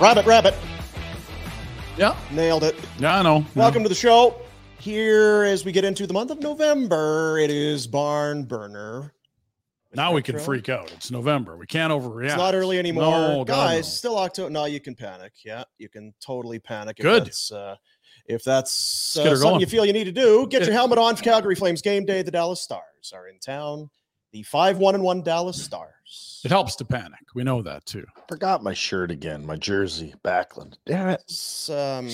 Rabbit, rabbit, Yeah, nailed it. yeah, I know. Welcome to the show. Here, as we get into the month of November, it is Barn Burner. Now we can Retro. freak out. It's November. We can't overreact. It's not early anymore, No, God, guys. no. Still October. No, you can panic. Yeah, you can totally panic. If Good. That's, uh, if that's uh, Let's get her something going. you feel you need to do, get Get- your helmet on for Calgary Flames game day. The Dallas Stars are in town. The five one and one Dallas Stars. It helps to panic. We know that too. Forgot my shirt again, my jersey, Backlund. Damn it. It's, um,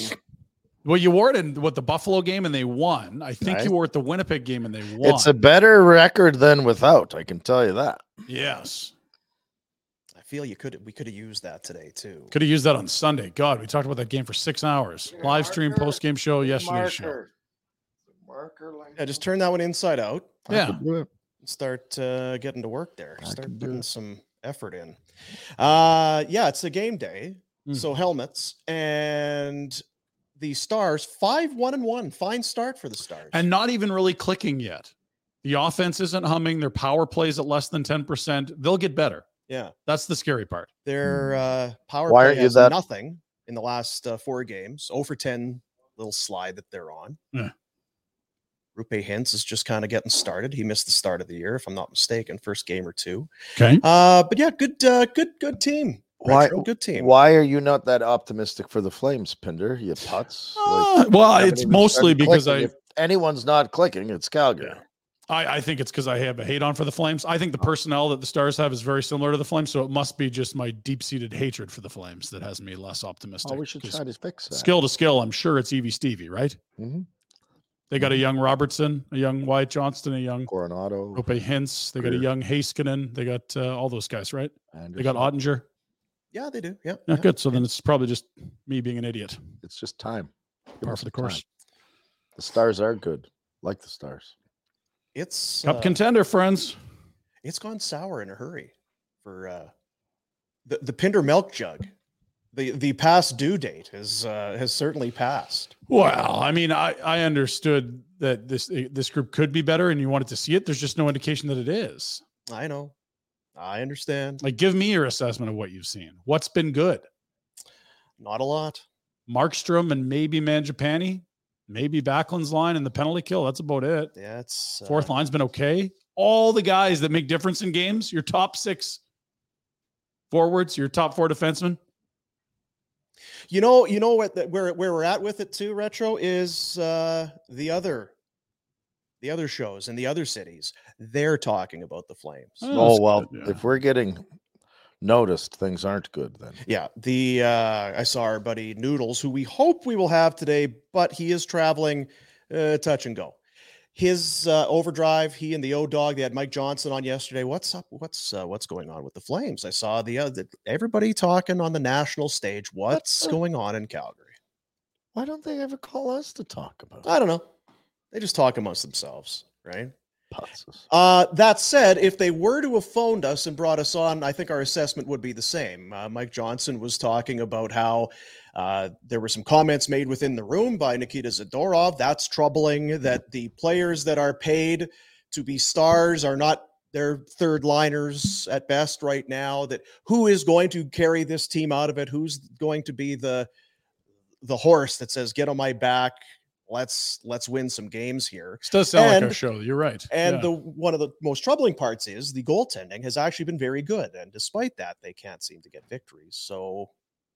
Well, you wore it in what the Buffalo game and they won. I think Right. you wore it the Winnipeg game and they won. It's a better record than without. I can tell you that. yes. I feel you could. We could have used that today too. Could have used that on Sunday. God, we talked about that game for six hours. Live stream, post game show, yesterday's show. Marker like Yeah, just turn that one inside out. Yeah. start uh, getting to work there. I start can do putting it. some effort in. Uh, yeah, it's a game day. Hmm. Mm. So helmets and the Stars five one and one. Fine start for the Stars. And not even really clicking yet. The offense isn't humming. Their power plays at less than 10%. They'll get better. yeah, That's the scary part. Hmm. their uh, power Why play aren't you has that- nothing in the last uh, four games. Over ten little slide that they're on. Hmm. Yeah. Rupe Hintz is just kind of getting started. He missed the start of the year, if I'm not mistaken, first game or two. Okay. Uh, but yeah, good, uh, good, good team. Why- Retro, good team. Why are you not that optimistic for the Flames, Pinder? You putz. Like, well, haven't Ah, it's even mostly started because clicking. I, If anyone's not clicking, it's Calgary. Yeah. I, I think it's because I have a hate on for the Flames. I think the personnel that the Stars have is very similar to the Flames, so it must be just my deep-seated hatred for the Flames that has me less optimistic. Oh, we should 'Cause try to fix that. skill to skill. I'm sure it's Evie Stevie, right? Mhm. They got a Mm-hmm. young Robertson, a young Wyatt Johnston, a young Coronado. Rope Hintz. They got a Greer. young Haskinen. They got uh, all those guys, right? They got Anderson. Ottinger. Yeah, they do. Yeah, Yeah, yeah. good. So then it's probably just me being an idiot. It's just time. Give Par us for the time. course. The stars are good. Like the stars. It's Cup uh, contender, friends. it's gone sour in a hurry for uh the, the Pinder milk jug. The the past due date has uh, has certainly passed. Well, I mean, I, I understood that this this group could be better, and you wanted to see it. There's just no indication that it is. I know. I understand. Like, give me your assessment of what you've seen. What's been good? Not a lot. Markstrom and maybe Manjapani, maybe Backlund's line and the penalty kill. That's about it. Yeah, it's uh, Fourth line's been okay. All the guys that make difference in games, your top six forwards, your top four defensemen. You know, you know what? That where where we're at with it too. Retro is uh, the other, the other shows in the other cities. They're talking about the Flames. Oh, Oh that's well, good, yeah. if we're getting noticed things aren't good then. Yeah, the uh, I saw our buddy Noodles, who we hope we will have today, but he is traveling. Uh, touch and go. His uh, overdrive. He and the O Dog. They had Mike Johnson on yesterday. What's up? What's uh, what's going on with the Flames? I saw the, uh, the everybody talking on the national stage. What's the- going on in Calgary? Why don't they ever call us to talk about I don't know. They just talk amongst themselves, right? putzes? Uh, that said, if they were to have phoned us and brought us on, I think our assessment would be the same. Uh, Mike Johnson was talking about how uh, there were some comments made within the room by Nikita Zadorov. That's troubling that the players that are paid to be stars are not their third liners at best right now. That who is going to carry this team out of it? Who's going to be the the horse that says get on my back? Let's let's win some games here. This does sound like our And- show. You're right. And Yeah. the one of the most troubling parts is the goaltending has actually been very good, and despite that, they can't seem to get victories. So,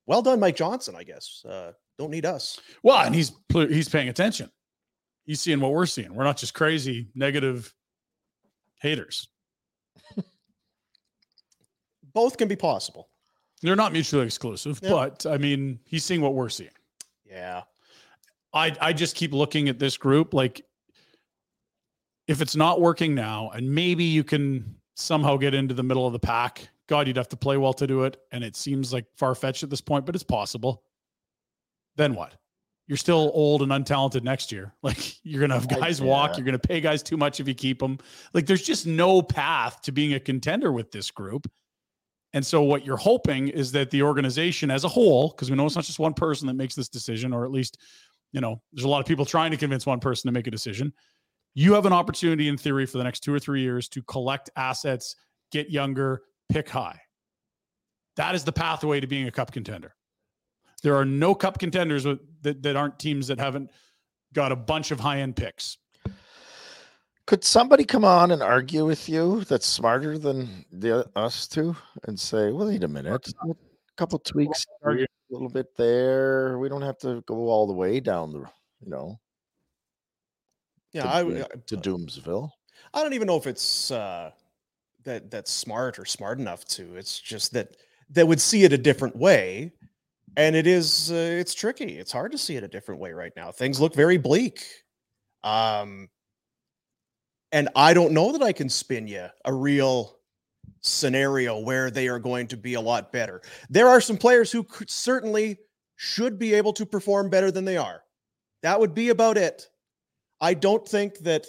well done, Mike Johnson. I guess uh, don't need us. well, and he's pl- he's paying attention. He's seeing what we're seeing. We're not just crazy negative haters. Both can be possible. They're not mutually exclusive, Yeah. but I mean, he's seeing what we're seeing. Yeah, I I just keep looking at this group like if it's not working now and maybe you can somehow get into the middle of the pack. God, you'd have to play well to do it and it seems like far-fetched at this point, but it's possible. Then what? You're still old and untalented next year. Like you're going to have I- guys walk, yeah. you're going to pay guys too much if you keep them. Like there's just no path to being a contender with this group. And so what you're hoping is that the organization as a whole, because we know it's not just one person that makes this decision, or at least, you know, there's a lot of people trying to convince one person to make a decision. You have an opportunity in theory for the next two or three years to collect assets, get younger, pick high. That is the pathway to being a cup contender. There are no cup contenders with, that, that aren't teams that haven't got a bunch of high end picks. Could somebody come on and argue with you that's smarter than the us two and say, well, wait a minute, a couple tweaks, here, argue. a little bit there. We don't have to go all the way down the, you know, yeah. to, I, Doom- w- uh, to Doomsville. I don't even know if it's uh, that that's smart or smart enough to. It's just that they would see it a different way, and it is uh, it's tricky. It's hard to see it a different way right now. Things look very bleak, um, and I don't know that I can spin you a real scenario where they are going to be a lot better. There are some players who could, certainly should be able to perform better than they are. That would be about it. I don't think that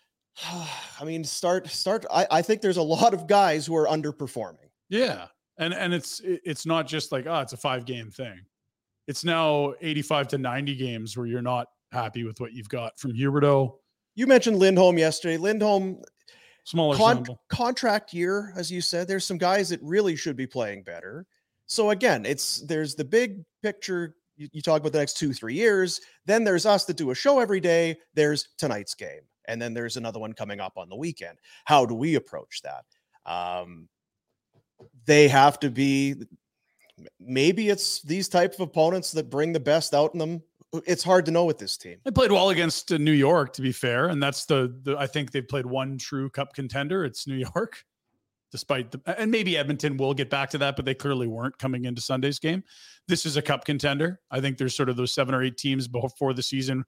I mean, start start. I, I think there's a lot of guys who are underperforming. Yeah. And and it's it- it's not just like, oh, it's a five game thing. It's now 85 to 90 games where you're not happy with what you've got from Huberto, You mentioned Lindholm yesterday. Lindholm smaller con- sample. contract year, as you said. There's some guys that really should be playing better. So again, it's there's the big picture. You, you talk about the next two three years. Then there's us that do a show every day. There's tonight's game, and then there's another one coming up on the weekend. How do we approach that? Um, they have to be maybe it's these type of opponents that bring the best out in them it's hard to know with this team They played well against uh, New York, to be fair, and that's the, the I think they've played one true Cup contender. It's New York, despite the and maybe Edmonton will get back to that, but they clearly weren't coming into Sunday's game. This is a Cup contender. I think there's sort of those seven or eight teams before the season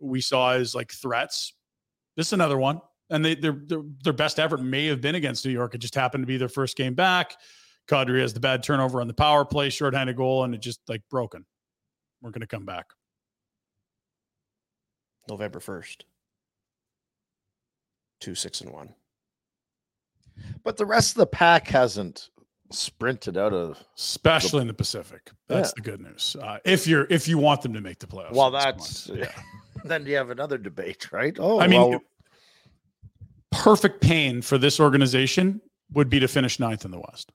we saw as like threats. This is another one, and they their their, their best effort may have been against New York. It just happened to be their first game back. Kadri has the bad turnover on the power play, shorthanded goal, and it just like broken. We're going to come back. november 1st two six and one But the rest of the pack hasn't sprinted out of. especially in the Pacific. That's Yeah. the good news. Uh, if you're if you want them to make the playoffs. Well, at this point. that's yeah. then you have another debate, right? Oh, I mean, well, perfect pain for this organization would be to finish ninth in the West.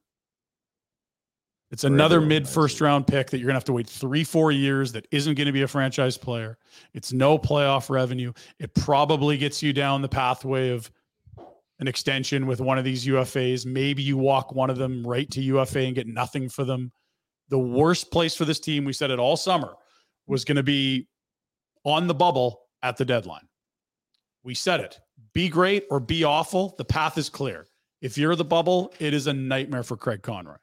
It's For another everyone, I mid first see. round pick that you're gonna have to wait three four years. That isn't going to be a franchise player. It's no playoff revenue. It probably gets you down the pathway of an extension with one of these UFAs. Maybe you walk one of them right to UFA and get nothing for them. The worst place for this team, we said it all summer, was going to be on the bubble at the deadline. We said it be great or be awful. The path is clear. If you're the bubble, it is a nightmare for Craig Conroy.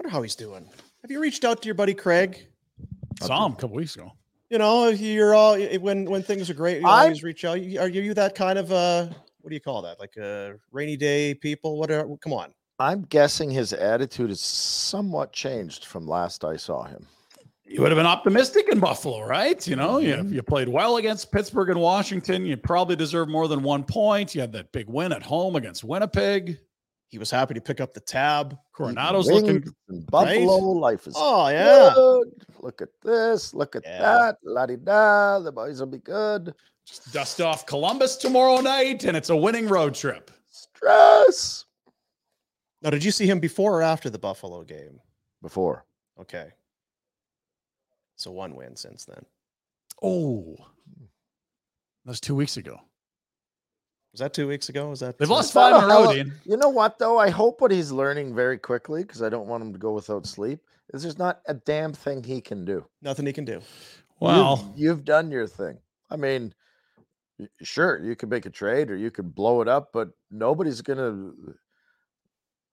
wonder how he's doing. Have you reached out to your buddy Craig? Saw him a couple weeks ago. You know, if you're all i- when when things are great, you I- always reach out. You- Are you that kind of uh what do you call that? Like uh, rainy day people? What are come on. I'm guessing his attitude is somewhat changed from last I saw him. you would have been optimistic in Buffalo, right? You know, you, you played well against Pittsburgh and Washington. You probably deserve more than one point. You had that big win at home against Winnipeg. He was happy to pick up the tab. Coronado's Wings looking. and right? Buffalo life is Oh yeah. good. Look at this. Look at Yeah. that. La di da. The boys will be good. Just dust off Columbus tomorrow night, and it's a winning road trip. Stress. Now, did you see him before or after the Buffalo game? Before. Okay. So one win since then. Oh, that was two weeks ago. Was that two weeks ago? Was that They've two- lost Not five in a row, hell of- Dean. You know what though? I hope what he's learning very quickly, because I don't want him to go without sleep, is there's not a damn thing he can do. Nothing he can do. You've- Well, you've, done your thing. I mean, y- sure, you could make a trade or you could blow it up, but nobody's gonna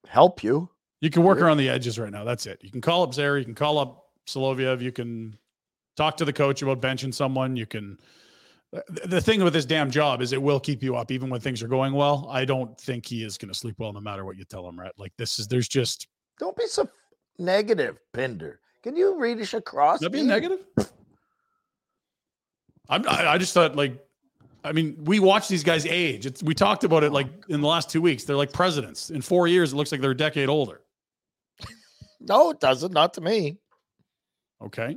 help you. you can work around the edges right now. That's it. You can call up Zare. You can call up Soloviev. You can talk to the coach about benching someone. You can. the- The thing with this damn job is it will keep you up even when things are going well. I don't think he is going to sleep well no matter what you tell him, right? Like this is there's just Don't be so negative, Pinder. Can you read us across? that being Dean? negative. I'm. I, I just thought like, I mean, we watch these guys age. It's, we talked about it like in the last two weeks. They're like presidents. In four years, it looks like they're a decade older. No, it doesn't. Not to me. Okay.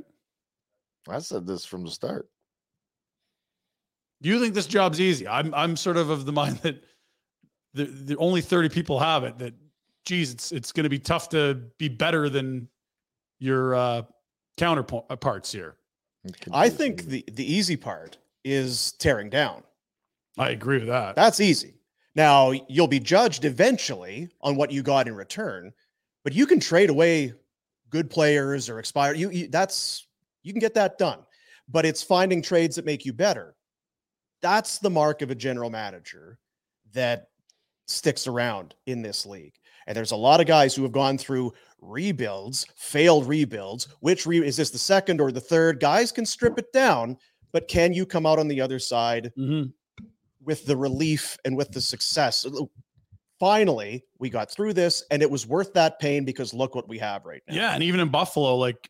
I said this from the start. Do you think this job's easy? I'm I'm sort of of the mind that the, the only 30 people have it that geez, it's it's going to be tough to be better than your uh counterparts here. It I confused think me. the, the easy part is tearing down. I agree with that. That's easy. Now you'll be judged eventually on what you got in return, but you can trade away good players or expire. You, you that's you can get that done, but it's finding trades that make you better. That's the mark of a general manager that sticks around in this league. And there's a lot of guys who have gone through rebuilds, failed rebuilds. Which re- is this the second or the third? Guys can strip it down, but can you come out on the other side Mhm. with the relief and with the success. L- Finally, we got through this and it was worth that pain because look what we have right now. Yeah, and even in Buffalo like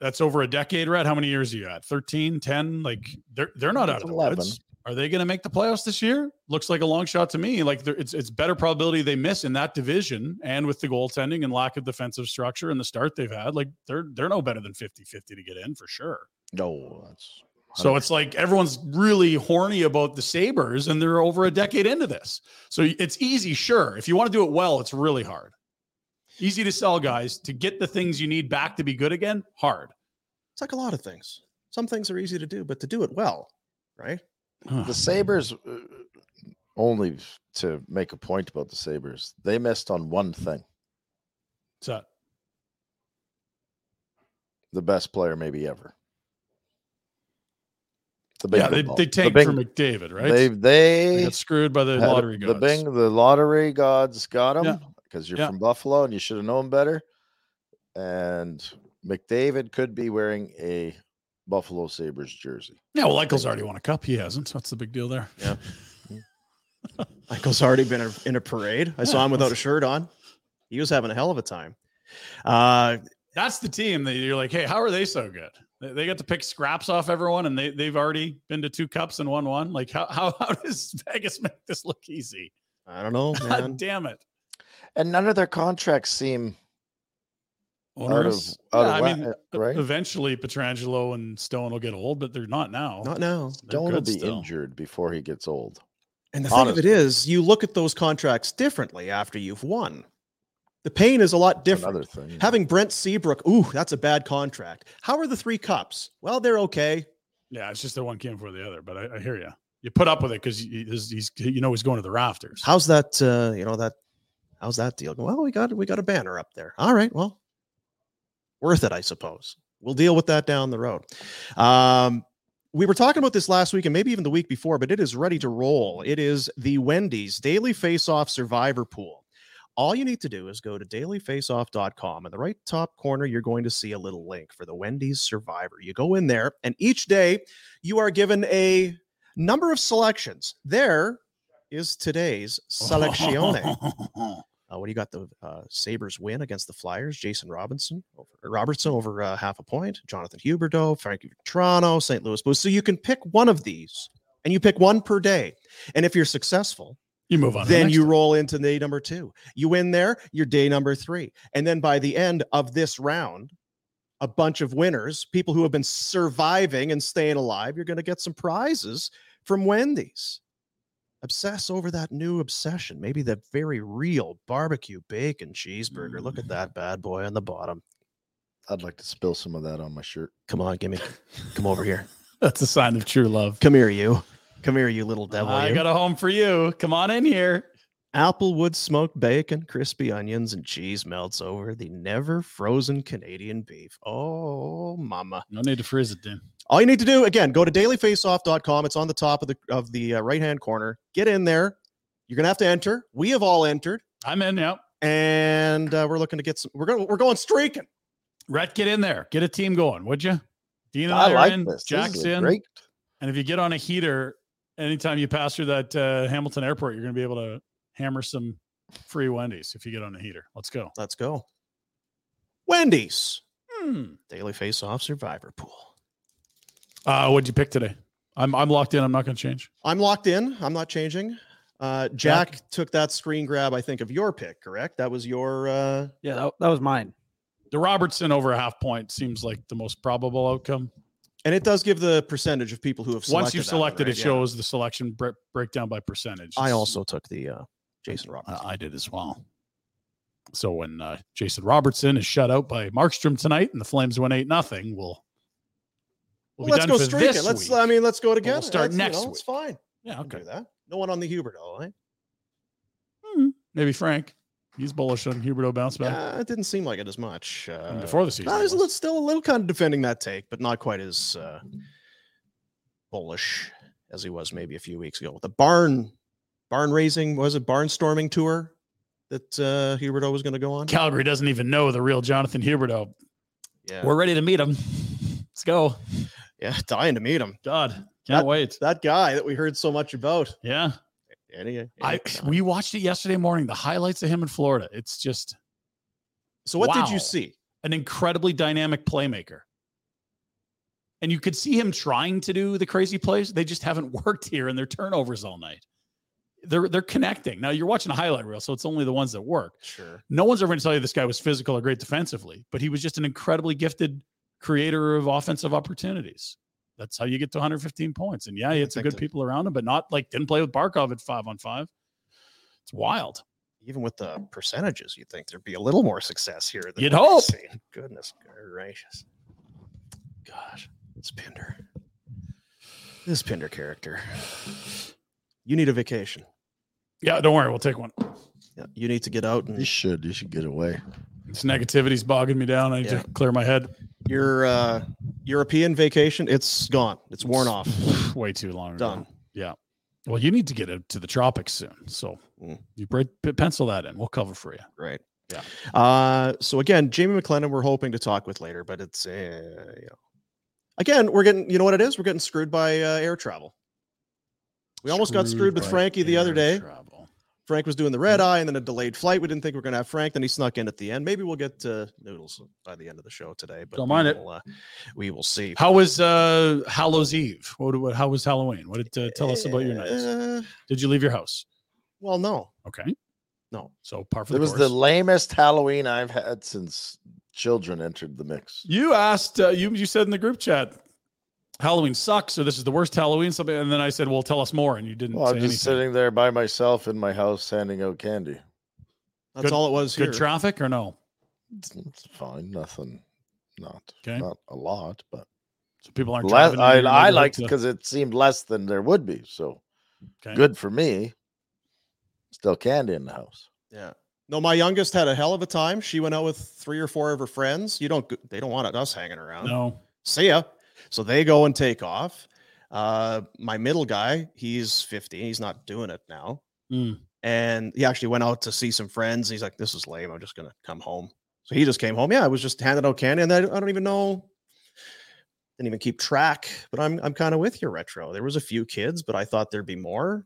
that's over a decade, Red. How many years are you at? 13, 10? Like they're they're not It's out of the 11. woods. Are they going to make the playoffs this year? Looks like a long shot to me. Like there- it's it's better probability they miss in that division, and with the goaltending and lack of defensive structure and the start they've had, like they're they're no better than 50-50 to get in for sure. no. That's So it's like everyone's really horny about the Sabers, and they're over a decade into this. So it's easy, sure. If you want to do it well, it's really hard. Easy to sell, guys. To get the things you need back to be good again, hard. It's like a lot of things. Some things are easy to do, but to do it well, right? the Sabers. Only to make a point about the Sabers, they missed on one thing. So the best player maybe ever. The yeah, bingo they, ball. they The tanked for bing- McDavid, right? They They, they got screwed by the had lottery the gods. bing the lottery gods got Yeah. him because you're Yeah. from Buffalo and you should have known better. And McDavid could be wearing a Buffalo Sabres jersey. yeah, well, Michael's already won a cup. He hasn't. What's the big deal there? Yeah. Michael's already been a- in a parade. I saw him without a shirt on. He was having a hell of a time. Uh, That's the team that you're like, hey, how are they so good? They, they got to pick scraps off everyone, and they they've already been to two cups and won one. Like, how how how does Vegas make this look easy? I don't know, God man. damn it! And none of their contracts seem Onerous? out of I mean, whack, e- right? eventually Petrangelo and Stone will get old, but they're not now. Not now. They're don't good be still. injured before he gets old. And the thing of it Honestly. is, you look at those contracts differently after you've won. The pain is a lot That's different. Another thing. Having Brent Seabrook, ooh, that's a bad contract. How are the three cups? Well, they're okay. Yeah, it's just that one came before the other. But I, I hear you. You put up with it because he's, he's you know he's going to the rafters. How's that? Uh, you know that? How's that deal? Well, we got we got a banner up there. All right, well, worth it, I suppose. We'll deal with that down the road. Um, we were talking about this last week and maybe even the week before, but it is ready to roll. It is the Wendy's Daily Faceoff Survivor Pool. All you need to do is go to dailyfaceoff.com. In the right top corner, you're going to see a little link for the Wendy's Survivor. You go in there, and each day you are given a number of selections. There is today's selezione. Uh, what do you got? The uh, Sabers win against the Flyers. Jason Robinson over Robertson over uh, half a point. Jonathan Huberdeau, Frankie Vitrano, St. Louis Blues. So you can pick one of these, and you pick one per day. And if you're successful, You move on. to the then next you one. roll into day number two. You win there, you're day number three, and then by the end of this round, a bunch of winners, people who have been surviving and staying alive, you're going to get some prizes from Wendy's. Obsess over that new obsession, maybe the very real barbecue bacon cheeseburger. Look at Mm. that bad boy on the bottom. I'd like to spill some of that on my shirt. Come on, give me, come over here. That's a sign of true love. Come here, you. Come here, you little devil. I you. got a home for you. Come on in here. Applewood smoked bacon, crispy onions, and cheese melts over the never frozen Canadian beef. Oh, mama. No need to freeze it, Dan. All you need to do, again, go to dailyfaceoff.com. It's on the top of the, of the uh, right hand corner. Get in there. You're going to have to enter. We have all entered, I'm in now. and uh, we're looking to get some. We're going, we're going streaking. Rhett, get in there. Get a team going, would you? Dean and I, I are like in. this. Jack's this is a in. great. And if you get on a heater, anytime you pass through that uh, Hamilton Airport, you're going to be able to hammer some free Wendy's if you get on a heater. Let's go. Let's go. Wendy's, Hmm. Daily Face Off Survivor Pool. Uh, what'd you pick today? I'm I'm locked in. I'm not going to change. I'm locked in. I'm not changing. Uh, Jack took that screen grab, I think, of your pick, correct? That was your. Uh, Yeah, that, that was mine. The Robertson over a half point seems like the most probable outcome. And it does give the percentage of people who have selected Once you've that one, selected, right? it Yeah. shows the selection bre- breakdown by percentage. I It's- also took the uh, Jason I, Roberts. I did as well. So when uh, Jason Robertson is shut out by Markstrom tonight and the Flames win eight nothing, we'll we'll be let's done go for streak it. this Let's. week. I mean, let's go we'll together. start That's, next You know, It's week. fine. yeah, We can okay. Do that. No one on the Hubert, all right? Hmm, Maybe Frank. He's bullish on Huberto bounce back Yeah, it didn't seem like it as much. Uh, from before the season. no, he he's a was. little, still a little kind of defending that take, but not quite as uh, bullish as he was maybe a few weeks ago. The barn, barn raising was it barnstorming tour that uh, Huberto was going to go on. Calgary doesn't even know the real Jonathan Huberto. Yeah, We're ready to meet him. Let's go. yeah, dying to meet him. God, can't That- wait. That guy that we heard so much about. Yeah. Any, any I comment? we watched it yesterday morning, the highlights of him in Florida. It's just So what did Wow. you see? an incredibly dynamic playmaker. And you could see him trying to do the crazy plays. They just haven't worked here in their turnovers all night. They're they're connecting. Now you're watching a highlight reel, so it's only the ones that work. Sure. No one's ever going to tell you this guy was physical or great defensively, but he was just an incredibly gifted creator of offensive opportunities. That's how you get to 115 points. And yeah, he had some good Effective. people around him, but not like didn't play with Barkov at five on five. It's wild. Even with the percentages, you'd think there'd be a little more success here. Than You'd what we've hope. seen. Goodness gracious. Gosh, it's Pinder. This Pinder character. You need a vacation. Yeah, don't worry, we'll take one. Yeah, You need to get out You and should. You should get away. This negativity's bogging me down. I need Yeah. to clear my head. your uh, European vacation. It's gone. It's worn off. way too long ago. Done. Yeah. Well, you need to get it to the tropics soon. So Mm. you break, p- pencil that in. We'll cover for you. Right. Yeah. Uh, so again, Jamie McLennan, we're hoping to talk with later, but it's uh, you know, again, we're getting you know what it is. We're getting screwed by uh, air travel. We almost got screwed with by Frankie the other air Mm-hmm. day. travel. Frank was doing the red eye and then a delayed flight. We didn't think we were going to have Frank. Then he snuck in at the end. Maybe we'll get uh, noodles by the end of the show today. But Don't we mind it. will, Uh, we will see. How was uh, Hallows Eve? What, what, how was Halloween? What did uh, tell us about your night? Uh, Did you leave your house? well, no, Okay. no. So par for Hmm? It the was course. the lamest Halloween I've had since children entered the mix. you asked, uh, you, you said in the group chat, Halloween sucks, or this is the worst Halloween. Something, and then I said, "Well, tell us more," and you didn't Well, I'm say just anything. sitting there by myself in my house handing out candy. That's Good- all it was here. Good traffic or no? It's, it's fine. Nothing. Not Okay. not a lot, but So people aren't. less, driving into I, your I neighborhood liked it to- because it seemed less than there would be. So Okay. good for me. Still candy in the house. Yeah. No, my youngest had a hell of a time. She went out with three or four of her friends. You don't. go- They don't want us hanging around. No. See ya. So they go and take off. Uh, my middle guy, he's 15. He's not doing it now. Mm. And he actually went out to see some friends. He's like, this is lame. I'm just going to come home. So he just came home. Yeah, I was just handed out candy. And I, I don't even know. Didn't even keep track. But I'm, I'm kind of with you, Retro. There was a few kids, but I thought there'd be more.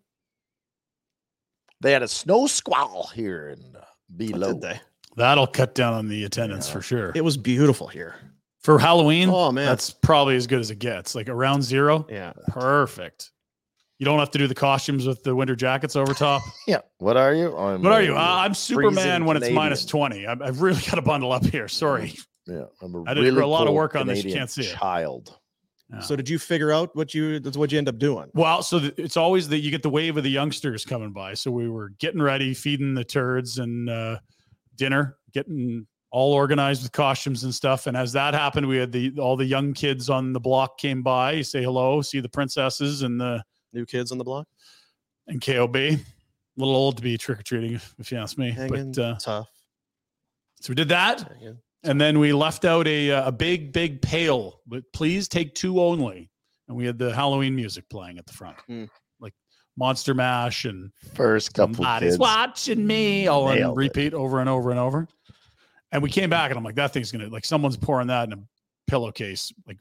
They had a snow squall here in uh, What below. Did they? That'll cut down on the attendance for sure. It was beautiful here. for Halloween, Oh, man. that's probably as good as it gets. Like around zero, Yeah. perfect. You don't have to do the costumes with the winter jackets over top. Yeah. What are you? I'm What are you? a- Uh, I'm Superman when it's Canadian. Mm-hmm. minus 20. I, I've really got to bundle up here. Sorry. Yeah, I'm a I did a lot of work on this, you can't see it. Child. So did you figure out what you that's what you end up doing? Well, so th- it's always that you get the wave of the youngsters coming by. So we were getting ready, feeding the turds and uh, dinner, getting all organized with costumes and stuff. And as that happened, we had the all the young kids on the block came by, say hello, see the princesses and the New kids on the block, and KOB. A little old to be trick or treating, if you ask me. hanging But uh, tough. so we did that. hanging. And then we left out a uh, a big big pail, but please take two only. And we had the Halloween music playing at the front, Mm. like Monster Mash and First couple "Somebody's kids. watching me all on Nailed it. repeat over and over and over. And we came back and I'm like, that thing's gonna like someone's pouring that in a pillowcase like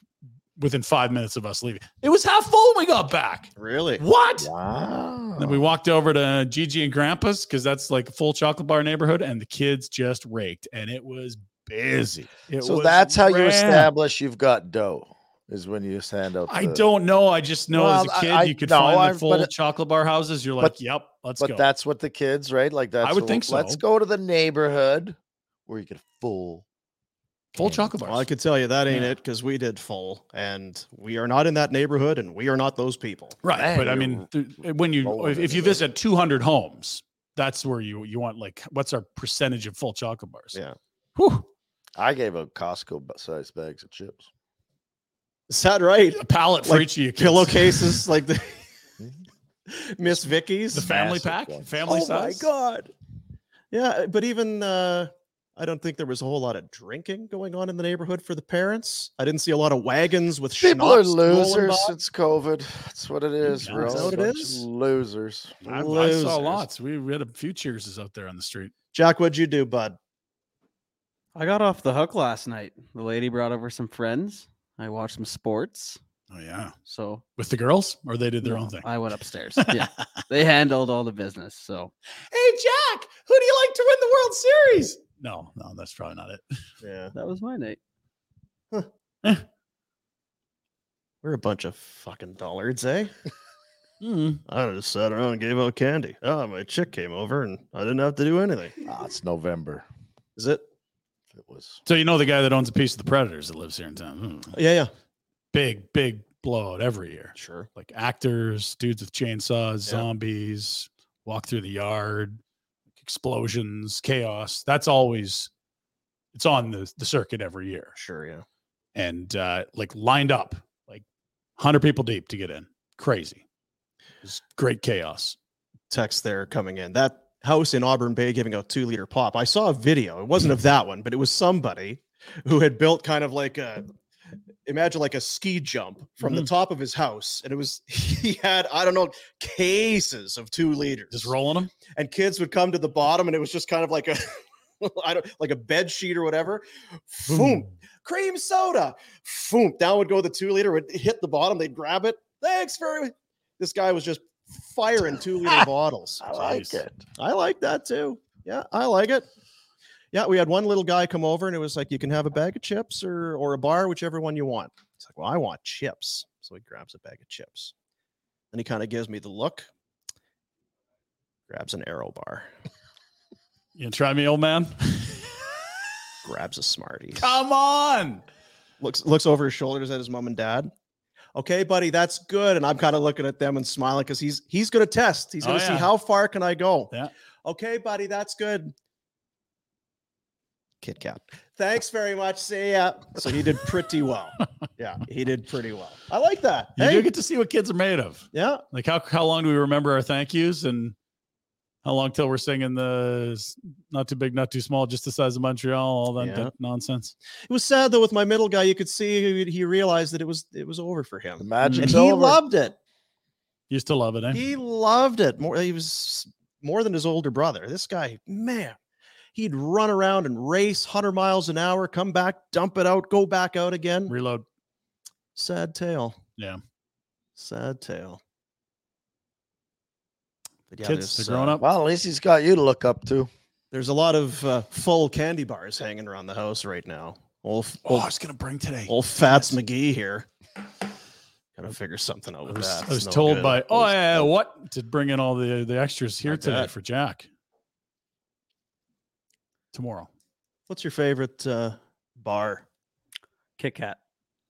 within five minutes of us leaving. It was half full when we got back. Really? What? Wow. And Oh. then we walked over to Gigi and Grandpa's because that's like a full chocolate bar neighborhood, and the kids just raked, and it was busy. It so was that's how you rammed. establish you've got dough is when you stand out. I don't know. I just know as Well, I- a kid, I- you could no, find the I- but full it- chocolate bar houses. You're but- like, yep, let's But go. that's what the kids, right? Like that's would what- think Let's so. go to the neighborhood where you get a full full candy. chocolate bars. Well, I could tell you that ain't Yeah. it because we did full, and we are not in that neighborhood, and we are not those people. right, Man, but I you're mean, th- when you rolling if, in if the you dough. visit 200 homes, that's where you you want like what's our percentage of full chocolate bars? Yeah. Whew. I gave out Costco b- sized bags of chips. Is that right? a pallet for Like each of you. kids. Pillowcases like the Miss Vicky's. the family massive pack, ones. family oh size. my god! Yeah, but even uh, I don't think there was a whole lot of drinking going on in the neighborhood for the parents. I didn't see a lot of wagons with People are schnapps rolling losers by. since COVID. That's what it is. We're That's all a what it bunch of is? losers. I, I Losers. saw lots. We, we had a few cheerses out there on the street. Jack, what'd you do, bud? I got off the hook last night. The lady brought over some friends. I watched some sports. Oh yeah, So with the girls, or they did their no, own thing. I went upstairs. Yeah. they handled all the business. So hey Jack, who do you like to win the World Series? No, no, that's probably not it. Yeah, that was my night. we're a bunch of fucking dullards, eh? Hmm. Mm. I just sat around and gave out candy. Oh, my chick came over and I didn't have to do anything. Ah, it's November. Is it? It was So you know the guy that owns a piece of the Predators that lives here in town. Mm. Yeah, yeah. Big, big blowout every year. Sure. Like actors, dudes with chainsaws, Yeah. zombies, walk through the yard, explosions, chaos. That's always it's on the, the circuit every year. Sure, yeah. and uh, like lined up, like 100 people deep to get in. Crazy. It's great chaos. Text there coming in. That house in Auburn Bay giving out two liter pop. I saw a video. It wasn't of that one, but it was somebody who had built kind of like a imagine like a ski jump from the top of his house. And it was he had, I don't know, cases of two liters. Just rolling them. and kids would come to the bottom and it was just kind of like a I don't like a bed sheet or whatever. Boom. Cream soda. Boom. Down would go the two liter, would hit the bottom, they'd grab it. Thanks very much. This guy was just firing two liter bottles. I like Jeez. it. I like that too. Yeah, I like it. Yeah, we had one little guy come over and it was like, you can have a bag of chips or or a bar, whichever one you want. It's like, well, I want chips. So he grabs a bag of chips. And he kind of gives me the look, grabs an arrow bar. You gonna try me, old man? grabs a Smarties. Come on. Looks looks over his shoulders at his mom and dad. Okay, buddy, that's good. And I'm kind of looking at them and smiling because he's he's gonna test. He's Oh, gonna see yeah. how far can I go. Yeah. Okay, buddy, that's good. Kit Kat. Thanks very much. See ya. So he did pretty well. yeah, he did pretty well. I like that. You Hey, do get to see what kids are made of. yeah, Like how how long do we remember our thank yous? And How long till we're singing the s- not too big, not too small, just the size of Montreal, all that Yeah. nonsense. It was sad though with my middle guy. You could see he, he realized that it was it was over for The him, and magic's he over. loved it. You still love it, eh? He loved it more. He was more than his older brother. This guy, man, he'd run around and race 100 miles an hour, come back, dump it out, go back out again. Reload. Sad tale. Yeah. Sad tale. But Kids, they're there's, growing uh, up. well, at least he's got you to look up to. There's a lot of uh, full candy bars hanging around the house right now. Old, f- Oh, I old, was gonna bring today. old Fats McGee here. Gotta figure something out I with was, that. I It's was no told good. by oh It's yeah, no- what to bring in all the the extras here I today bet. for Jack. Tomorrow What's your favorite uh, bar? Kit Kat.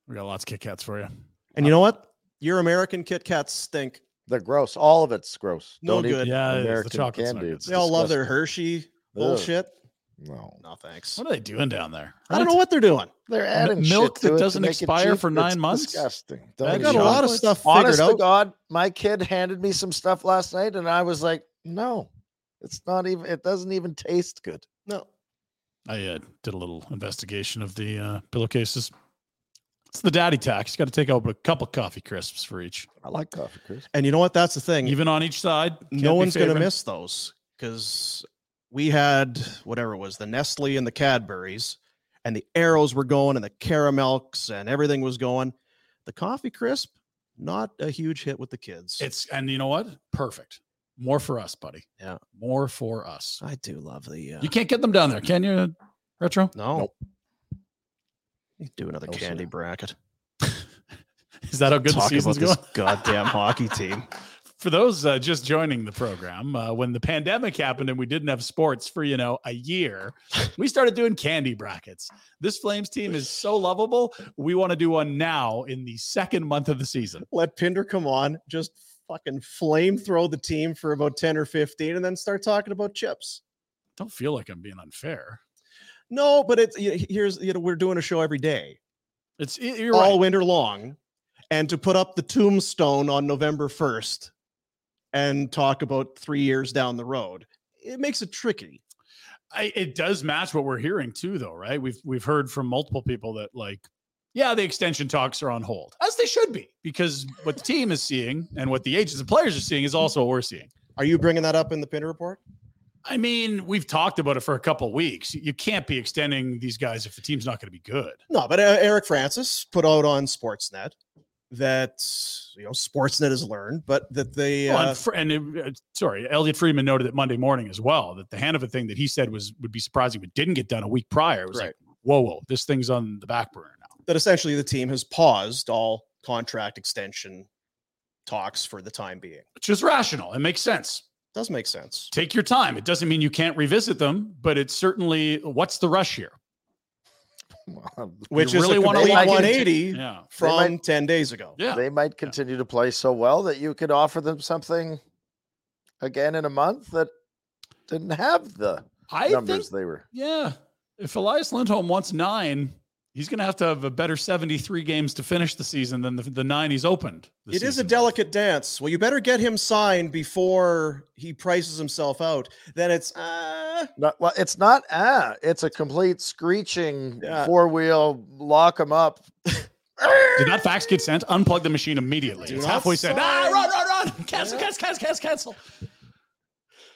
we got lots of Kit Kats for you. And you know what? Your American Kit Kats stink. They're gross. All of it's gross. No Don't eat good. Yeah, it is. the American chocolate's not candy. good. It's They all love their disgusting. Hershey Ugh. bullshit. No, No thanks. What are they doing down there? I don't know what they're doing. they're M- adding milk shit that to it to doesn't make it expire for cheaper. nine It's months? Disgusting. They I Don't got eat a it. lot of chocolates? stuff figured Honest to out. God, my kid handed me some stuff last night, and I was like, "No, it's not even. It doesn't even taste good." No, I uh, did a little investigation of the uh, pillowcases. It's the daddy tax. You got to take out a couple coffee crisps for each, I like coffee crisp. and you know what? That's the thing. even on each side. Can't no be one's going to favoring. miss those because we had whatever it was the Nestle and the Cadburys, and the arrows were going, and the caramels and everything was going. The coffee crisp, not a huge hit with the kids. It's and you know what? Perfect. More for us, buddy. Yeah. More for us. I do love the. Uh, You can't get them down there, can you? Retro. no. Nope. You do another No, sir. candy bracket. Is that how good the Talk about season's this going? goddamn hockey team. For those uh, just joining the program, uh, when the pandemic happened and we didn't have sports for you know a year, we started doing candy brackets. This Flames team is so lovable. We want to do one now in the second month of the season. let Pinder come on, just fucking flame throw the team for about 10 or 15 and then start talking about chips. Don't feel like I'm being unfair. No, but it's y- here's you know, we're doing a show every day, It's y- you're all right. winter long. And to put up the tombstone on November 1st and talk about three years down the road, it makes it tricky. I, it does match what we're hearing too, though, right? We've we've heard from multiple people that like, yeah, the extension talks are on hold, as they should be, because what the team is seeing and what the agents and players are seeing is also what we're seeing. Are you bringing that up in the Pinder report? I mean, we've talked about it for a couple weeks. You can't be extending these guys if the team's not going to be good. No, but uh, Eric Francis put out on Sportsnet that you know Sportsnet has learned, but that they Well, uh, and Fr- and, it- uh, sorry, Elliot Freeman noted it Monday morning as well that the Hanover thing that he said was would be surprising, but didn't get done a week prior. It was like, whoa, whoa, this thing's on the back burner now. that essentially the team has paused all contract extension talks for the time being. Which is rational. It makes sense. Does make sense. take your time. It doesn't mean you can't revisit them, but it's certainly what's the rush here? Which is really a wanna complete lock in- 180 Yeah. from might- 10 days ago. Yeah. They might continue to play so well that you could offer them something again in a month that didn't have the I think, numbers they were. yeah. If Elias Lindholm wants nine, he's going to have to have a better 73 games to finish the season than the, the nine he's opened. It is a delicate dance. Well, you better get him signed before he prices himself out. Then it's uh Not, well, it's not ah, it's a complete screeching Yeah. four wheel lock them up. Did that fax get sent? Unplug the machine immediately. Do it's not halfway sent. Ah, sign. run, run, run. Cancel, Yeah. cancel, cancel, cancel, cancel.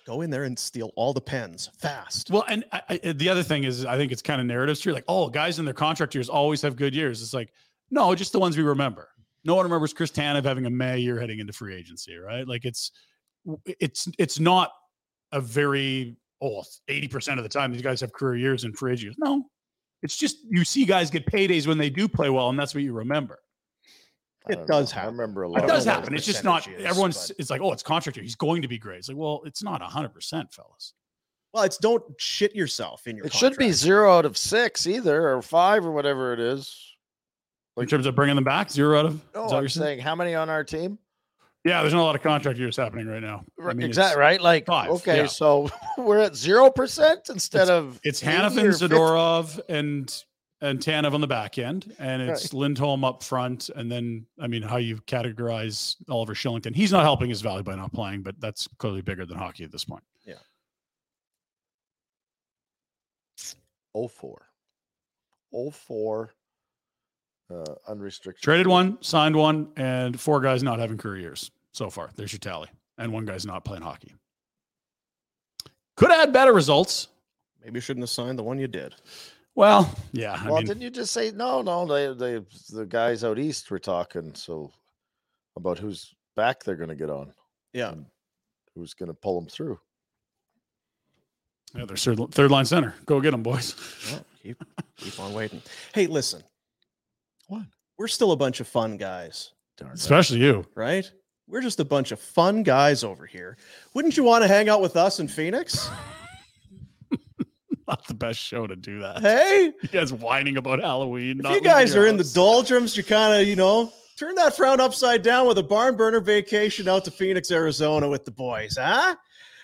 go in there and steal all the pens fast. Well, and I, I, the other thing is, I think it's kind of narrative street. Like, oh, guys in their contract years always have good years. It's like, no, just the ones we remember. No one remembers Chris Tanev having a May year heading into free agency, right? Like, it's it's it's not a very oh, 80 percent of the time these guys have career years and free agents. No, it's just you see guys get paydays when they do play well, and that's what you remember. I It don't does I happen. remember a lot. It of does those. happen. It's just not percentages, everyone's. but- It's like, oh, it's contract year. He's going to be great. It's like, well, it's not 100 percent, fellas. Well, it's don't shit yourself in your It should be contract. zero out of six either, or five, or whatever it is. in terms of bringing them back, zero out of. is that No, what I'm you're saying? saying how many on our team? Yeah, there's not a lot of contract years happening right now. I mean, it's- exactly right. Like five, okay, yeah. so we're at zero percent instead of It's 80 Hannafin, or 50. Zadorov, and and Tanev on the back end, and it's Right. Lindholm up front, and then I mean, how you categorize Oliver Shillington? He's not helping his value by not playing, but that's clearly bigger than hockey at this point. Yeah. 04. 04 uh, unrestricted. Traded one, signed one, and four guys not having career years so far. There's your tally. And one guy's not playing hockey. Could have had better results. Maybe you shouldn't have signed the one you did. Well, yeah. I Well, mean, didn't you just say no? No, they, they, the guys out east were talking so about whose back they're going to get on, Yeah. who's going to pull them through. yeah, there's third, third line center. Go get them, boys. Well, keep keep on waiting. Hey, listen. What? We're still a bunch of fun guys, Darn it. Especially you. right? We're just a bunch of fun guys over here. Wouldn't you want to hang out with us in Phoenix? Not the best show to do that. Hey, You guys whining about Halloween. if not you leaving guys your are in the house. doldrums, you kind of, you know, turn that frown upside down with a barn burner vacation out to Phoenix, Arizona with the boys, huh?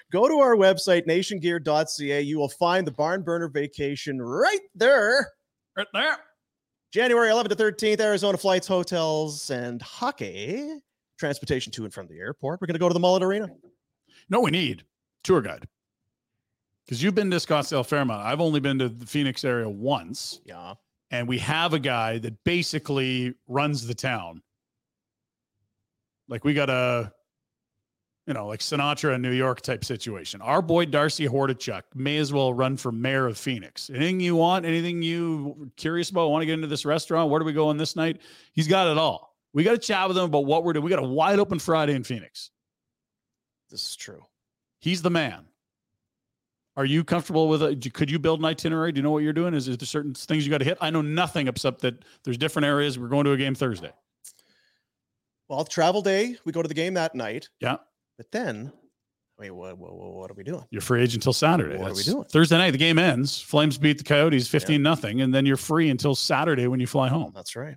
Go to our website, nationgear.ca. You will find the barn burner vacation right there. Right there. January 11th to 13th, Arizona flights, hotels, and hockey. Transportation to and from the airport. We're going to go to the Mullet Arena. No, we need tour guide. Because you've been to Scottsdale Fairmont. I've only been to the Phoenix area once. Yeah. and we have a guy that basically runs the town. Like we got a, you know, like Sinatra in New York type situation. Our boy Darcy Hordachuk may as well run for mayor of Phoenix. Anything you want, anything you curious about, want to get into this restaurant? Where do we go on this night? He's got it all. We got to chat with him about what we're doing. We got a wide open Friday in Phoenix. This is true. He's the man. Are you comfortable with it? Could you build an itinerary? Do you know what you're doing? Is, is there certain things you got to hit? I know nothing except that there's different areas. We're going to a game Thursday. Well, travel day. We go to the game that night. Yeah. But then, wait, what, what, what are we doing? You're free agent until Saturday. What are we That's- doing? Thursday night, the game ends. Flames beat the Coyotes 15 nothing, and then you're free until Saturday when you fly home. That's right.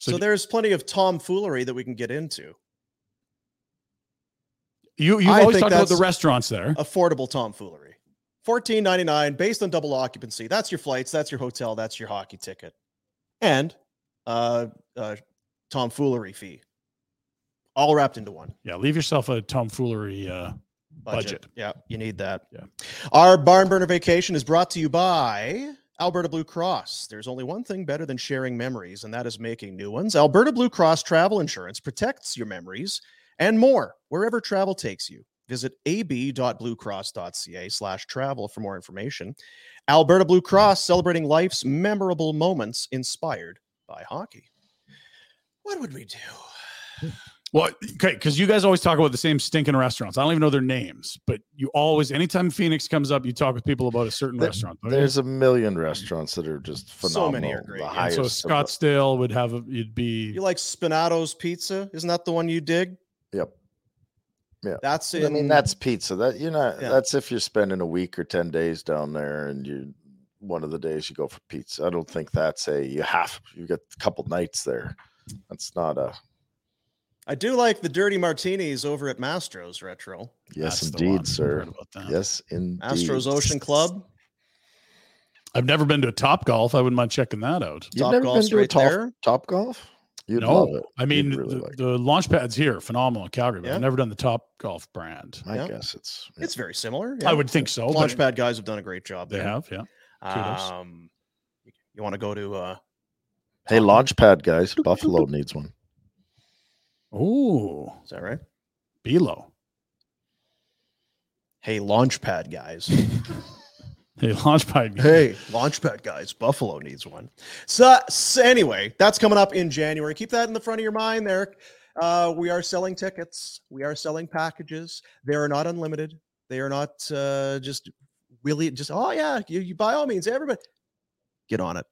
So, So, there's plenty of tomfoolery that we can get into. you you I always think talked about the that's- restaurants there. Affordable tomfoolery. Fourteen ninety nine, based on double occupancy. That's your flights. That's your hotel. That's your hockey ticket, and uh, uh, tomfoolery fee, all wrapped into one. yeah, leave yourself a tomfoolery. Uh, Budget. Yeah, you need that. Yeah. Our barn burner vacation is brought to you by Alberta Blue Cross. There's only one thing better than sharing memories, and that is making new ones. Alberta Blue Cross travel insurance protects your memories and more wherever travel takes you. Visit ab.bluecross.ca slash travel for more information. Alberta Blue Cross celebrating life's memorable moments inspired by hockey. What would we do? Well, okay, because you guys always talk about the same stinking restaurants. I don't even know their names, but you always, anytime Phoenix comes up, you talk with people about a certain There- restaurant. Oh, don't you? There's a million restaurants that are just phenomenal. So many are great, The yeah. So And highest Mm. so of the- Scottsdale would have a, you'd be You like Spinato's Pizza? Isn't that the one you dig? Yep. That's in, I mean, that's pizza. That you know, Yeah. that's if you're spending a week or ten days down there, and you one of the days you go for pizza. I don't think that's a you have. You get a couple nights there. That's not a I do like the dirty martinis over at Mastro's Retro. yes, that's the one. indeed, I sir. forgot about that. Yes, indeed. Mastro's Ocean Club. I've never been to a Top Golf. I wouldn't mind checking that out. You've Top never Golf's been to a right top, there. top golf? You'd no, love it. I mean You'd really the, like it. the launch pads here, phenomenal in Calgary, but Yeah. I've never done the Top Golf brand. I yeah. guess it's yeah. It's very similar. I would think so. but Launchpad guys have done a great job. They there. have, yeah. kudos. Um, you- you want to go to uh, hey, Launchpad guys, Buffalo needs one. Ooh, is that right? Belo. Hey, Launchpad guys. Hey, launch pad. hey, Launchpad guys. Buffalo needs one. So, so anyway, that's coming up in January. Keep that in the front of your mind, there. Uh, we are selling tickets. We are selling packages. They are not unlimited. They are not uh, just willy. Just oh yeah, you, you by all means, everybody get on it.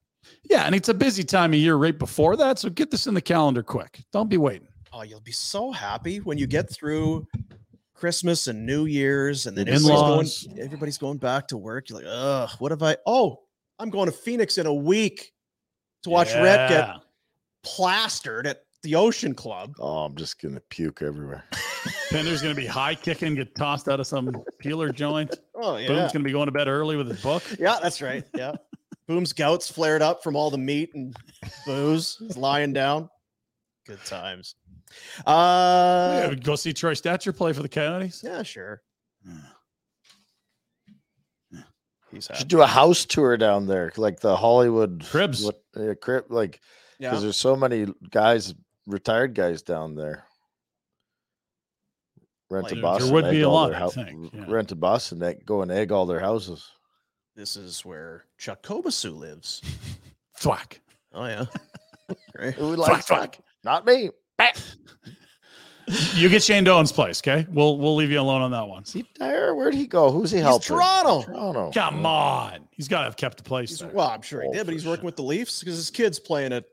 Yeah, and it's a busy time of year right before that, so get this in the calendar quick. Don't be waiting. Oh, you'll be so happy when you get through Christmas and New Year's, and then The everybody's in-laws. going, everybody's going back to work. You're like, ugh, what have I? Oh, I'm going to Phoenix in a week to watch Rhett get Yeah. plastered at the Ocean Club. Oh, I'm just gonna puke everywhere. Pender's going to be high kicking, get tossed out of some peeler joint. Oh yeah, Boom's going to be going to bed early with his book. yeah, that's right. Yeah, Boom's gouts flared up from all the meat and booze. He's lying down. Good times. Yeah, Uh, go see Troy Stature play for the Coyotes. yeah, sure. he's Should had. do a house tour down there, like the Hollywood Cribs. What, yeah, crib, like because Yeah. there's so many guys, retired guys down there. Rent Like, a there- bus. there and would be egg a all lot, their I think, yeah. Rent a bus and egg, go and egg all their houses. This is where Chuck Kobasu lives. Thwack. Oh yeah. Right. Who likes that? Not me. You get Shane Doan's place, okay? We'll we'll leave you alone on that one. Is he there? Where'd he go? Who's he helping? Toronto. Toronto. Come on, he's got to have kept the place. He's, there. well, I'm sure he Oh, did, for but he's working sure. with the Leafs because his kid's playing at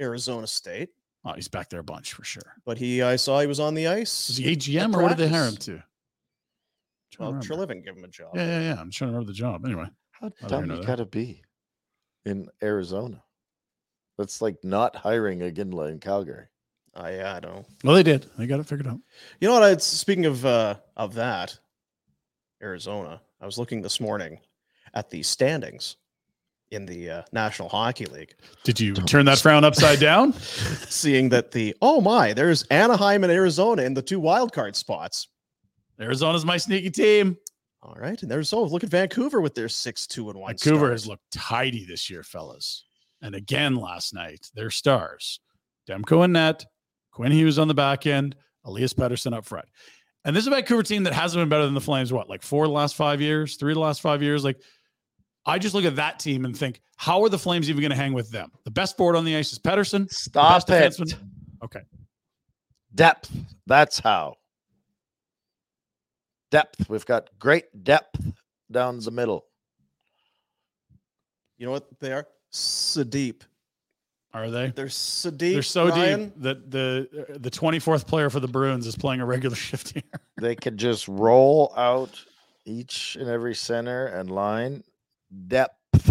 Arizona State. oh, he's back there a bunch for sure. But he, I saw he was on the Is ice. he AGM or what did they hire him practice. to? I'm trying to Well, remember. Treliving gave him a job. yeah, yeah, yeah. I'm trying to remember the job. Anyway, How don't dumb know you that. gotta be in Arizona? That's like not hiring a Ginla in Calgary. Uh, I, I don't. well, they did. They got it figured out. You know what? I, speaking of uh, of that, Arizona. I was looking this morning at the standings in the uh, National Hockey League, Did you turn that frown upside down? seeing that the oh my, there's Anaheim and Arizona in the two wild card spots. Arizona's my sneaky team. All right, and there's oh look at Vancouver with their six two and one. Vancouver start. has looked tidy this year, fellas. And again last night, their stars, Demko and Net, Quinn Hughes on the back end, Elias Pettersson up front. And this is a Vancouver team that hasn't been better than the Flames, what, like four of the last five years, three of the last five years? Like, I just look at that team and think, how are the Flames even going to hang with them? The best board on the ice is Pedersen. Stop it. best defenseman- Okay. Depth. That's how. Depth. We've got great depth down the middle. You know what they are? So deep. Are they? They're so deep. They're so Ryan. deep that the the 24th player for the Bruins is playing a regular shift here. They could just roll out each and every center and line. Depth.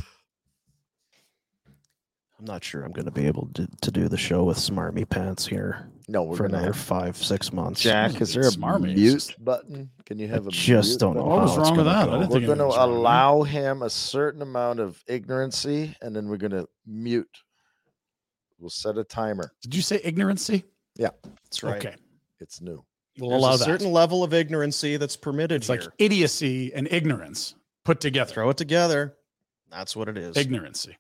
I'm not sure I'm going to be able to, to do the show with smarmy pants here No, we're for gonna another have five, six months. Jack. Is there a Smarmy, it's mute just- button? Can you have a just mute don't know button? What was how it's wrong with gonna that? I go. didn't We're think going to anything was wrong with that. allow him a certain amount of ignorancy, and then we're going to mute. We'll set a timer. Did you say ignorancy? That's right. Okay. It's new. We'll There's allow a that. certain level of ignorancy that's permitted It's here. like idiocy and ignorance put together. Throw it together. That's what it is. Ignorancy.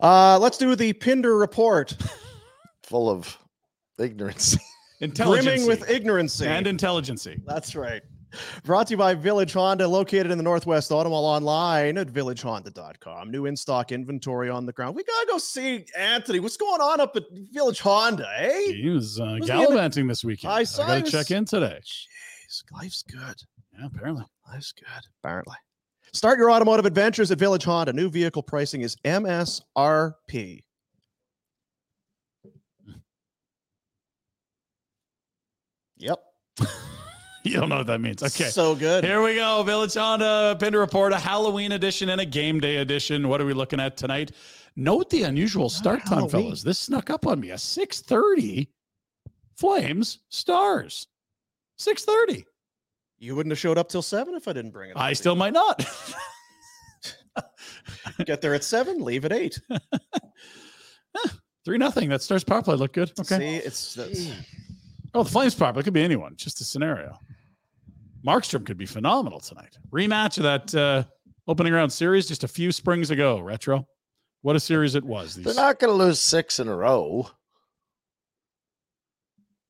Uh, let's do the Pinder report. Full of ignorance. Intelligence. Brimming with ignorancy. and intelligency. That's right. Brought to you by Village Honda, located in the Northwest Ottawa, online at villagehonda.com. New in stock inventory on the ground. We got to go see Anthony. What's going on up at Village Honda, eh? He was uh, Wasn't he in the- gallivanting this weekend. I I saw got he to was- check in today. Jeez, life's good. Yeah, apparently. Life's good, apparently. Start your automotive adventures at Village Honda. New vehicle pricing is MSRP. Yep. You don't know what that means. Okay. So good. Here we go. Village Honda Pinder Report, a Halloween edition and a game day edition. What are we looking at tonight? Note the unusual start time, Halloween. fellas. This snuck up on me. A 6.30 Flames Stars. 6.30. you wouldn't have showed up till seven if I didn't bring it. up, I would still might not. you? get there at seven, leave at eight. 3 nothing. That Stars power play looked good. Okay. See, it's that's, Oh, the Flames pop. It could be anyone. Just a scenario. Markstrom could be phenomenal tonight. Rematch of that uh, opening round series just a few springs ago. Retro. What a series it was. They're These, not going to lose six in a row.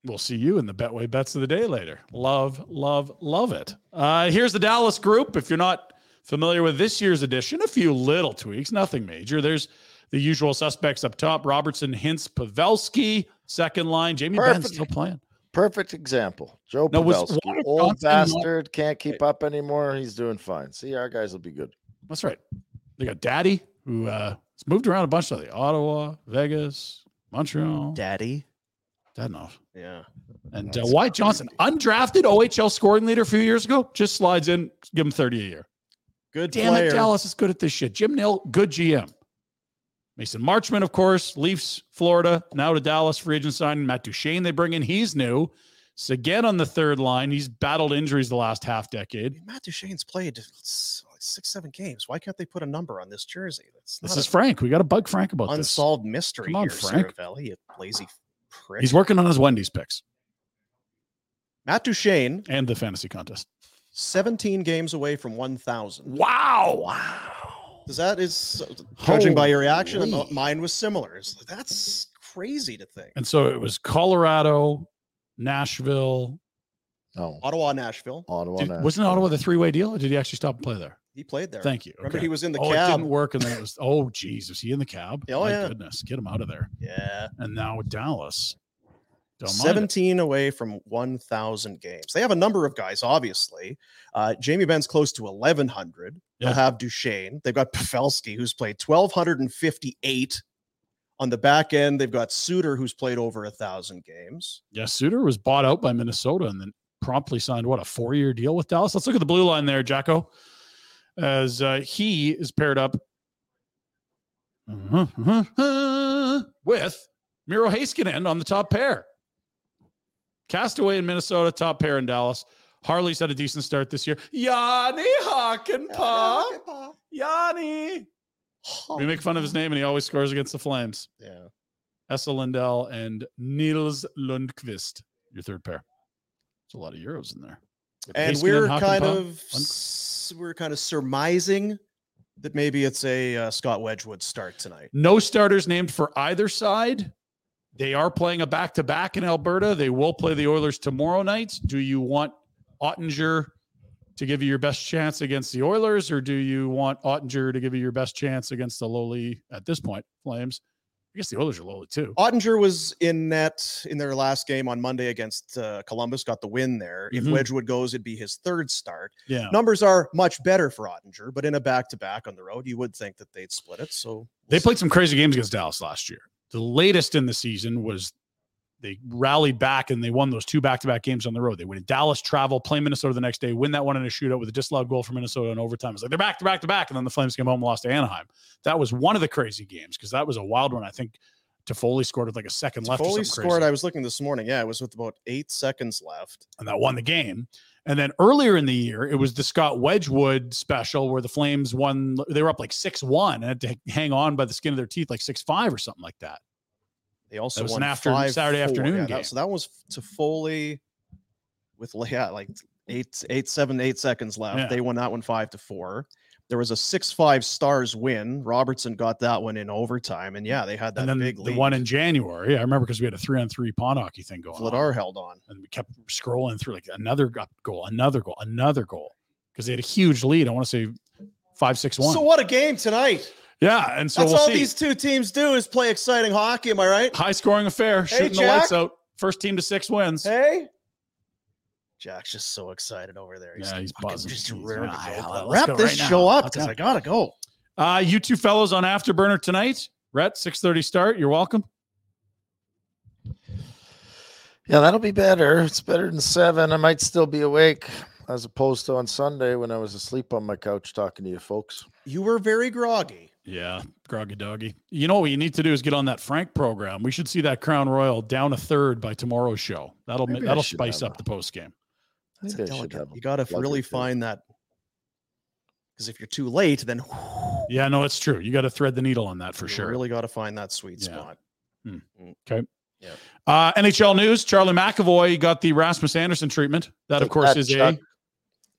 we'll see you in the Betway bets of the day later. Love, love, love it. Uh, here's the Dallas group. If you're not familiar with this year's edition, a few little tweaks, nothing major. There's the usual suspects up top: Robertson, Hintz, Pavelski, second line. Jamie Benn Perfect. still playing. Perfect example. Joe Now, was Pavelski, Warner old Johnson not- bastard, can't keep up anymore. He's doing fine. See, our guys will be good. That's right. They got Daddy, who uh, has moved around a bunch lately. Ottawa, Vegas, Montreal. daddy. Dead enough. Mm, Yeah. And uh, That's White Johnson, undrafted OHL scoring leader a few years ago, just slides in, give him 30 a year. Good Damn player. it, Dallas is good at this shit. Jim Nill, good GM. Mason Marchman, of course, Leafs, Florida, now to Dallas, free agent signing. Matt Duchene, they bring in. He's new. Sagan on the third line. He's battled injuries the last half decade. Matt Duchene's played s- like six, seven games. Why can't they put a number on this jersey? That's This not is a Frank. We got to bug Frank about this. unsolved mystery Come on, here, Frank. Saravelli, you lazy prick. He's working on his Wendy's picks Matt Duchene, and the fantasy contest. 17 games away from 1,000. Wow. Wow. Because that is, judging by your reaction, uh, Holy. mine was similar. It's- That's crazy to think. And so it was Colorado, Nashville. No, Ottawa, Nashville. Ottawa. Did, Nashville. wasn't Ottawa the three way deal, or did he actually stop and play there? He played there. Thank you. Remember, Okay. he was in the oh, it cab. didn't work, and then it was. Oh, geez, was he in the cab? Oh, My yeah. goodness, get him out of there. Yeah. And now Dallas. Don't mind it. 17 away from 1,000 games. They have a number of guys, obviously. Uh, Jamie Ben's close to 1,100. Yeah. They'll have Duchesne. They've got Pafelski, who's played 1,258. On the back end, they've got Suter, who's played over a 1,000 games. Yeah, Suter was bought out by Minnesota and then promptly signed what a four year deal with Dallas. Let's look at the blue line there, Jacko, as uh, he is paired up with Miro Haskinen on the top pair. Castaway in Minnesota, top pair in Dallas. Harley's had a decent start this year. Yanni Hockenpah. Yanni. We make fun of his name and he always scores against the Flames. Yeah. Essa Lindell and Niels Lundqvist, your third pair. There's a lot of Euros in there. And Haskinen, we're Hakanpää, kind of Lund- s- we're kind of surmising that maybe it's a uh, Scott Wedgwood start tonight. No starters named for either side. They are playing a back to back in Alberta. They will play the Oilers tomorrow night. Do you want Ottinger to give you your best chance against the Oilers, or do you want Ottinger to give you your best chance against the lowly, at this point, Flames? I guess the Oilers are lowly too. Ottinger was in net in their last game on Monday against uh, Columbus, got the win there. If Mhm. Wedgwood goes, it'd be his third start. Yeah. Numbers are much better for Ottinger, but in a back to back on the road, you would think that they'd split it. So They played some crazy games against Dallas last year. The latest in the season was they rallied back and they won those two back-to-back games on the road. They went to Dallas, travel, play Minnesota the next day, win that one in a shootout with a disallowed goal for Minnesota in overtime. It's like they're back to back to back, and then the Flames came home and lost to Anaheim. That was one of the crazy games because that was a wild one. I think Toffoli scored with like a second left. Foley or something scored. crazy I was looking this morning. Yeah, it was with about eight seconds left. and that won the game. And then earlier in the year, it was the Scott Wedgwood special where the Flames won. They were up like six one and had to hang on by the skin of their teeth, like six five or something like that. They also was an won after- five, Saturday four. afternoon Yeah, game. That, so that was to Foley with yeah, like eight, eight, seven, eight seconds left. Yeah. They won that one five to four. There was a six-five stars win. Robertson got that one in overtime, and yeah, they had that and then big the lead. one in January. I remember because we had a three on three pond hockey thing going on, Vladar held on. and we kept scrolling through like another go- goal, another goal, another goal because they had a huge lead. I want to say five six one. So what a game tonight! yeah, and so That's we'll all see. these two teams do is play exciting hockey. Am I right? High scoring affair, Hey, shooting the lights Jack. out. First team to six wins. Hey, Jack's just so excited over there. Yeah, he's fucking buzzing. Just He's- rearing to ah, go. yeah, let's Wrap go this right show now. up Let's because go. I gotta go. Uh, you two fellows on Afterburner tonight. Rhett, six thirty start. You're welcome. Yeah, that'll be better. It's better than seven. I might still be awake as opposed to on Sunday when I was asleep on my couch talking to you folks. You were very groggy. Yeah, groggy doggy. You know what you need to do is get on that Frank program. We should see that Crown Royal down a third by tomorrow show. That'll Maybe I that'll should spice have up the a- post game. That's Maybe a I should delicate. have a You gotta plug or really two. find that because if you're too late, then you Yeah, no, it's true. You got to thread the needle on that for sure. Really gotta find that sweet Yeah. spot. Uh, NHL news: Charlie McAvoy got the Rasmus Anderson treatment. That, of Take course, that, is Chuck. a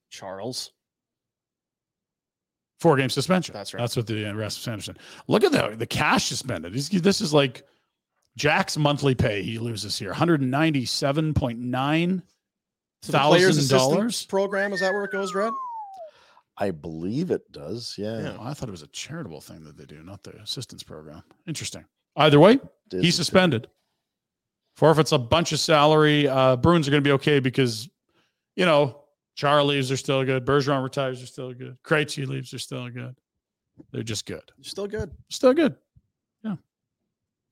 Charles, four-game suspension. That's right. That's what the uh, Rasmus Anderson. Look at the the cash suspended. He's, this is like Jack's monthly pay. He loses here: one hundred ninety-seven point nine So the players' thousand assistance dollars. program is that where it goes, Red? I believe it does. Yeah. Oh, I thought it was a charitable thing that they do, not the assistance program. Interesting. Either way, it is he's a- suspended. Forfeits a bunch of salary. Uh, Bruins are going to be okay because, you know, Char leaves are still good. Bergeron retires are still good. Krejci leaves are still good. They're just good. Still good. Still good. Yeah.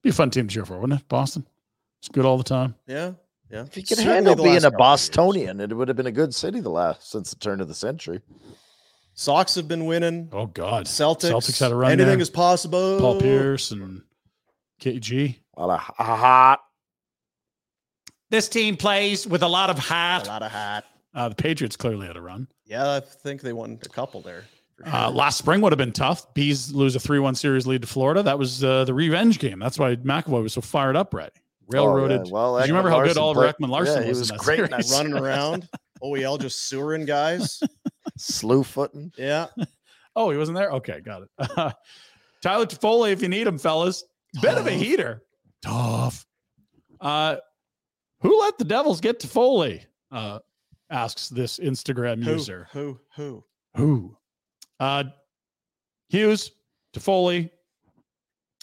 Be a fun team to cheer for, wouldn't it? Boston. It's good all the time. Yeah, yeah. If you could Certainly handle the being last a couple of years. Bostonian, it would have been a good city the last since the turn of the century. Sox have been winning. Oh God. Celtics. Celtics had a run Anything there. is possible. Paul Pierce and KG. A lot of hot. This team plays with a lot of A hat. lot of hat. Uh, the Patriots clearly had a run. Yeah, I think they won a couple there. for Uh, sure. last spring would have been tough. Bees lose a 3 1 series lead to Florida. That was uh, the revenge game. That's why McAvoy was so fired up, right? Railroaded. Oh, Well, Did you remember Ekman how good Larsson Oliver played- Ekman Larson yeah, was? He was in that great in that series? E running around. OEL just sewering guys. slew footing. Yeah. Oh, he wasn't there? Okay, got it. Tyler Toffoli, if you need him, fellas. Bit of a heater. Tough. Uh, who let the Devils get Toffoli? Uh, asks this Instagram Who, user. who, who? Who? Uh, Hughes, Toffoli,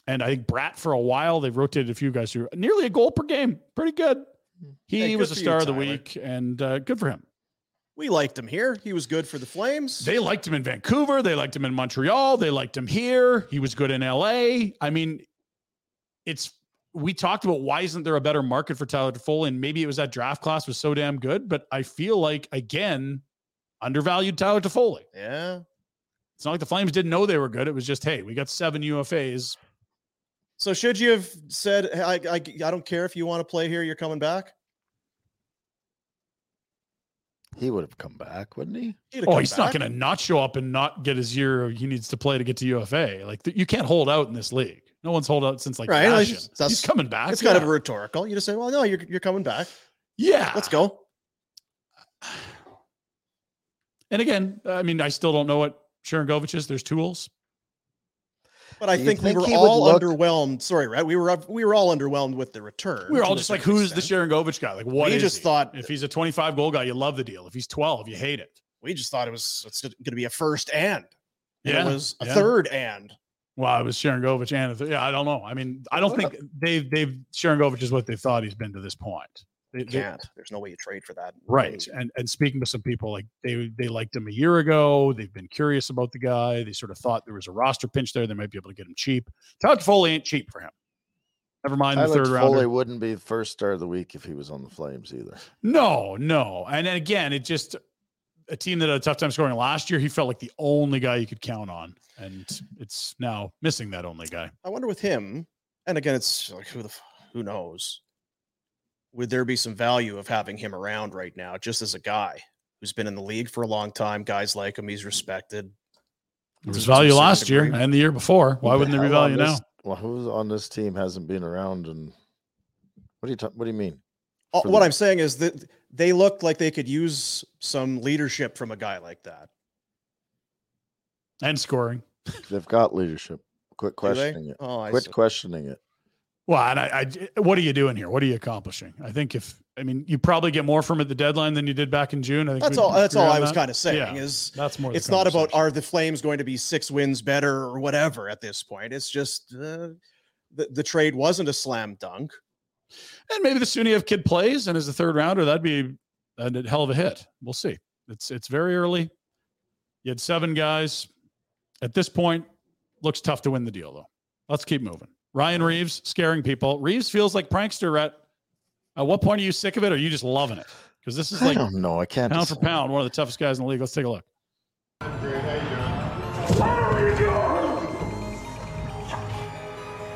and I think Brat for a while. They've rotated a few guys through nearly a goal per game. Pretty good. He Hey, good was the for you, star of the Tyler. week, and uh, good for him. We liked him here. He was good for the Flames. They liked him in Vancouver. They liked him in Montreal. They liked him here. He was good in LA. I mean, it's we talked about why isn't there a better market for Tyler Toffoli? And maybe it was that draft class was so damn good, but I feel like again undervalued Tyler Toffoli. yeah. It's not like the Flames didn't know they were good. It was just hey, we got seven UFAs. So should you have said, "Hey, I, I, I don't care if you want to play here, you're coming back? He would have come back, wouldn't he? He'd have Oh, come he's not back. going to not show up and not get his year. He needs to play to get to UFA. Like th- you can't hold out in this league. No one's hold out since like Right, Yashin. like, He's, that's- coming back. It's kind yeah. of rhetorical. You just say, well, no, you're, you're coming back. yeah. Let's go. Ah, And again, I mean, I still don't know what Sharon Govich is. There's tools. But I Do you think, think we he were would all look- underwhelmed. Sorry, right? We were we were all underwhelmed with the return. We were to all a just like, certain who's the Sharon extent. Govich guy? Like, what We is just he? thought- if he's a 25 goal guy, you love the deal. If he's 12, you hate it. We just thought it was it's going to be a first and. and Yeah. It was a yeah. third and. Well, it was Sharon Govich and a th- yeah, I don't know. I mean, I don't think they've they've Sharon Govich is what they've thought he's been to this point. They- they- Can't. There's no way you trade for that. right. And and speaking to some people, like they they liked him a year ago. They've been curious about the guy. They sort of thought there was a roster pinch there. They might be able to get him cheap. Todd Foley ain't cheap for him. Never mind the Tyler third rounder. Foley wouldn't be the first star of the week if he was on the Flames either. No, no. And then again, it just a team that had a tough time scoring last year, he felt like the only guy you could count on. And it's now missing that only guy. I wonder with him. And again, it's like who the f- who knows? Would there be some value of having him around right now, just as a guy who's been in the league for a long time? Guys like him, he's respected. There To- was to a value certain last year degree. and the year before. Why Who the wouldn't there be hell on value now? this- Well, who's on this team hasn't been around and what do you ta- what do you mean? Uh, for what the- I'm saying is that they look like they could use some leadership from a guy like that. And scoring. They've got leadership. Quit Do they? questioning it. Oh, I Quit see. questioning it. Well, and I, I, what are you doing here? What are you accomplishing? I think if, I mean, you probably get more from it the deadline than you did back in June. I think That's we all. That's agree all on I was that. kind of saying Yeah. is That's more. the it's not about conversation. are the Flames going to be six wins better or whatever at this point. It's just uh, the the trade wasn't a slam dunk. And maybe the Suniev kid plays and is a third rounder. That'd be a hell of a hit. We'll see. It's it's very early. You had seven guys. At this point, looks tough to win the deal though. Let's keep moving. Ryan Reeves scaring people. Reeves feels like prankster rat. At what point are you sick of it? Or are you just loving it? Because this is I like don't know. I can't pound for decide. pound, one of the toughest guys in the league. Let's take a look.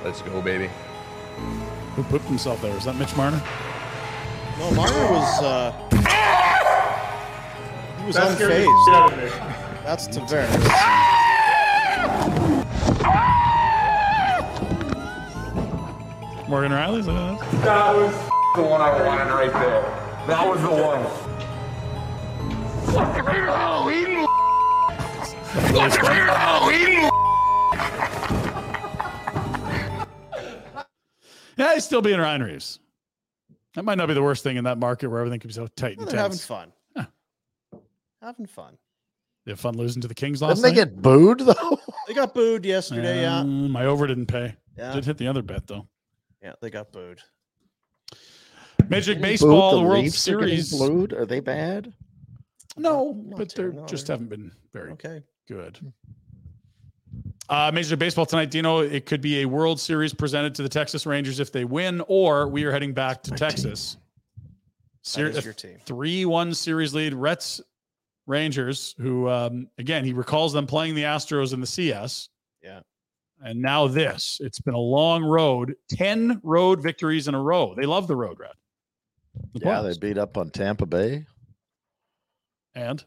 Let's go, baby. Who pooped himself there? Is that Mitch Marner? No, Marner was uh, he was That scared the shit unfazed. out of me. That's Tavares. Morgan Riley? Is that who that is? That was the one I wanted right there. That was the one. Yeah, he's still being Ryan Reeves. That might not be the worst thing in that market where everything can be so tight and They're having tense. fun. Having fun. They have fun losing to the Kings last Didn't they night? get booed though? They got booed yesterday. Yeah, Um, My over didn't pay. yeah, Did hit the other bet though. yeah. They got booed. Major League Booed? Baseball, the World Leafs are getting Series. Booed? Are they bad? No, Not but they terrible, just yeah. haven't been very Okay. good. Uh, Major League Baseball tonight, Dino. It could be a World Series presented to the Texas Rangers if they win, or we are heading back to Texas. That Ser- is your team. three-one series lead. Rets Rangers, who um, again he recalls them playing the Astros in the CS. Yeah. and now this. It's been a long road. Ten road victories in a row. They love the road, Red. The Yeah, they Blues. beat up on Tampa Bay, and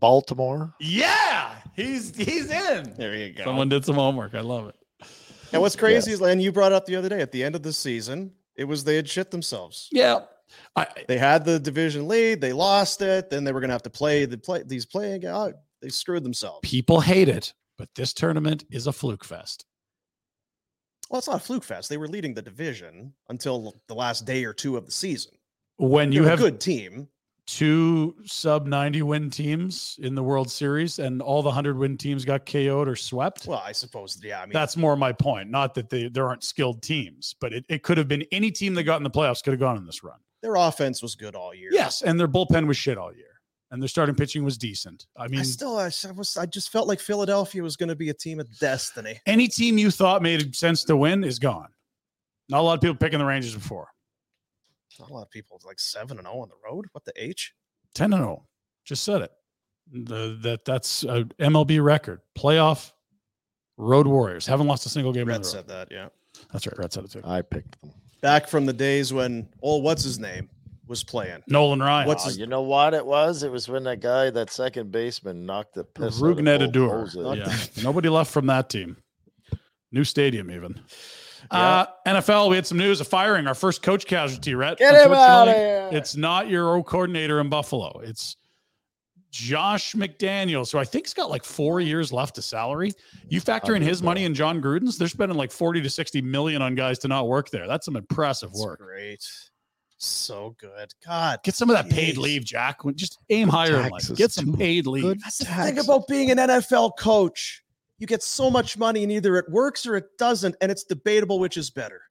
Baltimore. yeah, he's he's in. There you go. Someone did some homework. I love it. and what's crazy is, and you brought it up the other day, at the end of the season, it was they had shit themselves. Yeah, I They had the division lead, they lost it, then they were going to have to play the play these playing out. They screwed themselves. People hate it, but this tournament is a fluke fest. Well, it's not a fluke fest. They were leading the division until the last day or two of the season. When They're you a have good team. two sub 90 win teams in the World Series and all the 100 win teams got KO'd or swept. Well, I suppose. Yeah, I mean, That's more my point. Not that they there aren't skilled teams, but it, it could have been any team that got in the playoffs could have gone in this run. their offense was good all year. Yes, and their bullpen was shit all year, and their starting pitching was decent. I I mean, still, I, s- I was, I just felt like Philadelphia was going to be a team of destiny. any team you thought made sense to win is gone. Not a lot of people picking the Rangers before Not a lot of people like seven and zero on the road. What the h? ten and zero. Just said it. The, that that's a MLB record. Playoff road Warriors haven't lost a single game. on Red the road. said that. Yeah, That's right. Red said it too. I picked them. back from the days when oh, what's his name was playing. Nolan Ryan. What's Oh, his- you know what it was? It was when that guy, that second baseman, knocked the piss out of Rugnet both Adur. hoses. Yeah. Nobody left from that team. New stadium, even. Uh, NFL, we had some news of firing our first coach casualty, Rhett. Get him out Unfortunately, of here. It's not your O coordinator in Buffalo. It's Josh McDaniels, who I think's got like four years left to salary. You factor in his money and John Gruden's, they're spending like 40 to 60 million on guys to not work there. That's some impressive That's work. great. So good. God. Get some of that paid Jeez. leave, Jack. Just aim higher in life. Taxes Get some too. paid leave. Good That's the thing taxes. about being an NFL coach. You get so much money, and either it works or it doesn't, and it's debatable which is better.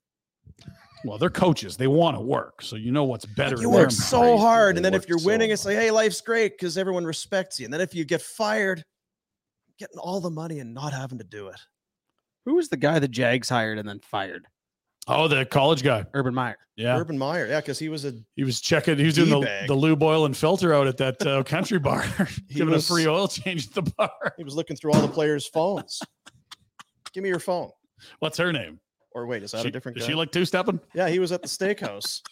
Well, they're coaches. They want to work. So you know what's better. You in their work mind. so crazy. hard, They and then if work you're so winning, it's like, hey, life's great because everyone respects you. And then if you get fired, getting all the money and not having to do it. Who was the guy the Jags hired and then fired? Oh, the college guy. Urban Meyer. Yeah. Urban Meyer, yeah, because he was a He was checking, he was doing the, D-bag. the lube oil and filter out at that uh, country bar, He giving was- a free oil change at the bar. he was looking through all the players' phones. Give me your phone. What's her name? Or wait, is that she, a different Is guy? she like two stepping? yeah, he was at the steakhouse.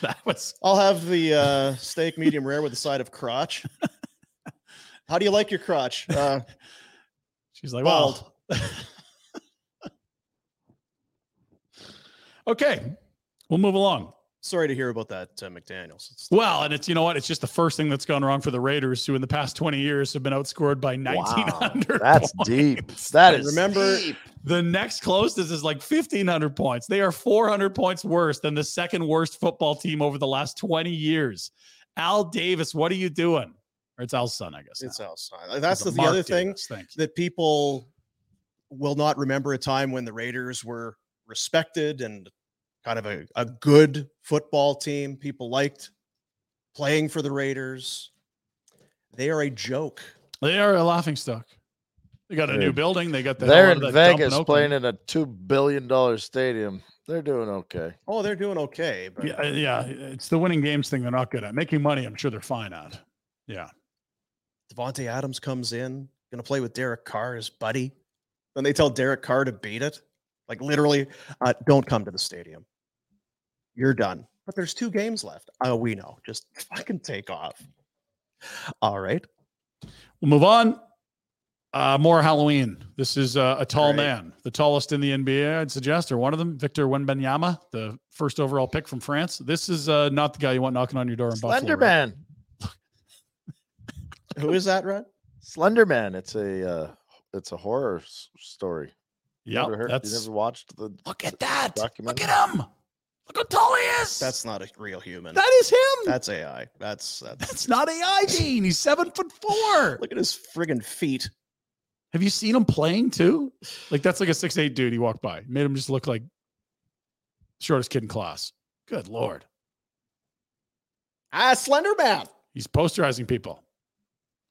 That was, I'll have the uh, steak medium rare with a side of crotch. How do you like your crotch? Uh, she's like, Bald. well. okay. We'll move along. sorry to hear about that, uh, McDaniel's. It's- Well, and it's, you know what? It's just the first thing that's gone wrong for the Raiders, who in the past 20 years have been outscored by Wow, 1900. that's points. deep. That is remember, deep. The next closest is like 1,500 points. They are 400 points worse than the second worst football team over the last 20 years. Al Davis, what are you doing? Or it's Al's son, I guess. it's now. outside. That's It's the, a the Mark other thing Davis, thank you. that people will not remember a time when the Raiders were respected and kind of a, a good football team. People liked playing for the Raiders. They are a joke. They are a laughing stock. They got a new Dude. building. They got the hell They're out of that in dump Vegas Oakland. playing in a two billion dollar stadium. They're doing okay. Oh, they're doing okay, but Yeah, yeah, it's the winning games thing they're not good at. Making money, I'm sure they're fine at. Yeah. Devonte Adams comes in, gonna play with Derek Carr, his buddy. Then they tell Derek Carr to beat it. Like literally, uh, don't come to the stadium. You're done. But there's two games left. Oh, we know. Just fucking take off. All right. We'll move on. Uh, more Halloween. This is uh, a tall Great. man, the tallest in the NBA, I'd suggest, or one of them, Victor Wenbanyama, the first overall pick from France. This is uh, not the guy you want knocking on your door in Buffalo. Slender right? Man. Who is that, Red? Slender Man. It's a uh, it's a horror s- story. You Yeah, never heard- you that's never watched the look at that. Look documentary? at him. Look how tall he is. That's not a real human. that is him. That's, That's AI. That's that's not AI, Dean. He's seven foot four. look at his friggin' feet. Have you seen him playing too? Like that's like a six eight dude. He walked by, made him just look like shortest kid in class. Good lord, Ah, Slender Man. he's posterizing people.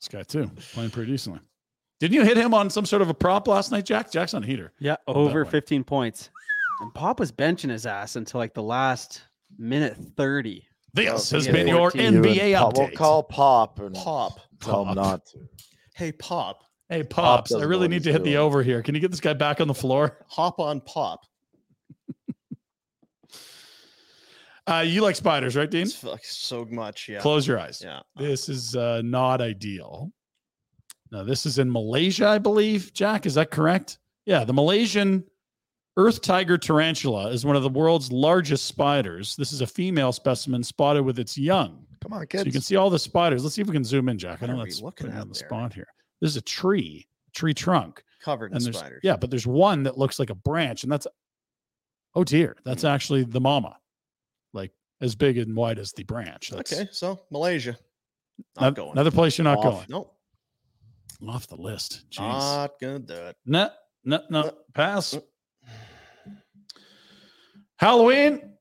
This guy too playing pretty decently. Didn't you hit him on some sort of a prop last night, Jack? Jack's on a heater. Yeah, Oh, that over one. 15 points. And Pop was benching his ass until like the last minute 30. This Oh, has yeah, been your 14. You and NBA Pop- update. We'll call Pop and Pop. tell Pop. him not to. Hey, Pop. hey, Pop pops, I doesn't know really what need he's to hit the doing. over here. Can you get this guy back on the floor? Hop on Pop. Uh, you like spiders, right, Dean? It's fuck so much. Yeah. Hmm? Close your eyes. Yeah. This is uh, not ideal. Now, this is in Malaysia, I believe. Jack, is that correct? Yeah, the Malaysian earth tiger tarantula is one of the world's largest spiders. This is a female specimen spotted with its young. Come on, So kids. you can see all the spiders. Let's see if we can zoom in, Jack. I What know are we that's looking looking on at the there? spot here. There's a tree, a tree trunk, covered in and there's spiders. yeah, but there's one that looks like a branch, and that's oh dear, Hmm. that's actually the mama, like as big and wide as the branch. That's Okay, so Malaysia. Not not- going. another place you're not Off. going. Nope. Off the list. Jeez. Not gonna do it. no, no, no. Uh, Pass. uh. Halloween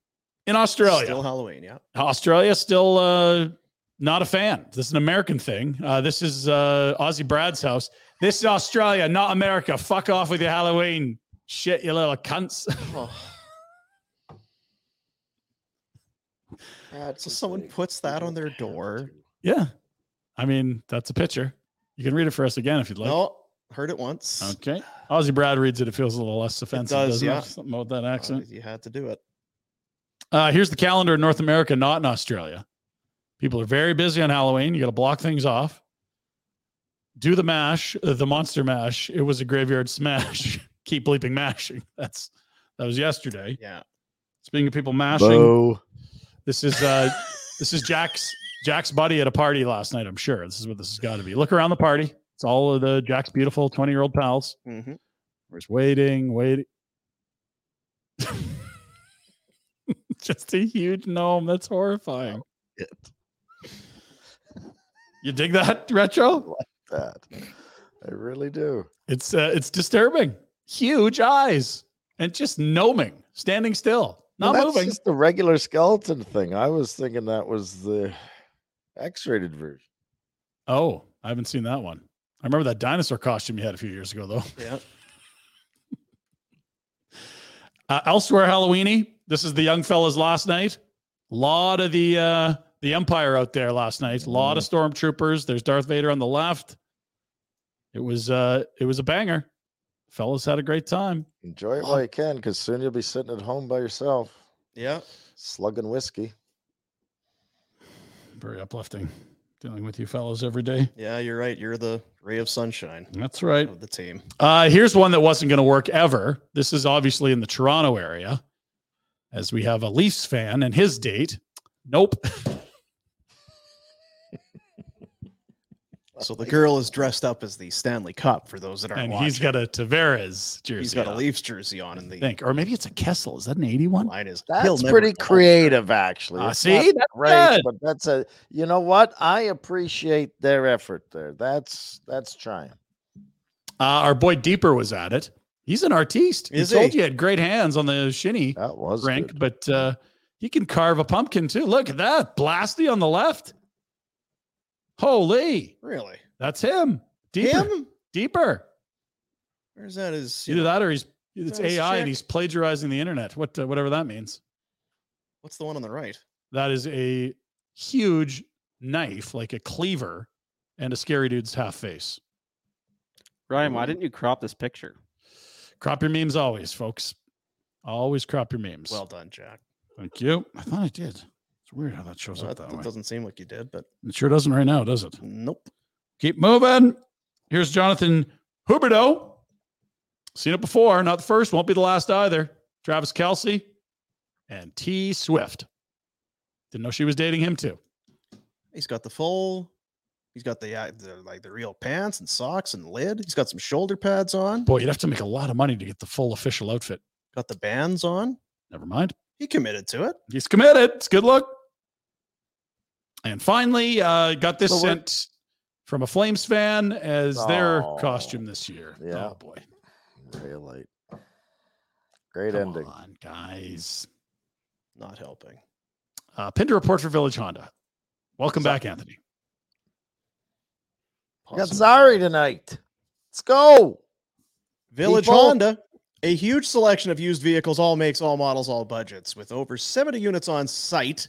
in Australia. Still Halloween, yeah. Australia still uh, not a fan. This is an American thing. Uh, this is uh, Aussie Brad's house. This is Australia, not America. Fuck off with your Halloween shit, you little cunts. So someone puts that on their door. yeah, I mean that's a picture. You can read it for us again if you'd like. no, heard it once. Okay. Aussie Brad reads it. It feels a little less offensive. does, doesn't yeah. it? Something about that Uh, accent. you had to do it. Uh, here's the calendar in North America, not in Australia. People are very busy on Halloween. You got to block things off. Do the mash, uh, the monster mash. It was a graveyard smash. Keep bleeping mashing. That's that was yesterday. Yeah. Speaking of people mashing, Boo. this is uh this is Jack's Jack's buddy at a party last night. I'm sure this is what this has got to be. Look around the party. It's all of the Jack's beautiful 20 year old pals. Mm-hmm. We're just waiting, waiting. just a huge gnome. That's horrifying. You dig that retro? That. I really do. It's uh, it's disturbing. Huge eyes and just gnoming, standing still, Well, not that's moving. just the regular skeleton thing. I was thinking that was the X-rated version. Oh, I haven't seen that one. I remember that dinosaur costume you had a few years ago, though. Yeah. Uh, elsewhere, Halloweeny. This is the young fellas last night. A lot of the uh, the Empire out there last night. A lot of stormtroopers. There's Darth Vader on the left. It was uh, it was a banger. Fellas had a great time. Enjoy it while you can, because soon you'll be sitting at home by yourself, Yeah. slugging whiskey. Very uplifting. Dealing with you fellas every day. Yeah, you're right. You're the ray of sunshine That's right. of the team. Uh, here's one that wasn't going to work ever. This is obviously in the Toronto area, as we have a Leafs fan and his date. Nope. So the girl is dressed up as the Stanley Cup for those that aren't and watching. he's got a Tavares jersey. he's got a on, Leafs jersey on, and I the think, or maybe it's a Kessel. Is that an eighty-one? line is That's "He'll never pretty fall." creative, actually. Ah, It's see? not That's great, good. but Uh, that's a. You know what? I appreciate their effort there. That's that's trying. Uh, our boy Deeper was at it. He's an artiste. Is he told he? you he had great hands on the shinny That was rink, good. but uh, he can carve a pumpkin too. Look at that. Blasty on the left. Holy. Really? That's him. Deeper. Him? Deeper. Or is that his? you Either know, that or he's it's Nice AI check. and he's plagiarizing the internet. What uh, whatever that means. What's the one on the right? That is a huge knife, like a cleaver, and a scary dude's half face. Ryan, why didn't you crop this picture? Crop your memes always, folks. Always crop your memes. Well done, Jack. Thank you. I thought I did. It's weird how that shows Well, up that, that, that way. doesn't seem like you did, but It sure doesn't right now, does it? nope. Keep moving. Here's Jonathan Huberto. Seen it before, not the first, won't be the last either. Travis Kelsey and T Swift. Didn't know she was dating him too. He's got the full. He's got the, uh, the like the real pants and socks and lid. He's got some shoulder pads on. Boy, you'd have to make a lot of money to get the full official outfit. Got the bands on. Never mind. He committed to it. He's committed. It's good luck. And finally, uh, got this So we're- sent from a Flames fan as their Oh, costume this year. yeah. Oh boy. Daylight. Great Come ending. on, guys. Not helping. Uh, Pinder report for Village Honda. Welcome back, Anthony. We got Possibly. Zari tonight. Let's go. Village people. Honda. A huge selection of used vehicles, all makes, all models, all budgets, with over 70 units on site.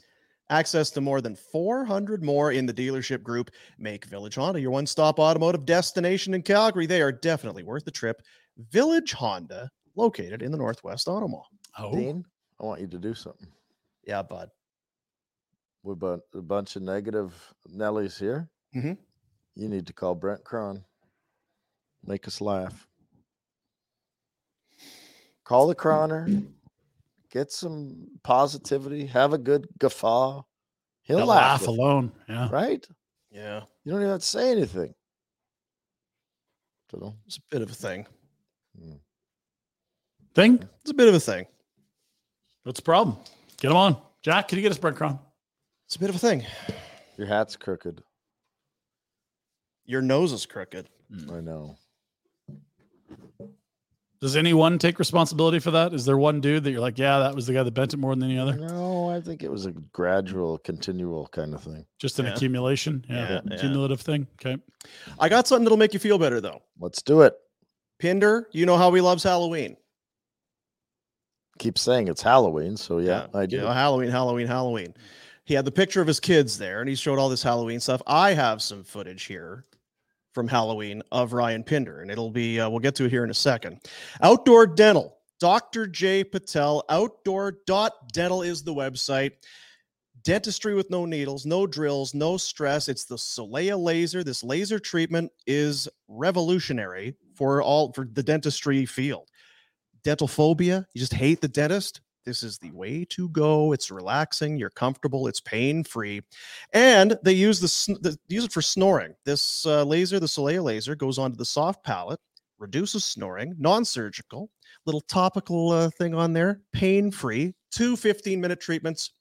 Access to more than 400 more in the dealership group. Make Village Honda your one stop automotive destination in Calgary. They are definitely worth the trip. Village Honda, located in the Northwest Auto Mall. Oh, Dean, I want you to do something. Yeah, bud. We've got a bunch of negative Nellies here. Mhm. You need to call Brent Cron. Make us laugh. Call the Croner. Get some positivity. Have a good guffaw. He'll That laugh, laugh with- alone. Yeah. right? Yeah, You don't even have to say anything. Dunno. it's a bit of a thing. Mm. Thing. It's a bit of a thing. What's the problem? Get him on. Jack, can you get us breadcrumb? It's a bit of a thing. Your hat's crooked. Your nose is crooked. I know. Does anyone take responsibility for that? Is there one dude that you're like, yeah, that was the guy that bent it more than any other? No, I think it was a gradual, continual kind of thing. Just an Yeah. accumulation. Yeah. Yeah, yeah. Cumulative thing. Okay. I got something that'll make you feel better though. Let's do it. Pinder, you know how he loves Halloween. Keep saying it's Halloween, so yeah, I do. You know, Halloween, Halloween, Halloween. He had the picture of his kids there and he showed all this Halloween stuff. I have some footage here from Halloween of Ryan Pinder, and it'll be, uh, we'll get to it here in a second. Outdoor Dental, Dr. J. Patel, outdoor.dental is the website. Dentistry with no needles, no drills, no stress. It's the Solea laser. This laser treatment is revolutionary for all for the dentistry field. Dental phobia, you just hate the dentist this is the way to go. It's relaxing. You're comfortable. It's pain free, and they use the, sn- the use it for snoring. This uh, laser, the Soleil laser, goes onto the soft palate, reduces snoring, non-surgical, little topical uh, thing on there, pain free. Two 15 minute treatments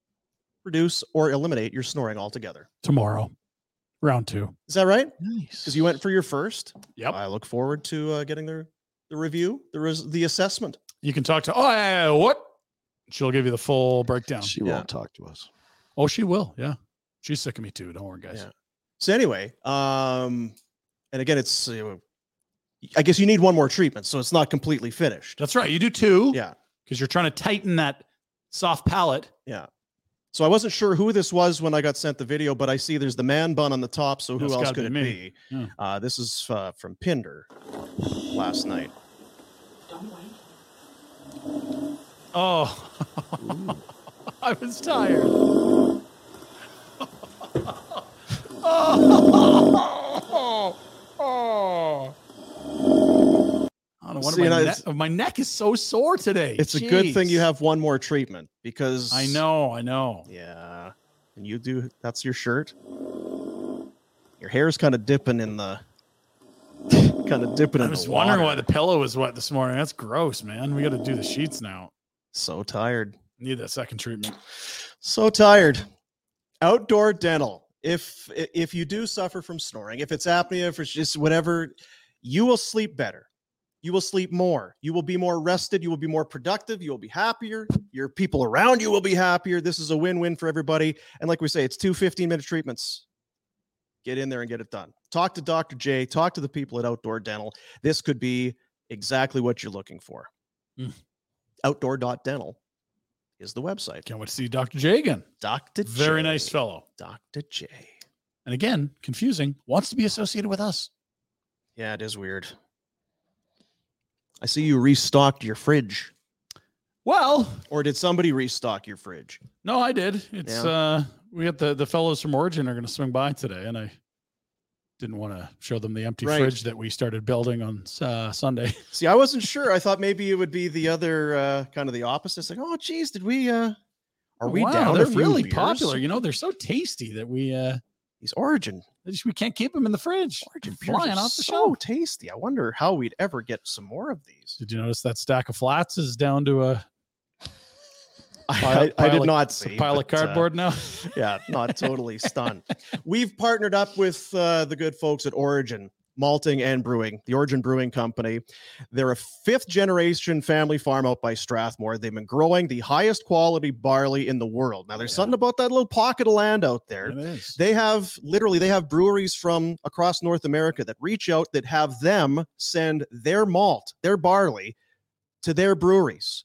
reduce or eliminate your snoring altogether. Tomorrow, round two. Is that right? nice. Because you went for your first. Yep. I look forward to uh, getting the the review, the res- the assessment. You can talk to, oh, yeah, what? She'll give you the full breakdown. She Yeah. won't talk to us. oh, she will. Yeah. She's sick of me too. Don't worry, guys. Yeah. So anyway, um, and again, it's uh, I guess you need one more treatment, so it's not completely finished. That's right. You do too. Yeah. Because you're trying to tighten that soft palate. So I wasn't sure who this was when I got sent the video, but I see there's the man bun on the top. So who That's else gotta could be it me. be? Yeah. Uh, this is uh, from Pinder last night. Oh, I was tired. oh, oh. I don't know, one See, of my, and I- neck- my neck is so sore today. It's a good thing you Jeez. have one more treatment because I know, I know. Yeah, and you do. That's your shirt. Your hair's kind of dipping in the kind of dipping I in was the wondering why water. the pillow was wet this morning. That's gross, man. We got to do the sheets now. So tired. Need that second treatment. So tired. Outdoor dental. If i- if you do suffer from snoring, if it's apnea, if it's just whatever, you will sleep better. You will sleep more. You will be more rested. You will be more productive. You will be happier. Your people around you will be happier. This is a win-win for everybody. And like we say, it's two 15-minute treatments. Get in there and get it done. Talk to Dr. J. Talk to the people at Outdoor Dental. This could be exactly what you're looking for. Mm. Outdoor.dental is the website. Can't wait to see Dr. J again. Dr. Very J. nice fellow. Dr. J. And again, confusing. Wants to be associated with us. Yeah, it is weird. I see you restocked your fridge. Well, Or did somebody restock your fridge? No, I did. It's Yeah. uh we got the the fellows from Origin are going to swing by today, and I didn't want to show them the empty Right. fridge that we started building on s- uh, Sunday. See, I wasn't sure. I thought maybe it would be the other uh, kind of the opposite. It's like, oh, geez, did we? Uh, are we Wow, down? a They're few really beers? popular. You know, they're so tasty that we uh These origin they just, we can't keep them in the fridge. origin beers flying are off the so shelf. tasty. I wonder how we'd ever get some more of these. Did you notice that stack of flats is down to a pile- I, I, I pile did of- not it's see a pile of but, uh, cardboard now? yeah, not totally stunned. We've partnered up with uh, the good folks at Origin Malting and Brewing, the Origin Brewing Company. They're a fifth generation family farm out by Strathmore. They've been growing the highest quality barley in the world. Now, there's something about that little pocket of land out there. It is. They have literally they have breweries from across North America that reach out that have them send their malt, their barley to their breweries.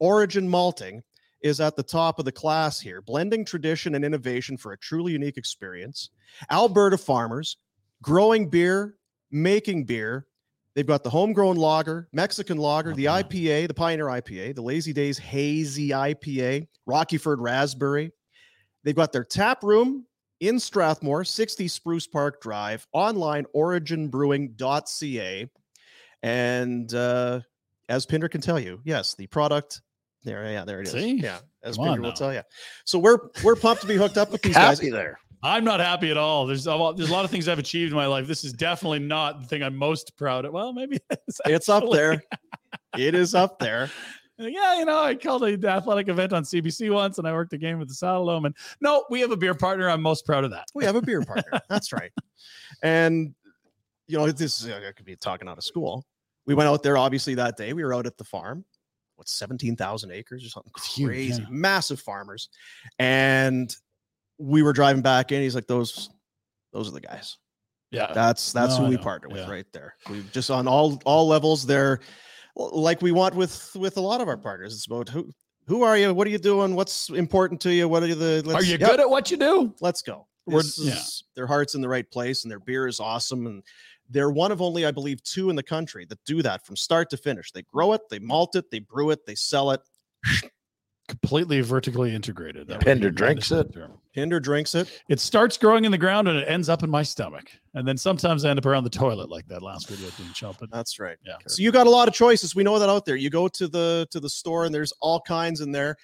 Origin Malting is at the top of the class here, blending tradition and innovation for a truly unique experience. Alberta farmers growing beer, making beer. They've got the homegrown lager, Mexican lager, Oh, the IPA, the Pioneer IPA, the Lazy Days Hazy IPA, Rockyford Raspberry. They've got their tap room in Strathmore, 60 Spruce Park Drive, online originbrewing.ca. And uh, as Pinder can tell you, yes, the product There, yeah, there it is. See? Yeah, as Come on Peter will now. tell you. So we're we're pumped to be hooked up with these guys. Happy there. I'm not happy at all. There's a lot, there's a lot of things I've achieved in my life. This is definitely not the thing I'm most proud of. Well, maybe it's, It's up actually- there. It is up there. Yeah, you know, I called an athletic event on CBC once, and I worked a game with the Saddle Dome. And no, we have a beer partner. I'm most proud of that. We have a beer partner. That's right. And you know, this is I could be talking out of school. We went out there obviously that day. We were out at the farm. What seventeen thousand acres or something It's huge, crazy, yeah. massive farmers. And we were driving back in. He's like, "Those, those are the guys. Yeah, That's that's Uh, No, who I we know. partner with Yeah. right there. We just on all all levels. They're l- like we want with with a lot of our partners. It's about who who are you? What are you doing? What's important to you? What are the are let's- you yep, good at what you do? Let's go. We're- This yeah. is- Their heart's in the right place, and their beer is awesome. And they're one of only, I believe, two in the country that do that from start to finish. They grow it, they malt it, they brew it, they sell it. Completely vertically integrated. That would Pender be- drinks that is it. the term. Hinder drinks it. It starts growing in the ground and it ends up in my stomach, and then sometimes I end up around the toilet like that last video didn't chump Uh, it. That's right. Yeah. So you got a lot of choices. We know that out there. You go to the to the store and there's all kinds in there.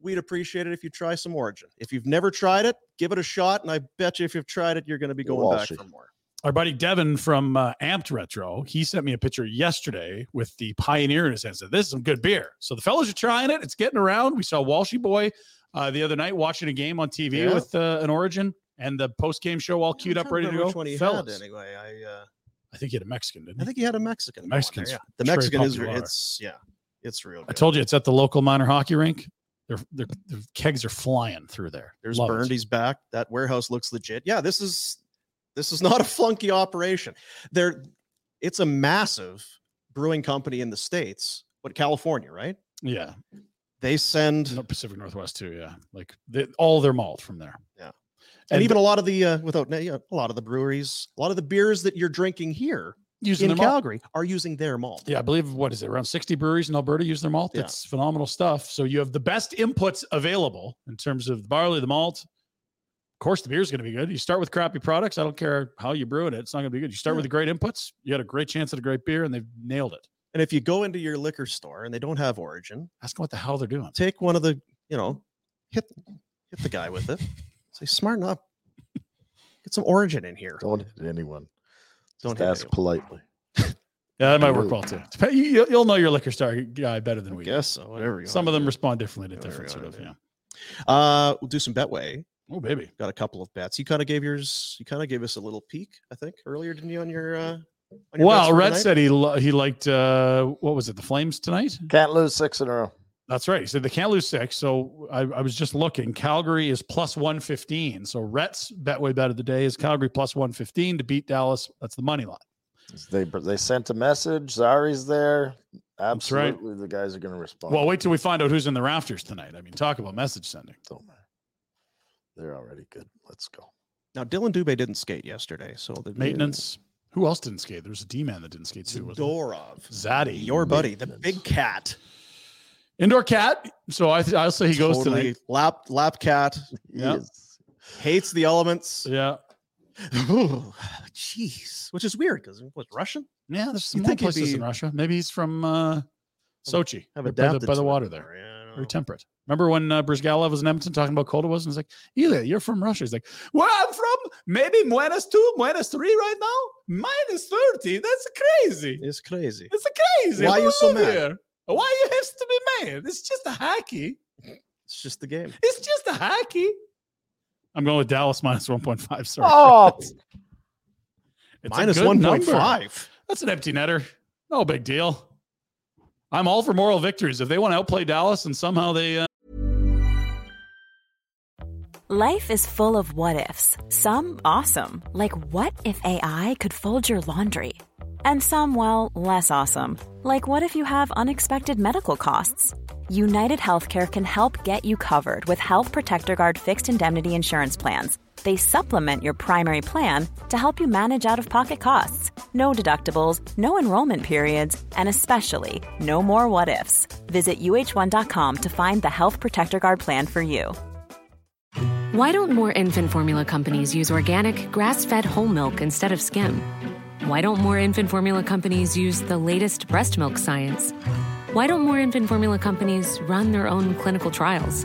We'd appreciate it if you try some Origin. If you've never tried it, give it a shot. And I bet you if you've tried it, you're going to be You'll going back also- for more. Our buddy Devin from uh, Amped Retro, he sent me a picture yesterday with the Pioneer in his hand. Said, "This is some good beer." So the fellas are trying it. It's getting around. We saw Walshy Boy uh, the other night watching a game on TV Yeah. with uh, an Origin and the post game show all queued I'm up, trying ready to remember go. Which one he Fellas, had anyway? I uh, I think he had a Mexican, didn't I he? think he had a Mexican. one Mexican's there, yeah. The very Mexican is popular. re- it's yeah, it's real. Good. I told you it's at the local minor hockey rink. Their, their, their kegs are flying through there. There's Love it. Burndy's back. That warehouse looks legit. Yeah, this is this is not a flunky operation. There, it's a massive brewing company in the states, but California, right? Yeah, They send no, Pacific Northwest too. Yeah, like they, all their malt from there. Yeah. and, and, even even a lot of the uh, without na- yeah, a lot of the breweries, a lot of the beers that you're drinking here using in their malt. Calgary are using their malt. Yeah, I believe what is it? Around 60 breweries in Alberta use their malt. Yeah. It's phenomenal stuff. So you have the best inputs available in terms of the barley, the malt. Of course, the beer is going to be good. You start with crappy products. I don't care how you brew it; it's not going to be good. You start with the great inputs. You had a great chance at a great beer, and they've nailed it. And if you go into your liquor store and they don't have Origin, Ask them what the hell they're doing. take one of the you know, hit hit the guy with it. Say, smarten up. Get some Origin in here. Don't hit anyone. Don't Don't hit ask anyone. politely. Yeah, that might work Ooh. well too. Dep- you- you- You'll know your liquor store guy better than we. do. Guess so. uh, Whatever. you Some of wanna them do. respond differently to Whatever you different sort wanna of. do. Yeah. Uh, we'll do some Betway. Oh baby. Got a couple of bets. You kind of gave yours. You kind of gave us a little peek, I think, earlier, didn't you? On your. uh on your bets Well, for Red tonight? said he li- he liked uh, what was it? The Flames tonight. Can't lose six in a row. That's right. He said they can't lose six. So I, I was just looking. Calgary is plus 115. So Rhett's betway bet of the day is Calgary plus 115 to beat Dallas. That's the money line. They they sent a message. Zari's there. right. Absolutely, the guys are going to respond. Well, wait till we find out who's in the rafters tonight. I mean, talk about message sending. Don't matter. They're already good. Let's go. Now Dylan Dubé didn't skate yesterday, so the Maintenance. Who else didn't skate? There was a D man that didn't skate too. wasn't there? Zadorov, Zaddy. your buddy, the Maintenance. big cat. Indoor cat. So I th- I'll say he goes Totally tonight. Lap lap cat Yeah. Yes. hates the elements. Yeah. Ooh, Jeez, which is weird because was Russian. Yeah. There's some You'd more think he'd places in be- Russia. Maybe he's from uh, Sochi. Have by the- by adapted the, by to the it water there. more, yeah, I don't very know. temperate. Remember when uh, Brzgalov was in Edmonton talking about cold it was, and he's like, "Ilya, you're from Russia." He's like, "Where I'm from, maybe minus two, minus three right now, minus thirty. That's crazy. It's crazy. It's crazy. Why I you so love mad? here. Why you have to be mad? It's just a hockey. It's just the game. It's just a hockey." I'm going with Dallas minus one point five. Sorry, Oh, It's a Minus good one point number. five. That's an empty netter. No big deal. I'm all for moral victories. If they want to outplay Dallas and somehow they uh, Life is full of what ifs. Some awesome, like what if AI could fold your laundry? And some, well, less awesome, like what if you have unexpected medical costs? United Healthcare can help get you covered with Health Protector Guard fixed indemnity insurance plans. They supplement your primary plan to help you manage out of pocket costs. No deductibles, no enrollment periods, and especially no more what ifs. Visit uh1.com to find the Health Protector Guard plan for you. Why don't more infant formula companies use organic, grass fed whole milk instead of skim? Why don't more infant formula companies use the latest breast milk science? Why don't more infant formula companies run their own clinical trials?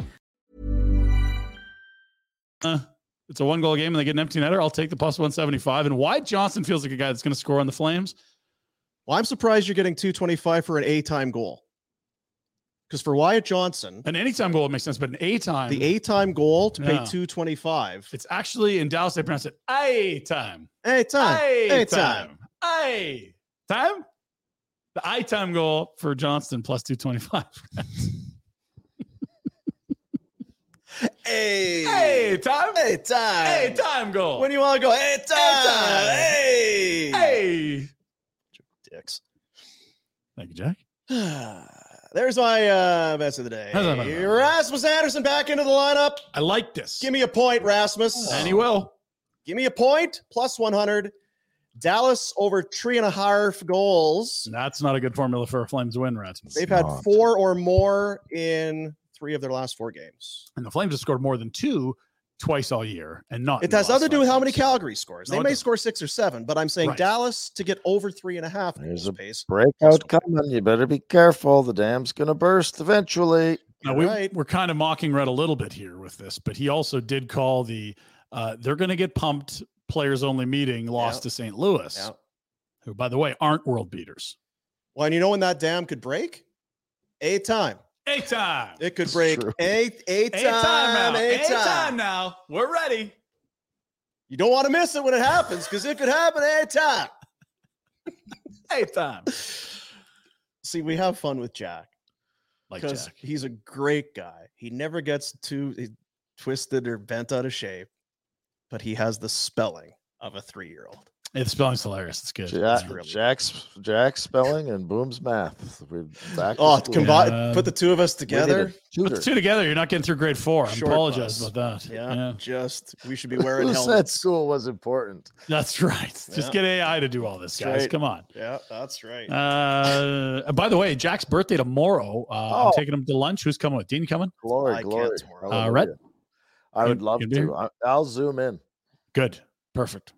Uh, it's a one goal game and they get an empty netter. I'll take the plus 175. And why Johnson feels like a guy that's going to score on the Flames? Well, I'm surprised you're getting 225 for an A time goal. Because for Wyatt Johnson, An anytime goal makes sense, but an A time. the A time goal to pay Yeah. 225. It's actually in Dallas, they pronounce it A time. A time. A Uh, A time. A time. The I time goal for Johnston plus 225. A A time. A time. A time goal. When you want to go, A time. time. Hey. Hey. Dicks. Thank you, Jack. There's my uh, mess of the day. How's that about that? Rasmus Anderson back into the lineup. I like this. Give me a point, Rasmus. and he will. Give me a point. Plus 100. Dallas over three and a half goals. That's not a good formula for a Flames win, Rat. They've had not. four or more in three of their last four games. And the Flames have scored more than two twice all year and not. in It the has last nothing to do five with how many games. Calgary scores. No, they it may doesn't. score six or seven, but I'm saying Right. Dallas to get over three and a half There's goals a pace. Breakout coming. You better be careful. The dam's going to burst eventually. Now You're we, right. we're kind of mocking Red a little bit here with this, but he also did call the uh, they're going to get pumped players only meeting lost Yeah. to St. Louis, Yeah. who by the way aren't world beaters. Well, and you know when that dam could break? A time. A time, It could It's break true. a, a a time. time now, a a time time. now. We're ready. You don't want to miss it when it happens because it could happen any time. A time, See, we have fun with Jack like because Jack. he's a great guy. He never gets too eh, twisted or bent out of shape, but he has the spelling of a three year old. Hey, the spelling's hilarious. It's good. Jack, really- Jack's Jack spelling and Boom's math. We're back. to Oh, school. combine, Yeah. put the two of us We need a together. Put the tutor. two together, you're not getting through grade four. I Short apologize bus. about that. Yeah, just we should be wearing Who said helmets. school was important? that's right. Just Yeah. get AI to do all this, That's guys. right. Come on. Yeah, that's right. Uh, by the way, Jack's birthday tomorrow. Uh, Oh. I'm taking him to lunch. Who's coming with? Dean coming? Glory, I can't glory. tomorrow. Uh, Rhett? Hallelujah. I You- would love you do? to. I, I'll zoom in. Good, perfect.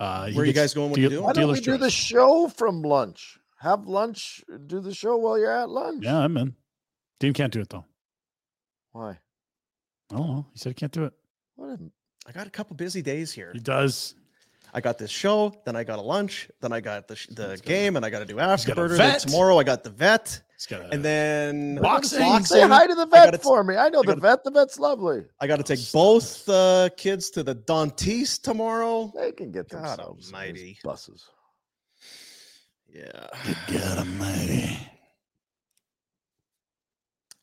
Uh, he Where are you gets guys going when you deal- do Why it? don't we dealer's do the choice. show from lunch? Have lunch. Do the show while you're at lunch. Yeah, I'm in. Dean can't do it though. Why? I don't know. He said he can't do it. What a I got a couple busy days here. He does. I got this show, then I got a lunch, then I got the, sh- the game, and I got to do got a afterburger. vet. Then tomorrow I got the vet, He's got and then Boxing. Say hi to the I vet gotta t- for me. I know I the gotta- vet. The vet's lovely. I got to take Stop. both uh, kids to the dentiste tomorrow. They can get God themselves on these almighty. buses. Yeah. God Almighty.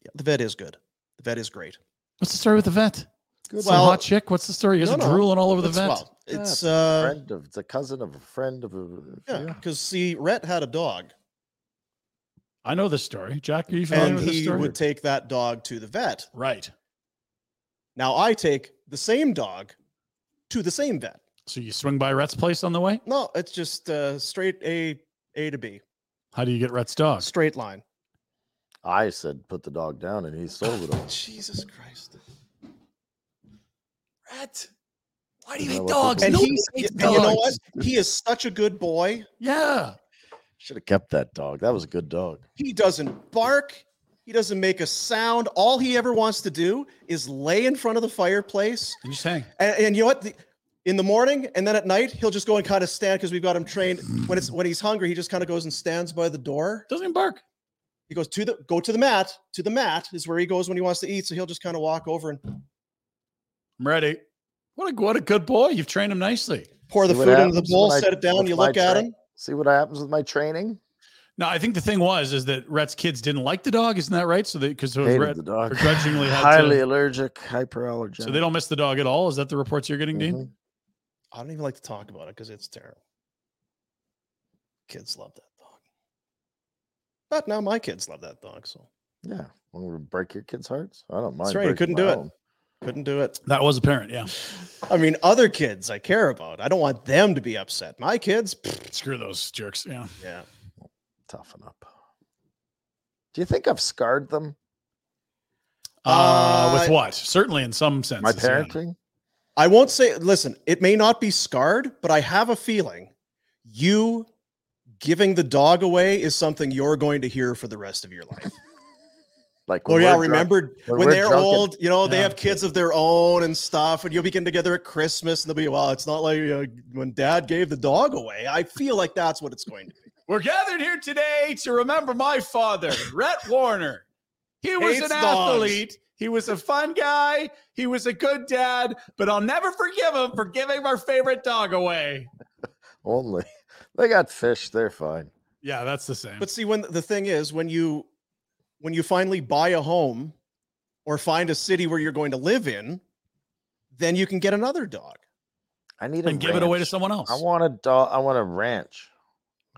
Yeah, the vet is good. The vet is great. What's the story with the vet? Good Some Well, hot chick. What's the story? He no, isn't no. drooling all over the It's- vet. well, it's Yeah, uh, friend of it's a cousin of a friend of a. yeah, because see, Rhett had a dog, I know this story. Jack, are you familiar and with this he story? would take that dog to the vet. right. Now I take the same dog to the same vet. So you swing by Rhett's place on the way. No, it's just uh, straight A A to B, How do you get Rhett's dog? straight line. I said put the dog down, and he sold it. all. Jesus Christ! Rat. Why do you Isn't hate that what dogs? And Nobody he's hates and you know what? dogs. He is such a good boy. Yeah. Should have kept that dog. That was a good dog. He doesn't bark. He doesn't make a sound. All he ever wants to do is lay in front of the fireplace. And you saying And, and you know what? The, in the morning and then at night, he'll just go and kind of stand because we've got him trained. When it's when he's hungry, he just kind of goes and stands by the door. doesn't even bark. He goes to the go to the mat. To the mat is where he goes when he wants to eat. So he'll just kind of walk over and I'm ready. What a what a good boy. You've trained him nicely. pour the See what food into the happens bowl, when I- set it down. with You my look at train- him. See what happens with my training. No, I think the thing was is that Rhett's kids didn't like the dog, isn't that right? So they because so Hated Rhett the dog. begrudgingly had highly to, allergic, hyperallergenic. so they don't miss the dog at all. Is that the reports you're getting, Mm-hmm. Dean? I don't even like to talk about it because it's terrible. Kids love that dog. But now my kids love that dog, so Yeah, want to break your kids' hearts? I don't mind. that's right. I breaking couldn't my do it. own. Couldn't do it. That was apparent. Yeah, I mean, other kids I care about. I don't want them to be upset. My kids, pfft, screw those jerks. Yeah, yeah. Toughen up. Do you think I've scarred them? uh, with Uh, what? Certainly in some sense. My parenting? I won't say. Listen, it may not be scarred, but I have a feeling you giving the dog away is something you're going to hear for the rest of your life. Like, Oh when yeah, we're drunk- remember when when, we're they're drunk and- old, you know, they Yeah. have kids of their own and stuff, and you'll be getting together at Christmas, and they'll be, well, it's not like uh, when Dad gave the dog away. I feel like that's what it's going to be. We're gathered here today to remember my father, Rhett Warner. He was Hates an dogs. athlete. He was a fun guy. He was a good dad, but I'll never forgive him for giving our favorite dog away. Only. They got fish. They're fine. Yeah, that's the same. But see, when the thing is, when you when you finally buy a home or find a city where you're going to live in, then you can get another dog. I need a and give it away to ranch. someone else. I want a dog. I want a ranch.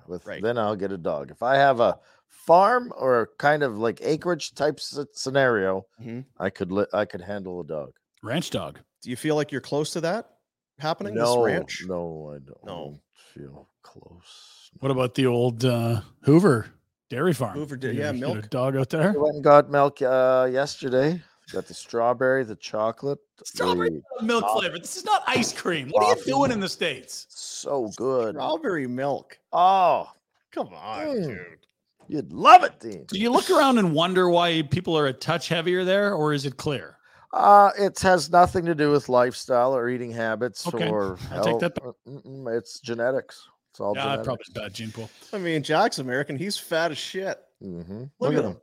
With Right. then I'll get a dog. If I have a farm or a kind of like acreage type s- scenario, Mhm. I could li- I could handle a dog. Ranch dog. Do you feel like you're close to that happening? no, this ranch? no, I don't. No. feel close. What about the old uh, Hoover Dairy Farm? Hoover Dairy- You yeah, ever get milk. a dog out there. I went and got milk uh, yesterday. Got the strawberry, the chocolate. Strawberry the- Milk Coffee. flavor. This is not ice cream. What are you Coffee. doing in the states? so good. Strawberry milk. Oh, Come on, Mm. dude. you'd love it, Dean. Do you look around and wonder why people are a touch heavier there, or is it clear? Uh, it has nothing to do with lifestyle or eating habits Okay, or I'll take health. that Uh, mm-mm, It's genetics. It's all yeah, genetics. probably bad gene pool. I mean, Jack's American. He's fat as shit. Mhm. Look, Look at at him.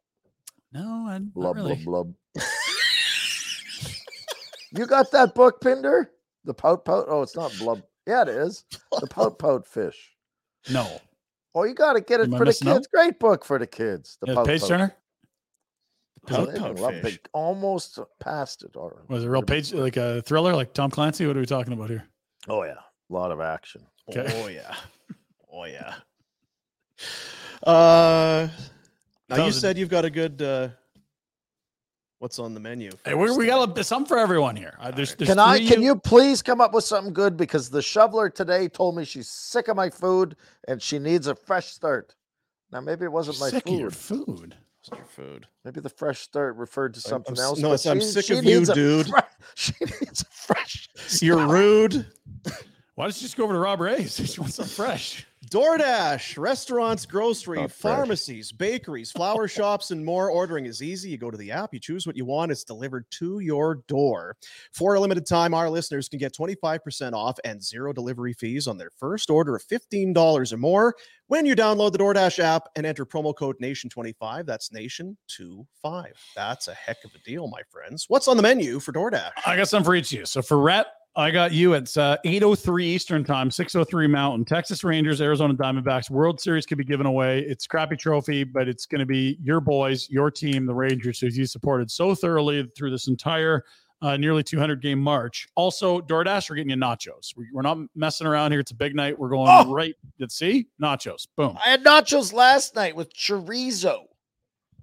No, I not Blub, really. blub, blub. you got that book, Pinder? The pout pout? Oh, it's not blub. Yeah, it is. The pout pout fish. No. Oh, you got to get it Am I for the missing out? kids. Great book for the kids. The Yeah, pout page pout. turner? Oh, Pout they pout love- they fish. almost passed it. Or, Was it a real page like a thriller like Tom Clancy? What are we talking about here? Oh, yeah. A lot of action. Okay. Oh yeah. Oh yeah. Uh now you Thousand- said you've got a good uh what's on the menu. Hey, we, first we there. got a, some for everyone here. Uh, there's, there's can I? three Can you please come up with something good? Because the shoveler today told me she's sick of my food and she needs a fresh start. Now maybe it wasn't my sick of your food. food? What's your food. Maybe the fresh start referred to I'm- something I'm s- else. no, but it's, "I'm she- sick she of you, needs a dude." fre- she needs a fresh. You're rude. Why don't you just go over to Rob Ray's? She wants something fresh. DoorDash, restaurants, grocery, Not fresh. pharmacies, bakeries, flower shops, and more. Ordering is easy. You go to the app, you choose what you want, it's delivered to your door. For a limited time, our listeners can get 25% off and zero delivery fees on their first order of $15 or more when you download the DoorDash app and enter promo code NATION25. That's NATION25. That's a heck of a deal, my friends. What's on the menu for DoorDash? I got some for each of you. So for Rhett, I got you. It's uh, 8.03 Eastern time, 6.03 Mountain. Texas Rangers, Arizona Diamondbacks. World Series could be given away. It's a crappy trophy, but it's going to be your boys, your team, the Rangers, who you supported so thoroughly through this entire uh, nearly 200 game March. Also, DoorDash, we're getting you nachos. We- We're not messing around here. It's a big night. We're going Oh! right. Let's see. Nachos. Boom. I had nachos last night with chorizo.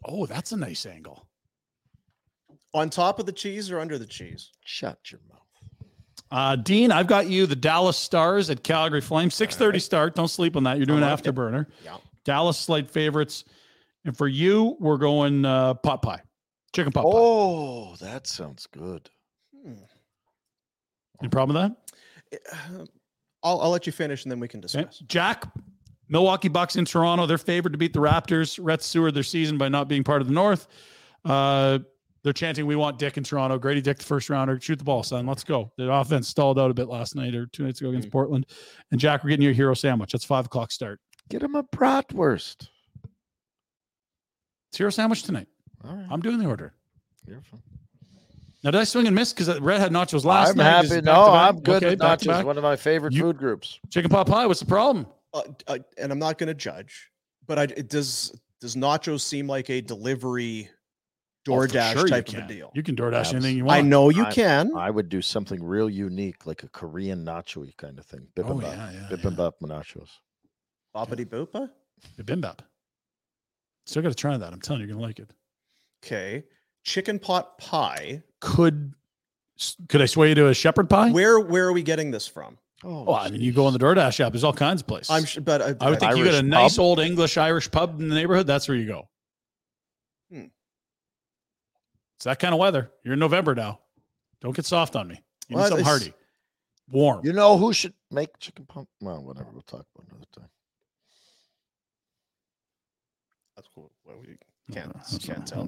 Oh, that's a nice angle. On top of the cheese or under the cheese? Shut your mouth. Uh, Dean, I've got you the Dallas Stars at Calgary Flames. 6.30 start. Don't sleep on that. You're doing like it. afterburner. Yeah. Dallas slight favorites. And for you, we're going uh, pot pie, chicken pot pie. Oh, that sounds good. Hmm. Any problem with that? Eh, Uh, I'll, I'll let you finish and then we can discuss. Okay. Jack, Milwaukee Bucks in Toronto. They're favored to beat the Raptors. Rhett Seward their season by not being part of the North. Uh, they're chanting, "We want Dick in Toronto." Grady Dick, the first rounder, shoot the ball, son. Let's go. Their offense stalled out a bit last night or two nights ago against Portland. And Jack, we're getting you a hero sandwich. That's five o'clock start. Get him a bratwurst. It's hero sandwich tonight. All right. I'm doing the order. you're fine. Now, did I swing and miss? Because Red had nachos last I'm night. Is happy. it back No, to back? I'm good Okay, with back to nachos. back. One of my favorite You- food groups. Chicken pot pie. What's the problem? uh, uh, and I'm not going to judge, But I, it does does Nacho seem like a delivery Oh, for DoorDash sure you type of a can. deal? You can DoorDash Abs- anything you I want. know you I- can. Mm-hmm. I would do something real unique, like a Korean nacho kind of thing. Bibimbap, Oh, yeah, yeah, yeah. bibimbap nachos. Boppity boopa. Bibimbap. Still got to try that. I'm telling you, you're gonna like it. Okay. Chicken pot pie. Could s- could I sway you to a shepherd pie? Where where are we getting this from? Oh, I mean, you go on the DoorDash app. There's all kinds of places. I'm sure, but I, I would think you got Irish a nice pub? old English Irish pub in the neighborhood. That's where you go. Hmm. It's that kind of weather. You're in November now. Don't get soft on me. You Well, need something it's- hearty, warm. You know who should make chicken pump? Well, whatever. We'll talk about it another time. That's cool. Well, we can't can't tell.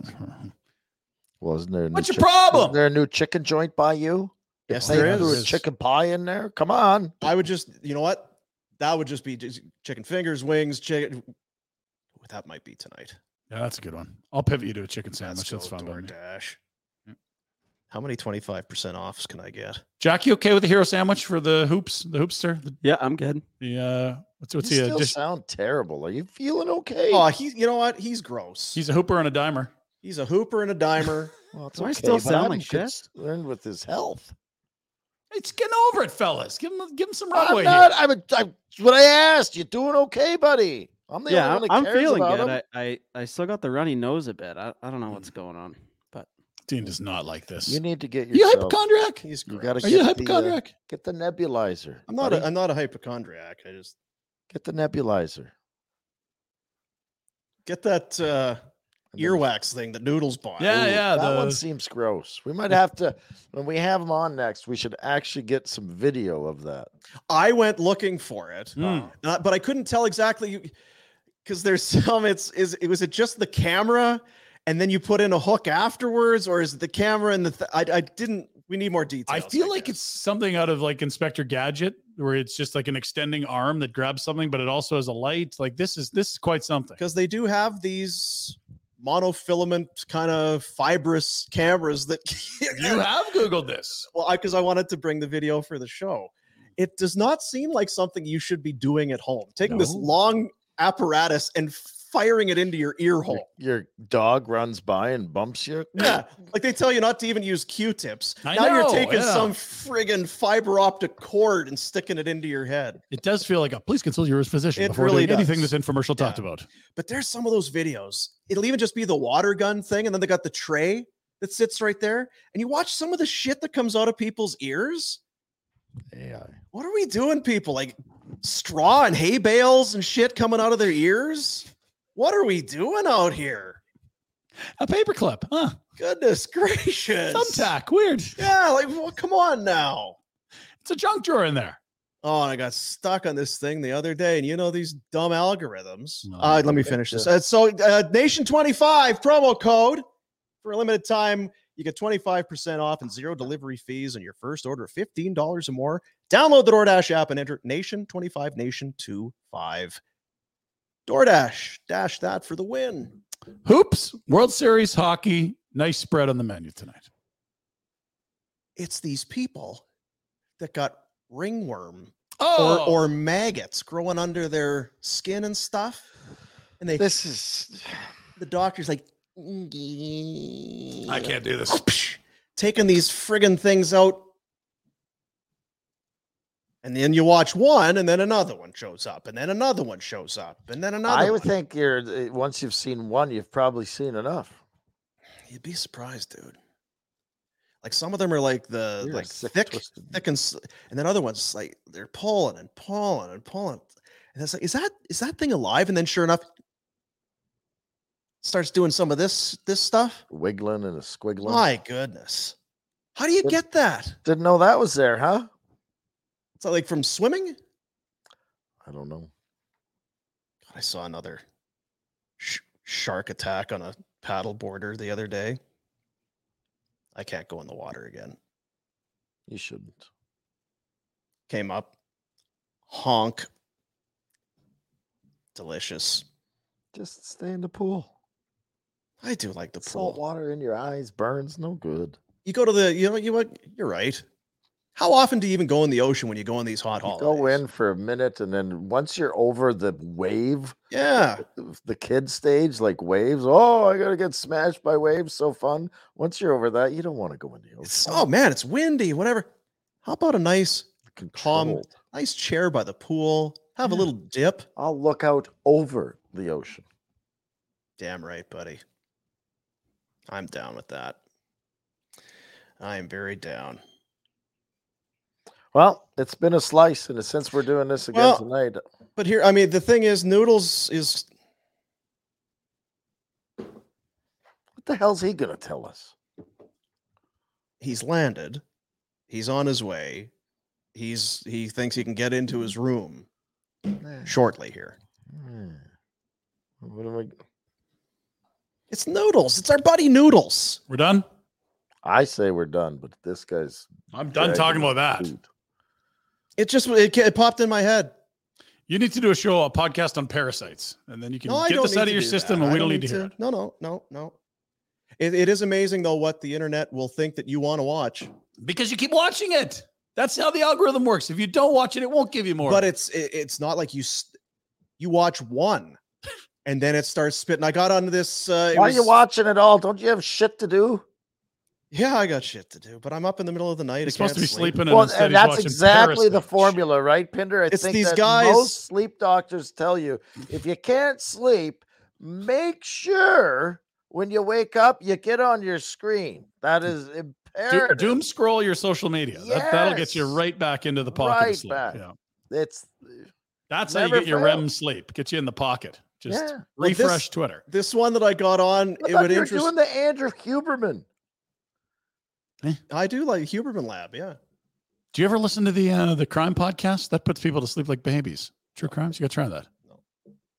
Well, isn't there? a new What's your chick- isn't problem? there a new chicken joint by you? Yes, They there Yeah, threw there a is. chicken pie in there. Come on. I would just, you know what? That would just be just chicken fingers, wings, chicken. That might be tonight. Yeah, that's a good one. I'll pivot you to a chicken sandwich. That's Let's go fine. by me. DoorDash. How many 25% offs can I get? Jack, you okay with the hero sandwich for the hoops? The hoopster? The, Yeah, I'm good. the uh, what's what's you he? A still dish? sound terrible. Are you feeling okay? Oh, he, you know what? He's gross. He's, He's a hooper and a dimer. a hooper and a dimer. well, it's Do I still okay, but sound I'm like shit? Concerned with his health. It's getting over it, fellas. Give him give him some I'm runway not. here. I'm, a- I'm. it's What I asked. You doing okay, buddy? I'm the yeah, only one that I'm cares feeling about Mm. good. him. I, I I still got the runny nose a bit. I, I don't know what's going on, but Dean does not like this. You need to get Are you a yourself. hypochondriac? He's You gross. gotta Are you a get the, uh, hypochondriac? Get the nebulizer. I'm not buddy. a, I'm not a hypochondriac. I just Get the nebulizer. get that uh, And then- earwax thing that Noodles bought. Yeah, Ooh. yeah. that one the- seems gross. We might have to when we have him on next. We should actually get some video of that. I went looking for it, Hmm. uh, but I couldn't tell exactly because there's some. It's is it was it just the camera, and then you put in a hook afterwards, or is it the camera and the? Th- I I didn't. We need more I details. feel like guess. it's something out of like Inspector Gadget, where it's just like an extending arm that grabs something, but it also has a light. Like this is this is quite something. because they do have these monofilament kind of fibrous cameras that You have googled this. well because I, wanted to bring the video for the show it does not seem like something you should be doing at home taking this No. long apparatus and firing it into your ear Your, hole your dog runs by and bumps you. yeah like they tell you not to even use q-tips I now know, you're taking yeah. some friggin fiber optic cord and sticking it into your head It does feel like a please consult your physician It before really doing anything does. this infomercial talked about. but there's some of those videos. It'll even just be the water gun thing, and then they got the tray that sits right there, and you watch some of the shit that comes out of people's ears. AI. What are we doing, people? Like straw and hay bales and shit coming out of their ears. What are we doing out here? A paperclip, huh? Goodness gracious! Thumbtack, weird. Yeah, like well, come on now. It's a junk drawer in there. Oh, and I got stuck on this thing the other day, and you know these dumb algorithms. No, uh, let me finish this. Uh, so, uh, Nation twenty five promo code for a limited time. You get twenty five percent off and zero delivery fees on your first order of fifteen dollars or more. Download the DoorDash app and enter Nation twenty five Nation two five. DoorDash dash that for the win. Hoops, World Series hockey. Nice spread on the menu tonight. It's these people that got ringworm Oh, or, or maggots growing under their skin and stuff, and they This is the doctor's like Oh, I can't do this. taking these friggin' things out. And then you watch one, and then another one shows up, and then another one shows up, and then another. I would one. think you're uh, once you've seen one, you've probably seen enough. you'd be surprised, dude. Like some of them are like the You're a like sick, thick, twisted thick, and s- and then other ones like they're pulling and pulling and pulling, and it's like, is that is that thing alive? And then sure enough, starts doing some of this this stuff. wiggling and a squiggling. My goodness, how do you Yep. get that? Didn't know that was there, huh? It's like from swimming. God, I don't know. I saw another sh- shark attack on a paddle boarder the other day. I can't go in the water again. You shouldn't. Came up, honk, delicious. Just stay in the pool. I do like the Salt pool. water in your eyes burns no good. You go to the, you know, you what? You're right. How often do you even go in the ocean when you go on these hot holidays? Go in for a minute, and then once you're over the wave, uh, Yeah. the- the kid stage, like waves. Oh, I gotta get smashed by waves. So fun. Once you're over that, you don't want to go in the It's, oh man, it's windy, whatever. How about a nice ocean. calm, Controlled. nice chair by the pool? Have a Yeah. little dip. I'll look out over the ocean. Damn right, buddy. I'm down with that. I am very down. Well, it's been a slice, and since we're doing this again Well, tonight, But here, I mean, the thing is, noodles is what the hell's he gonna tell us? he's landed, he's on his way, he's he thinks he can get into his room Eh, shortly. Here, hmm. What am I? it's noodles. It's our buddy Noodles. We're done. I say we're done, but this guy's I'm done talking about that. Dude. It just it, ca- it popped in my head. You need to do a show, a podcast on parasites, and then you can No, I get don't this out need of to your do system, that. and I we don't need to hear it. No, no, no, no. It, it is amazing though what the internet will think that you want to watch. because you keep watching it. That's how the algorithm works. If you don't watch it, it won't give you more. But it's it, it's not like you s- you watch one and then it starts spitting. I got onto this. Uh, it Why are you was- watching it all? Don't you have shit to do? Yeah, I got shit to do, but I'm up in the middle of the night. I He's supposed to be can't sleep. sleeping, and Well, instead and he's that's watching exactly the Parasite. formula, right, Pinder? I It's think these that guys- most sleep doctors tell you if you can't sleep, make sure when you wake up you get on your screen. That is Do- imperative. doom scroll your social media. That, that'll get you Yes. right back into the pocket. of Right sleep. back. Yeah. It's That's how Never you get your fails. REM sleep. Get you in the pocket. Just yeah. Well, refresh this- Twitter. This one that I got on, I it thought would you were interest. doing the Andrew Huberman. I do like Huberman Lab. Yeah, Do you ever listen to the uh, the crime podcast? That puts people to sleep like babies. True crimes. You got to try that.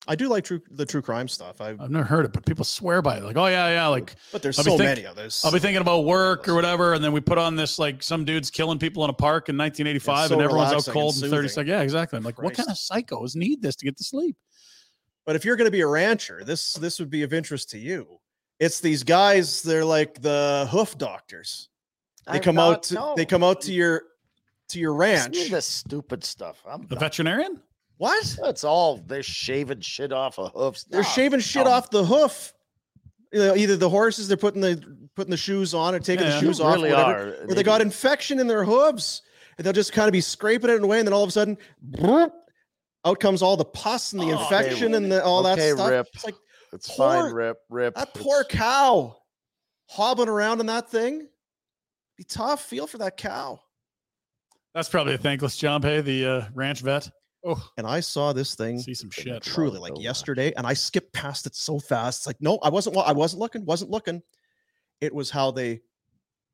I do like true the true crime stuff. I I've never heard it, but people swear by it. Like, oh yeah, yeah. Like but there's Uh, I'll be so think- many others. I'll be thinking about work or whatever, and then we put on this like some dude's killing people in a park in 1985, so and everyone's out relaxing and cold in 30 soothing. seconds. Yeah, exactly. I'm like, what kind of psychos need this to get to sleep? but if you're going to be a rancher, this this would be of interest to you. It's these guys. They're like the hoof doctors. They I'm come not- out. To, no, They come out to your to your listen ranch. to this stupid stuff. I'm The done. veterinarian? What? That's all. They're shaving shit off of hoofs. They're No, shaving shit dumb. off the hoof. You know, either the horses they're putting the putting the shoes on or taking Yeah. the You shoes You off. or really whatever. are. an or they got idiot. infection in their hooves and they'll just kind of be scraping it away and then all of a sudden bloop, out comes all the pus and the Oh, okay, infection and the, all okay, that stuff Rip. it's like It's fine, Poor- Rip. Rip. that poor It's- cow hobbling around in that thing be tough feel for that cow That's probably a thankless job. Hey, the uh, ranch vet. Oh, and i saw this thing see some shit. truly Probably like over. yesterday and i skipped past it so fast it's like no i wasn't wa- i wasn't looking wasn't looking it was how they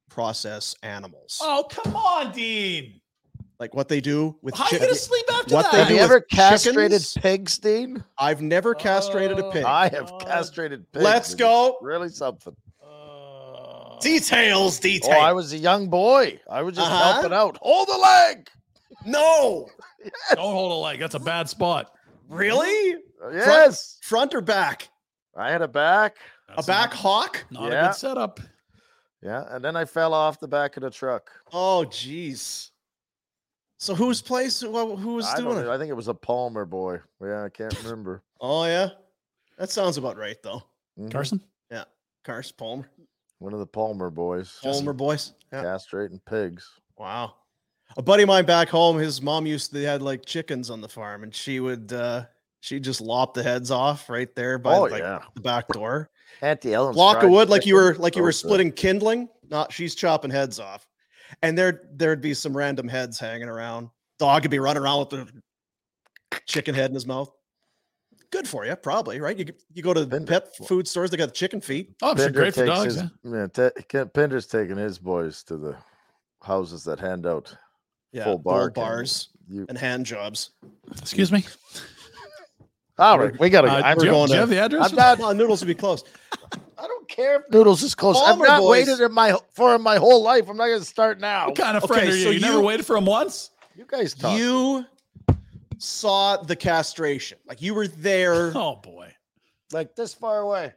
process animals Oh, come on, Dean. like what they do with How chi- you gonna sleep after what that? they Have do you with ever castrated Ah, chickens? pigs, Dean? i've never castrated Oh. a pig I have God. castrated pigs. let's and it's go Really something. Uh, Details, Oh, I was a young boy. I was just Uh-huh. helping out. Hold the leg. no, don't hold a leg. That's a bad spot. really? Uh, Yes. Front or back? I had a back. That's a back Not, hawk? not a Yeah. good setup. Mm-hmm. Yeah. And then I fell off the back of the truck. Oh, jeez. So whose place? Who, who was I, don't doing it? know, I think it was a Palmer boy. Yeah, I can't remember. Oh yeah, that sounds about right though. Mhm. Carson? Cars Palmer, One of the Palmer boys. Palmer boys. Yeah. Castrating pigs. Wow. A buddy of mine back home, his mom used to they had like chickens on the farm, and she would uh she just lop the heads off right there by oh, like yeah. the back door. Auntie Ellen's block of fried wood like you were chicken. Oh, like you were So good. splitting kindling not she's chopping heads off and there there'd be some random heads hanging around dog could be running around with the chicken head in his mouth good for you probably right you g- you go to the Been- pet food stores they got the chicken feet Oh, I'm sure Pinder great for takes dogs. his, yeah. yeah, ta- Ken- Pinder's taking his boys to the houses that hand out yeah Full full bark and- bars you. and hand jobs Excuse me. All right, we gotta. Uh, I'm do you, going do you have to. the address? I'm not. Well, noodles would be close I don't care if noodles is close. I've Palmer not boys- waited in my for him my whole life. I'm not gonna start now. what kind of friend Okay, are you? so you never you- waited for him once? You guys talk. you saw the castration like you were there Oh boy. like this far away.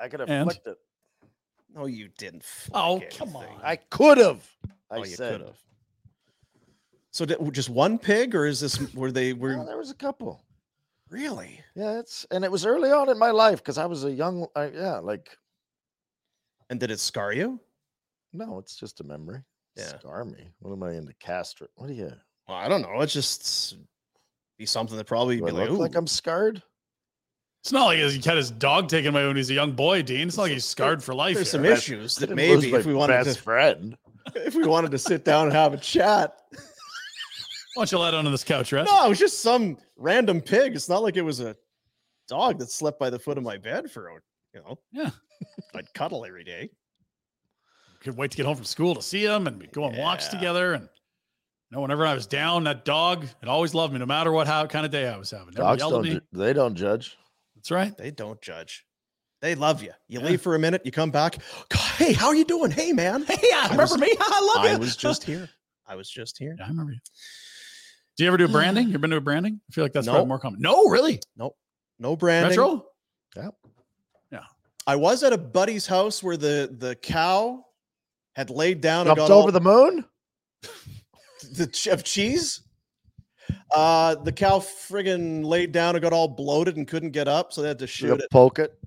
I could have And? flicked it. No, you didn't. flick Oh, anything. come on. I could have. I Oh, you said. could've. So did, just one pig, or is this were they were Oh, there was a couple. really? Yeah, it's and it was early on in my life because I was a young. I, yeah, like And did it scar you? no, it's just a memory. Yeah. Scar me. What am I into? Castro. What do you? Well, I don't know. It's just be something that probably Do be I like, look like "Ooh, I'm scared? It's not like he had his dog taken away when he was a young boy, Dean. It's not like he's scarred for life. there's here. some issues I that didn't lose maybe my if we wanted best to friend. if we wanted to sit down and have a chat. Why don't you lie down on this couch, Russ? No, it was just some random pig. It's not like it was a dog that slept by the foot of my bed for a- you know. Yeah. I'd cuddle every day. Could wait to get home from school to see him, and we'd go on walks Yeah. together. And you know, whenever I was down, that dog it always loved me, no matter what how kind of day I was having. Never Dogs yelled at don't. me. Ju- they don't judge. That's right. They don't judge. They love you. You Yeah. leave for a minute, you come back. Hey, how are you doing? Hey, man. Hey, I remember was- me. I love I you. was just here. I was just here. Yeah, I remember you. Do you ever do branding? You ever been to a branding? I feel like that's Nope. probably more common. No, really. No branding. Retro. I was at a buddy's house where the the cow had laid down and Jumped got over all the moon. the ch- of cheese. Uh, the cow friggin' laid down and got all bloated and couldn't get up, so they had to You shoot it. poke it.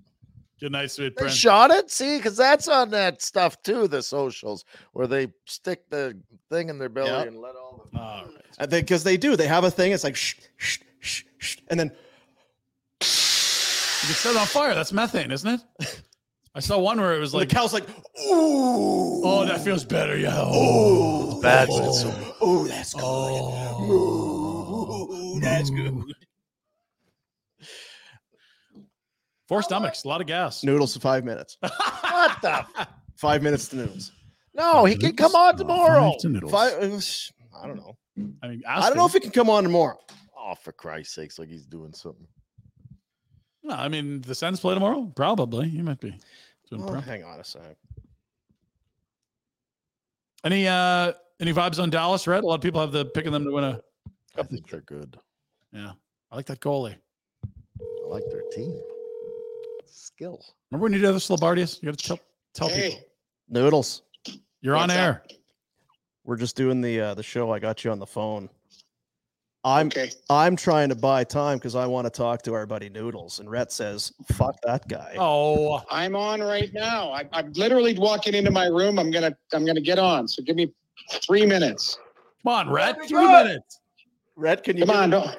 Good night, sweet They prince. shot it. See, because that's on that stuff too. The socials where they stick the thing in their belly Yep. and let all the. All right. Because Uh, they, do, they have a thing. It's like shh, shh, shh, shh, and then You can set it on fire. That's methane, isn't it? I saw one where it was like, the cow's like, "Ooh, oh, that feels better. Yeah. Oh, Bad. oh, ooh, that's good, oh. ooh, that's good." Four stomachs, a lot of gas. Noodles for five minutes. What the? f- Five minutes to noodles. No, he can come on tomorrow. Five. uh, sh- I don't know. I mean, I don't know if It, it can come on tomorrow. Oh, for Christ's sakes! Like he's doing something. I mean, the Sens play tomorrow. Probably, you might be. Doing Oh, prep. hang on a second. Any uh, any vibes on Dallas? Red. A lot of people have the picking them to win a. I think they're good. Yeah, I like that goalie. I like their team. Skill. Remember when you did the Slobardius? You got to tell tell people Noodles. you're on What's air. We're just doing the uh, the show. I got you on the phone. I'm Okay. I'm trying to buy time because I want to talk to our buddy Noodles. And Rhett says, "Fuck that guy." Oh, I'm on right now. I, I'm literally walking into my room. I'm gonna I'm gonna get on. So give me three minutes. come on, Red. Three good. minutes. Rhett, can you Come give on, me-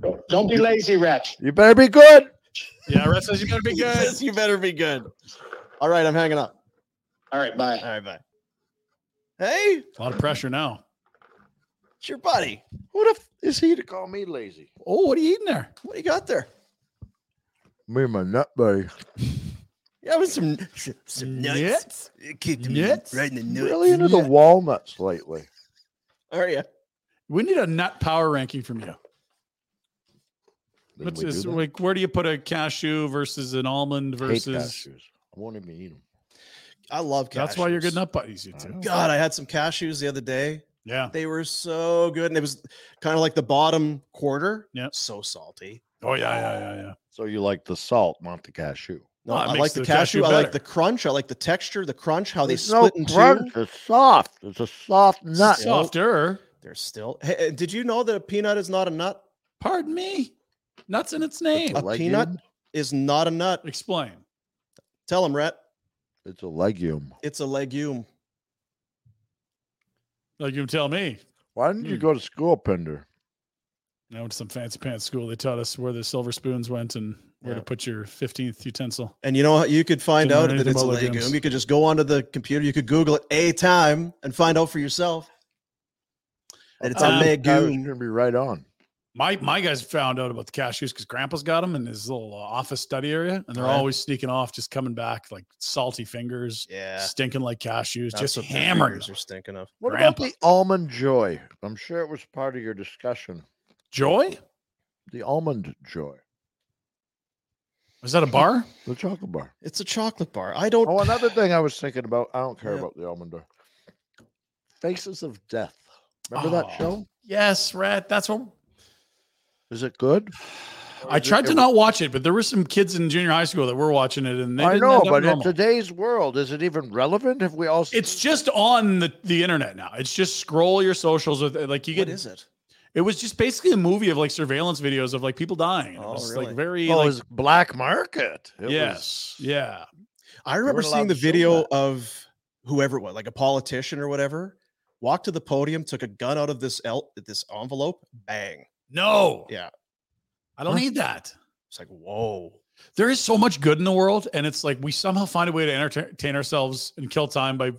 don't don't- don't be lazy, Rhett. You better be good. Yeah, Red says you better be He good. says, you better be good. All right, I'm hanging up. All right, All bye. right, bye. Hey, a lot of pressure now. it's your buddy. What if is he to call me lazy? Oh, what are you eating there? What do you got there? Me and my nut buddy. You having some some, some nuts? Nuts? It kicked me Nuts? right in the nuts. Really into the walnuts lately. Are you? We need a nut power ranking from you. Didn't What's we do this? that? Like, where do you put a cashew versus an almond Hate versus? cashews. I won't even eat them. I love cashews. That's why you're good nut buddies, you two. God, I had some cashews the other day. Yeah. They were so good, and it was kind of like the bottom quarter. Yeah. so salty. Oh yeah, yeah, yeah, yeah. So you like the salt, not the cashew. No, Well, Oh, it I makes like the, the cashew cashew. I like better. the crunch. I like the texture, the crunch, how they There's no split in crunch. two. It's soft. It's a soft nut. Softer. They're still. Hey, uh, did you know that a peanut is not a nut? Pardon me. Nuts in its name. A Legume. peanut is not a nut. Explain. Tell him, Rhett. It's a legume. It's a legume. Like you can tell me. Why didn't you Hmm. go to school, Pender? I went to some fancy pants school. They taught us where the silver spoons went and where to Yeah. put your fifteenth utensil. And you know what? You could find Didn't learn out that anything it's a about legumes. legume. You could just go onto the computer. You could Google it a time and find out for yourself. that it's Um, a You're legume. gonna be right on. My my guys found out about the cashews because Grandpa's got them in his little uh, office study area, and they're Oh, yeah. always sneaking off, just coming back like salty fingers, Yeah, stinking like cashews, that's just what their hammering. fingers them. are stinking of. What Grandpa. about the almond joy? I'm sure it was part of your discussion. Joy? The almond joy, Is that a bar? the chocolate bar. It's a chocolate bar. I don't. Oh, another thing I was thinking about. I don't care Yeah. about the almond joy. Faces of Death. Remember that Oh. show? yes, Rat. That's what Is it good? I tried to not watch it, but there were some kids in junior high school that were watching it, and they I didn't know, end up but in normal. today's world, is it even relevant? Have we all? It's just on the, the internet now. It's just scroll your socials with like you get. What is it? It was just basically a movie of like surveillance videos of like people dying. Oh, it was like very Oh, like it was black market. It was- yes, yeah. I remember weren't seeing allowed the to show video that. of whoever it was, like a politician or whatever, walked to the podium, took a gun out of this el- this envelope, bang. No. Yeah. I don't need that. It's like, whoa. There is so much good in the world, and it's like we somehow find a way to entertain ourselves and kill time by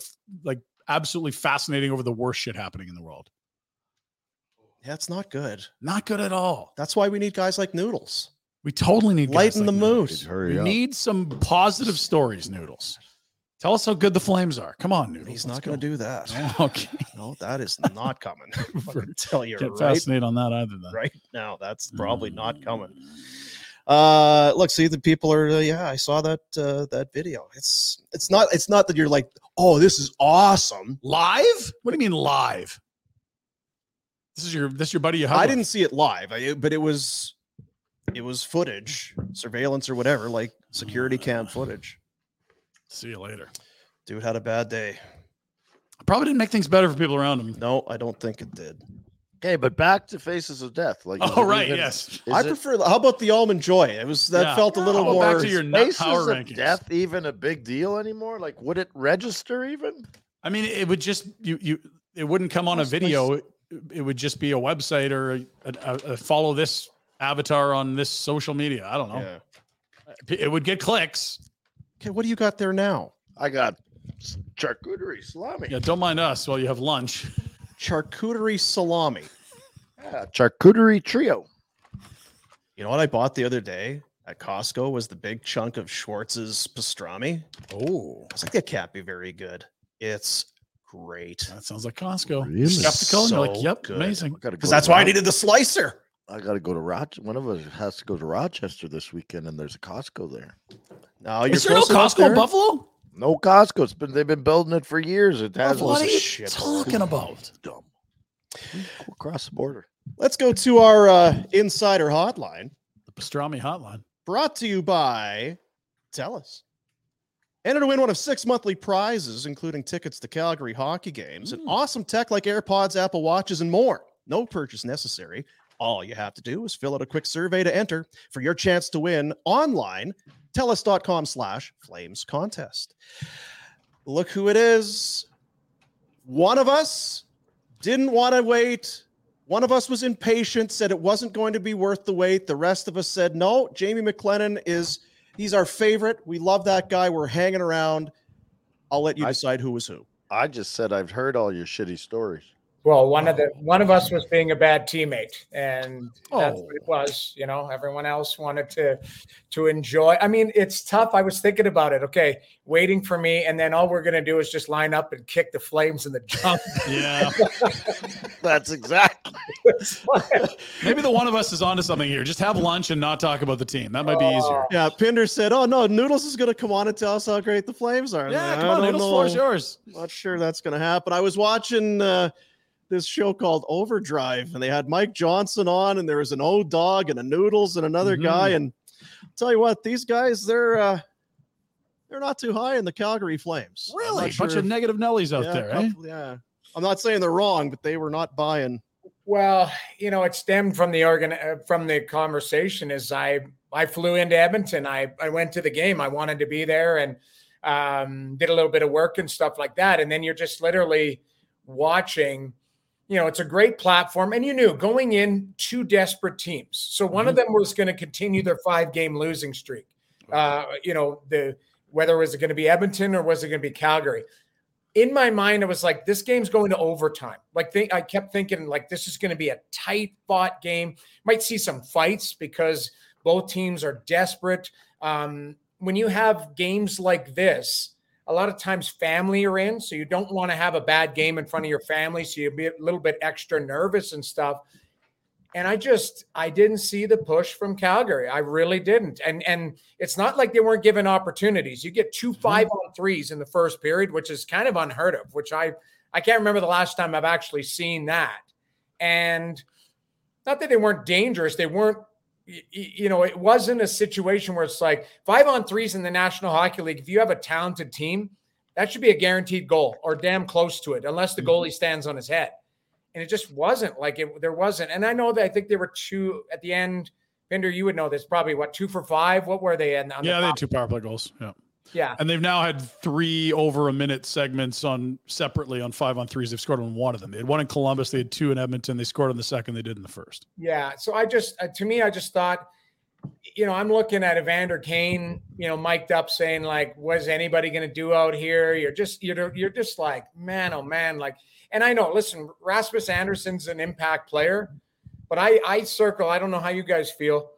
like absolutely fascinating over the worst shit happening in the world. That's not good. Not good at all. That's why we need guys like Noodles. We totally need guys lighten the like mood. We need some positive stories, Noodles. Tell us how good the Flames are. Come on, Noodles. He's not going to do that. Okay. No, that is not coming. I can tell you Can't right fascinate on that either. Then. right now. That's probably not coming. Uh, look, see the people are. Uh, yeah, I saw that uh, that video. It's it's not it's not that you're like, oh, this is awesome. Live? What do you mean live? This is your this is your buddy. You hug I with. didn't see it live, I, but it was it was footage, surveillance or whatever, like security cam footage. See you later. Dude had a bad day. Probably didn't make things better for people around him. No, I don't think it did. Okay, but back to Faces of Death. Like, is Oh, it right, even- yes. is I it- prefer. How about the almond joy? It was that Yeah. felt a little How more. about back to your nut Faces power of rankings. Death even a big deal anymore? Like, would it register even? I mean, it would just you you it wouldn't come on a video. It, it would just be a website or a, a, a follow this avatar on this social media. I don't know. Yeah. It would get clicks. Okay, what do you got there now? I got s- charcuterie salami. Yeah, don't mind us while you have lunch. Charcuterie salami. Yeah, charcuterie trio. You know what I bought the other day at Costco was the big chunk of Schwartz's pastrami. Oh, I was like, that can't be very good. It's great. that sounds like Costco. Really? Skeptical. and you're So like, yep, good. amazing. gotta go Because to that's why I Roch- needed the slicer. I got to go to Rochester. One of us has to go to Rochester this weekend, and there's a Costco there. No, you're Is there no close enough Costco in there? Buffalo? No Costco. It's been they've been building it for years. It has What are a you shit talking about? dumb. Go across the border. Let's go to our uh, insider hotline The pastrami hotline. brought to you by Telus. Enter to win one of six monthly prizes, including tickets to Calgary hockey games and awesome tech like AirPods, Apple Watches, and more. No purchase necessary. All you have to do is fill out a quick survey to enter for your chance to win online. Telus.com slash flames contest. Look who it is. One of us didn't want to wait. One of us was impatient, said it wasn't going to be worth the wait. The rest of us said, no, Jamie McLennan is, he's our favorite. We love that guy. We're hanging around. I'll let you I- decide who was who. I just said I've heard all your shitty stories. Well, one of the one of us was being a bad teammate, and that's Oh. what it was. You know, everyone else wanted to to enjoy. I mean, it's tough. I was thinking about it. Okay, waiting for me, and then all we're gonna do is just line up and kick the flames in the jump. Oh, Yeah. That's exactly. Maybe the one of us is onto something here. Just have lunch and not talk about the team. That might be easier. Yeah, Pinder said, oh no, Noodles is going to come on and tell us how great the Flames are. Yeah, I come on, don't Noodles floor is know. yours. Not sure that's going to happen. I was watching uh, this show called Overdrive, and they had Mike Johnson on, and there was an old dog and a Noodles and another Mhm. guy. And I'll tell you what, these guys, they're uh, they're not too high in the Calgary Flames. I'm Really? not A bunch sure of negative Nellies out yeah, there, eh? couple- yeah. I'm not saying they're wrong, but they were not buying. Well, you know, it stemmed from the organ uh, from the conversation. As I I flew into Edmonton, I I went to the game. I wanted to be there and um, did a little bit of work and stuff like that. And then you're just literally watching. You know, it's a great platform, and you knew going in two desperate teams. So one of them was going to continue their five game losing streak. Uh, you know, the whether it was going to be Edmonton or was it going to be Calgary in my mind, I was like, this game's going to overtime. Like, think I kept thinking, like, this is going to be a tight fought game. Might see some fights because both teams are desperate. Um, when you have games like this, a lot of times family are in, so you don't want to have a bad game in front of your family. So you'd be a little bit extra nervous and stuff. And I just I didn't see the push from Calgary. I really didn't. And and it's not like they weren't given opportunities. You get two five on threes in the first period, which is kind of unheard of, which I I can't remember the last time I've actually seen that. And not that they weren't dangerous, they weren't y- y- you know, it wasn't a situation where it's like five on threes in the National Hockey League. If you have a talented team, that should be a guaranteed goal or damn close to it, unless the Mm-hmm. goalie stands on his head. And it just wasn't like it. There wasn't. And I know that I think there were two at the end. Bender, you would know this probably. What two for five? What were they in? on the yeah, they had top? two power play goals. Yeah. Yeah. And they've now had three over a minute segments on separately on five on threes. They've scored on one of them. They had one in Columbus. They had two in Edmonton. They scored on the second. They did in the first. Yeah. So I just, uh, to me, I just thought, you know, I'm looking at Evander Kane, you know, mic'd up saying like, "Was anybody going to do out here?" You're just, you're, you're just like, man, oh man, like. And I know, listen, Rasmus Anderson's an impact player, but I, I circle. I don't know how you guys feel.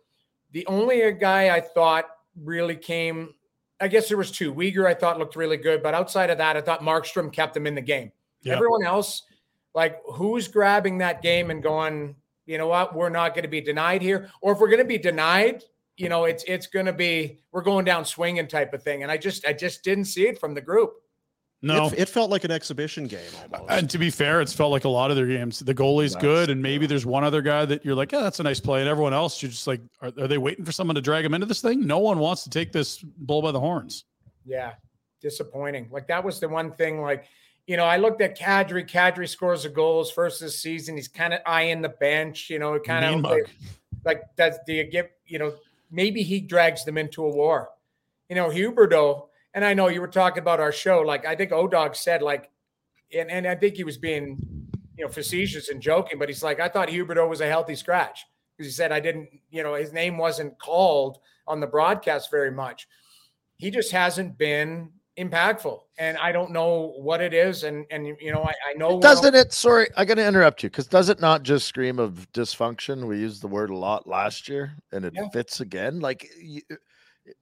The only guy I thought really came, I guess there was two. Uyghur, I thought looked really good, but outside of that, I thought Markstrom kept them in the game. Yeah. Everyone else, like, who's grabbing that game and going, you know what, we're not going to be denied here, or if we're going to be denied, you know, it's it's going to be we're going down swinging type of thing. And I just I just didn't see it from the group. No. it, it felt like an exhibition game. Almost. And to be fair, it's felt like a lot of their games. The goalie's Nice. good, and maybe there's one other guy that you're like, yeah, that's a nice play. And everyone else, you're just like, are, are they waiting for someone to drag them into this thing? No one wants to take this bull by the horns. Yeah, disappointing. Like that was the one thing. Like, you know, I looked at Kadri. Kadri scores a goal his first this season. He's kind of eyeing the bench. You know, it kind Mean of mug. like, like that's do you give? You know, maybe he drags them into a war. You know, Huberto. And I know you were talking about our show. Like I think Odog said, like, and and I think he was being, you know, facetious and joking. But he's like, I thought Huberto was a healthy scratch because he said I didn't. You know, his name wasn't called on the broadcast very much he just hasn't been impactful and i don't know what it is and and you know i, I know Doesn't it? Sorry, I got to interrupt you because does it not just scream of dysfunction? We used the word a lot last year, and it fits again. Like you,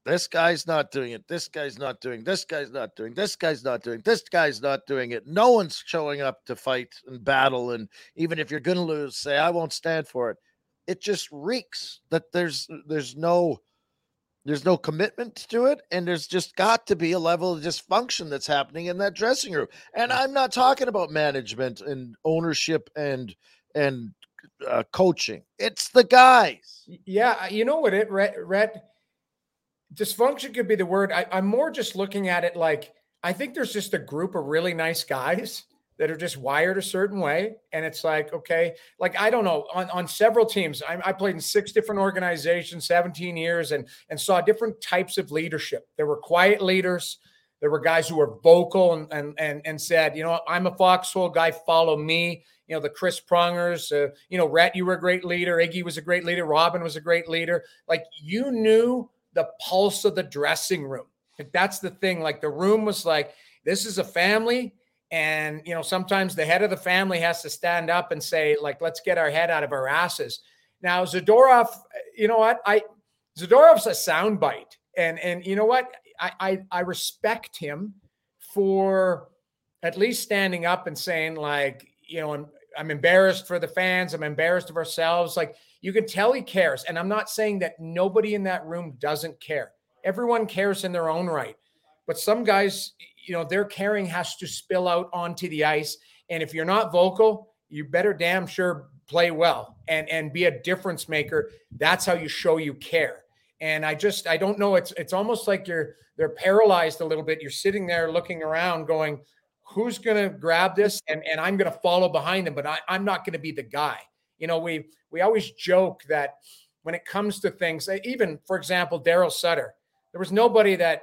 this guy's not doing it. This guy's not doing. This guy's not doing. This guy's not doing. This guy's not doing it. No one's showing up to fight and battle. And even if you're going to lose, say I won't stand for it. It just reeks that there's there's no there's no commitment to it, and there's just got to be a level of dysfunction that's happening in that dressing room. And I'm not talking about management and ownership and and uh, coaching. It's the guys. yeah you know what it Rhett, Rhett, dysfunction could be the word I, i'm more just looking at it like i think there's just a group of really nice guys that are just wired a certain way and it's like okay like i don't know on, on several teams I, I played in six different organizations 17 years and and saw different types of leadership there were quiet leaders There were guys who were vocal and and and, and said, you know, I'm a foxhole guy. Follow me. You know, the Chris Prongers. Uh, you know, Rhett, you were a great leader. Iggy was a great leader. Robin was a great leader. Like you knew the pulse of the dressing room. Like, that's the thing. Like the room was like, this is a family. And you know, sometimes the head of the family has to stand up and say, like, let's get our head out of our asses. Now, Zadorov, uh, you know what? I Zadorov's a soundbite, and and you know what? I, I I respect him for at least standing up and saying like, you know, I'm I'm embarrassed for the fans. I'm embarrassed of ourselves. Like you can tell he cares, and I'm not saying that nobody in that room doesn't care. Everyone cares in their own right, but some guys, you know, their caring has to spill out onto the ice, and if you're not vocal, you better damn sure play well and and be a difference maker. That's how you show you care. And I just I don't know. It's it's almost like you're they're paralyzed a little bit. You're sitting there looking around, going, "Who's going to grab this?" And and I'm going to follow behind them, but I, I'm not going to be the guy. You know, we we always joke that when it comes to things, uh, even for example, Daryl Sutter, there was nobody that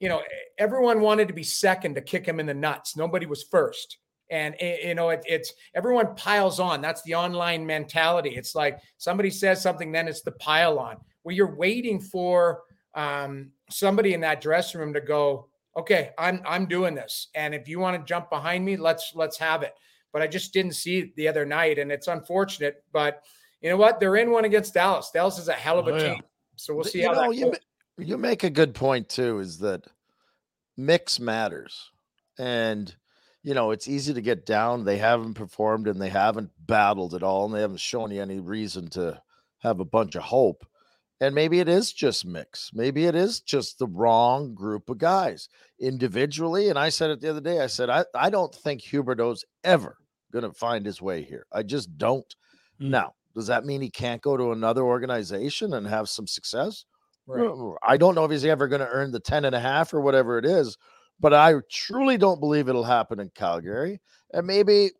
you know everyone wanted to be second to kick him in the nuts. Nobody was first. And eh, you know it, it's everyone piles on. That's the online mentality. It's like somebody says something, then it's the pile on. Well, you're waiting for um, somebody in that dressing room to go, okay, I'm I'm doing this, and if you want to jump behind me, let's let's have it. But I just didn't see it the other night, and it's unfortunate. But you know what? They're in one against Dallas. Dallas is a hell of a Oh, yeah. team, so we'll Th- see you how know, that you, goes. ma- you make a good point too is that mix matters and you know it's easy to get down they haven't performed and they haven't battled at all and they haven't shown you any reason to have a bunch of hope and maybe it is just mix maybe it is just the wrong group of guys individually and i said it the other day i said i, I don't think huberto's ever going to find his way here i just don't now Does that mean he can't go to another organization and have some success? Uh, Right. I don't know if he's ever going to earn the 10 and a half or whatever it is, but I truly don't believe it'll happen in Calgary. And maybe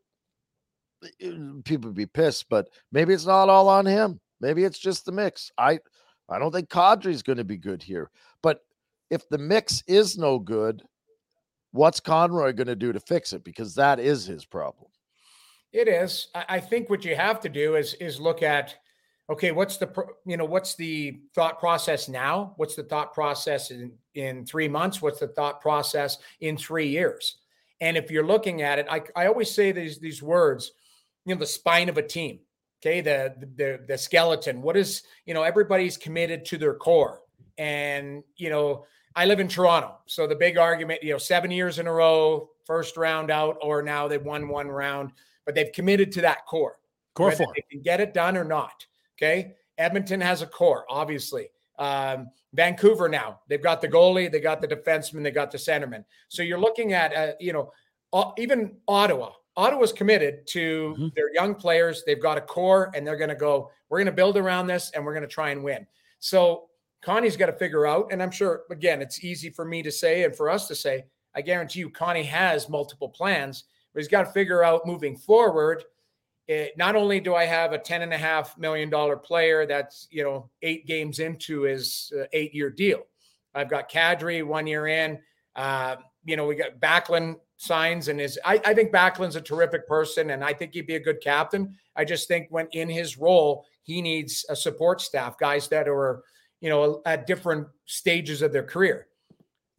it- people would be pissed, but maybe it's not all on him. Maybe it's just the mix. I I don't think Cadre's going to be good here. But if the mix is no good, what's Conroy going to do to fix it? Because that is his problem. It is. I, I think what you have to do is is look at okay, what's the pro- you know what's the thought process now? What's the thought process in in three months? What's the thought process in three years? And if you're looking at it, I I always say these these words, you know, the spine of a team. Okay, the the the skeleton. What is you know everybody's committed to their core, and you know I live in Toronto, so the big argument, you know, seven years in a row, first round out, or now they've won one round but they've committed to that core. Core whether four. They can get it done or not. Okay. Edmonton has a core, obviously. Um, Vancouver now, they've got the goalie, they got the defenseman, they got the centerman. So you're looking at, uh, you know, uh, even Ottawa. Ottawa's committed to their young players. They've got a core and they're going to go, we're going to build around this and we're going to try and win. So Connie's got to figure out, and I'm sure, again, it's easy for me to say and for us to say, I guarantee you, Connie has multiple plans, but he's got to figure out moving forward. It, not only do I have a ten and a half million dollar player that's you know eight games into his uh, eight year deal, I've got Kadri one year in. Uh, you know we got Backlund signs and is I, I think Backlund's a terrific person and I think he'd be a good captain. I just think when in his role he needs a support staff, guys that are you know at different stages of their career.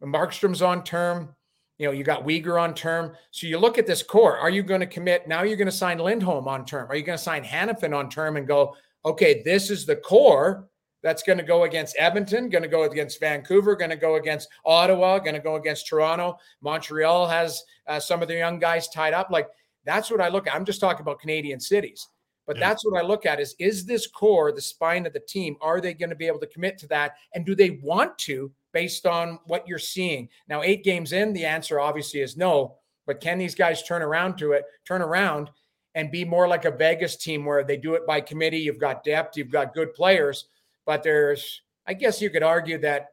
Markstrom's on term. You know, you got Uyghur on term. So you look at this core. Are you going to commit? Now you're going to sign Lindholm on term. Are you going to sign Hannafin on term and go, okay, this is the core that's going to go against Edmonton, going to go against Vancouver, going to go against Ottawa, going to go against Toronto. Montreal has uh, some of their young guys tied up. Like that's what I look at. I'm just talking about Canadian cities. But that's what I look at is is this core the spine of the team? Are they going to be able to commit to that? And do they want to based on what you're seeing? Now, eight games in, the answer obviously is no. But can these guys turn around to it, turn around and be more like a Vegas team where they do it by committee? You've got depth, you've got good players, but there's I guess you could argue that,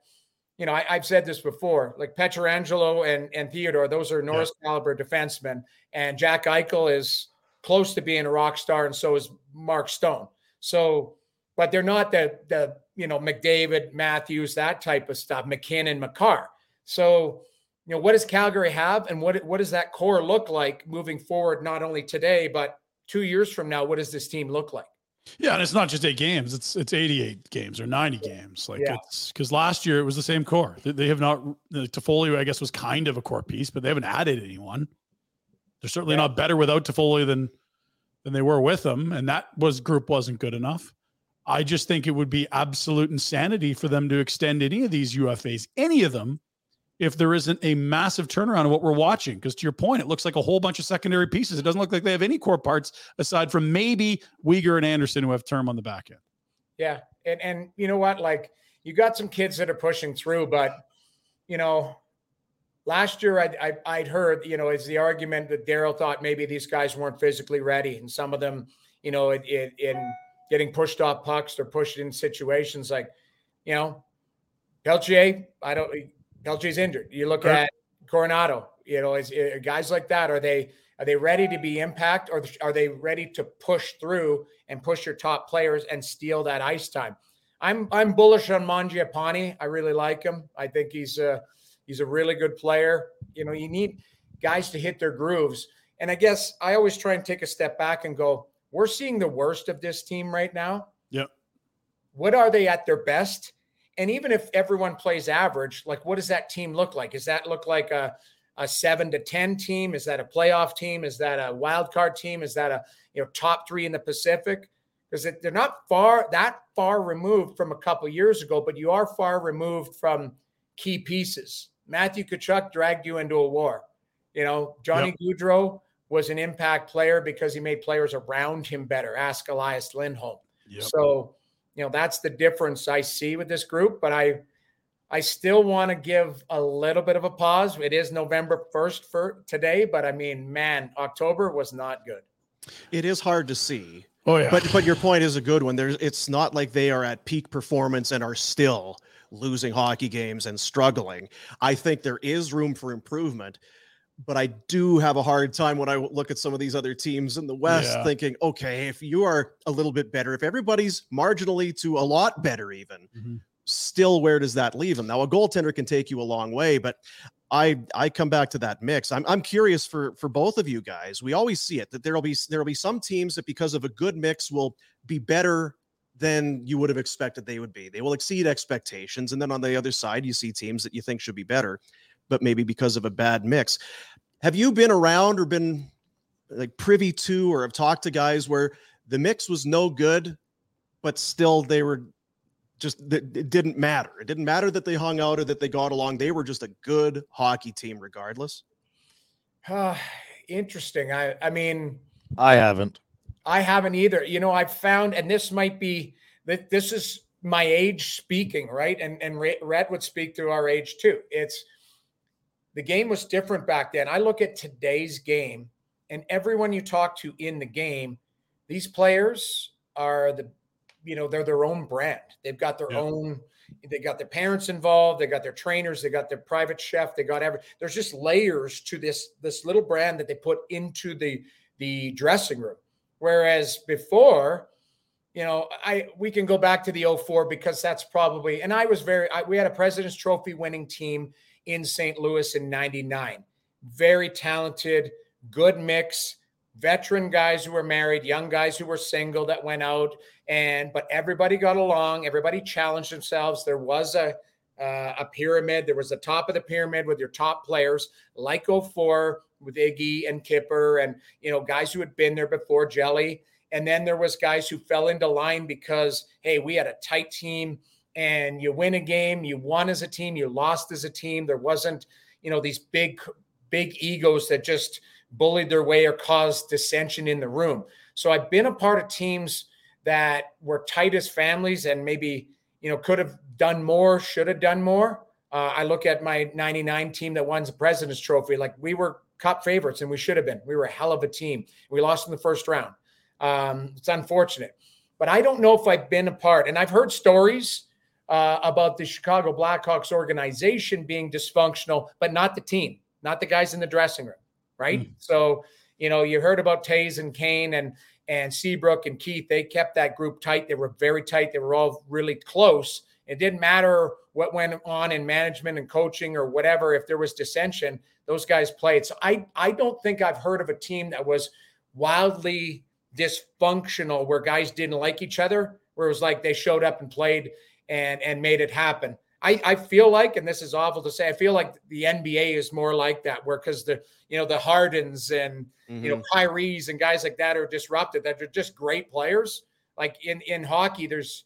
you know, I, I've said this before, like Petrangelo and, and Theodore, those are Norris caliber defensemen. And Jack Eichel is close to being a rock star, and so is Mark Stone. So, but they're not the the you know McDavid, Matthews, that type of stuff, McKinnon, McCarr. So, you know, what does Calgary have, and what what does that core look like moving forward? Not only today, but two years from now, what does this team look like? Yeah, and it's not just eight games; it's it's eighty-eight games or ninety games. Like Yeah. it's because last year it was the same core. They, they have not. The Toffoli, I guess, was kind of a core piece, but they haven't added anyone. They're certainly not better without Toffoli than than they were with him, and that was group wasn't good enough. I just think it would be absolute insanity for them to extend any of these UFAs, any of them, if there isn't a massive turnaround of what we're watching. Because to your point, it looks like a whole bunch of secondary pieces. It doesn't look like they have any core parts aside from maybe Uyghur and Anderson who have term on the back end. Yeah, and and you know what? Like you got some kids that are pushing through, but you know, last year I, I I'd heard you know is the argument that Daryl thought maybe these guys weren't physically ready, and some of them, you know, it, it, in getting pushed off pucks or pushed in situations like, you know, Peltier. I don't. Peltier's injured. You look Sure. at Coronado. You know, is, eh, guys like that are they are they ready to be impact or are they ready to push through and push your top players and steal that ice time? I'm I'm bullish on Mangiapane. I really like him. I think he's a he's a really good player. You know, you need guys to hit their grooves. And I guess I always try and take a step back and go, we're seeing the worst of this team right now Yep. what are they at their best? And even if everyone plays average, like what does that team look like? Does that look like a a seven to ten team? Is that a playoff team? Is that a wild card team? Is that a you know top three in the Pacific? Because it- they're not far that far removed from a couple years ago, but you are far removed from key pieces. Matthew Kachuk dragged you into a war. You know, Johnny Goudreau was an impact player because he made players around him better. Ask Elias Lindholm. Yep. So, you know, that's the difference I see with this group. But I, I still want to give a little bit of a pause. It is November first for today, but I mean, man, October was not good. It is hard to see Oh yeah. But but your point is a good one. There's it's not like they are at peak performance and are still losing hockey games and struggling. I think there is room for improvement, but I do have a hard time when I look at some of these other teams in the West Yeah. thinking, okay, if you are a little bit better, if everybody's marginally to a lot better even, still where does that leave them? Now a goaltender can take you a long way, but I I come back to that mix. I'm I'm curious for for both of you guys. We always see it that there'll be there'll be some teams that because of a good mix will be better than you would have expected they would be. They will exceed expectations, and then on the other side, you see teams that you think should be better, but maybe because of a bad mix. Have you been around or been like privy to or have talked to guys where the mix was no good, but still they were just that it didn't matter. It didn't matter that they hung out or that they got along. They were just a good hockey team, regardless. Uh, interesting. I I mean, I haven't. I haven't either. You know, I've found, and this might be that this is my age speaking, right? And and Ra- Red would speak to our age too. It's the game was different back then. I look at today's game, and everyone you talk to in the game, these players are the, you know, they're their own brand. They've got their own. They got their parents involved. They got their trainers. They got their private chef. They got every. There's just layers to this this little brand that they put into the the dressing room. Whereas before, you know, I we can go back to the 04 because that's probably and I was very I, we had a President's Trophy winning team in St. Louis in 99. Very talented, good mix, veteran guys who were married, young guys who were single that went out and but everybody got along, everybody challenged themselves. There was a uh, a pyramid. There was the top of the pyramid with your top players, like 04 with Iggy and Kipper, and you know guys who had been there before Jelly. And then there was guys who fell into line because hey, we had a tight team, and you win a game, you won as a team, you lost as a team. There wasn't you know these big big egos that just bullied their way or caused dissension in the room. So I've been a part of teams that were tight as families and maybe you know could have done more, should have done more. Uh, I look at my '99 team that won the President's Trophy. Like we were cup favorites, and we should have been. We were a hell of a team. We lost in the first round. Um, it's unfortunate, but I don't know if I've been a part. And I've heard stories uh, about the Chicago Blackhawks organization being dysfunctional, but not the team, not the guys in the dressing room, right? So you know, you heard about Tays and Kane and and Seabrook and Keith. They kept that group tight. They were very tight. They were all really close. It didn't matter what went on in management and coaching or whatever. If there was dissension, those guys played. So I I don't think I've heard of a team that was wildly dysfunctional where guys didn't like each other. Where it was like they showed up and played and and made it happen. I, I feel like, and this is awful to say, I feel like the NBA is more like that, where because the you know the Hardens and you know Mm-hmm. Mhm. Kyrie's and guys like that are disrupted. That are just great players. Like in in hockey, there's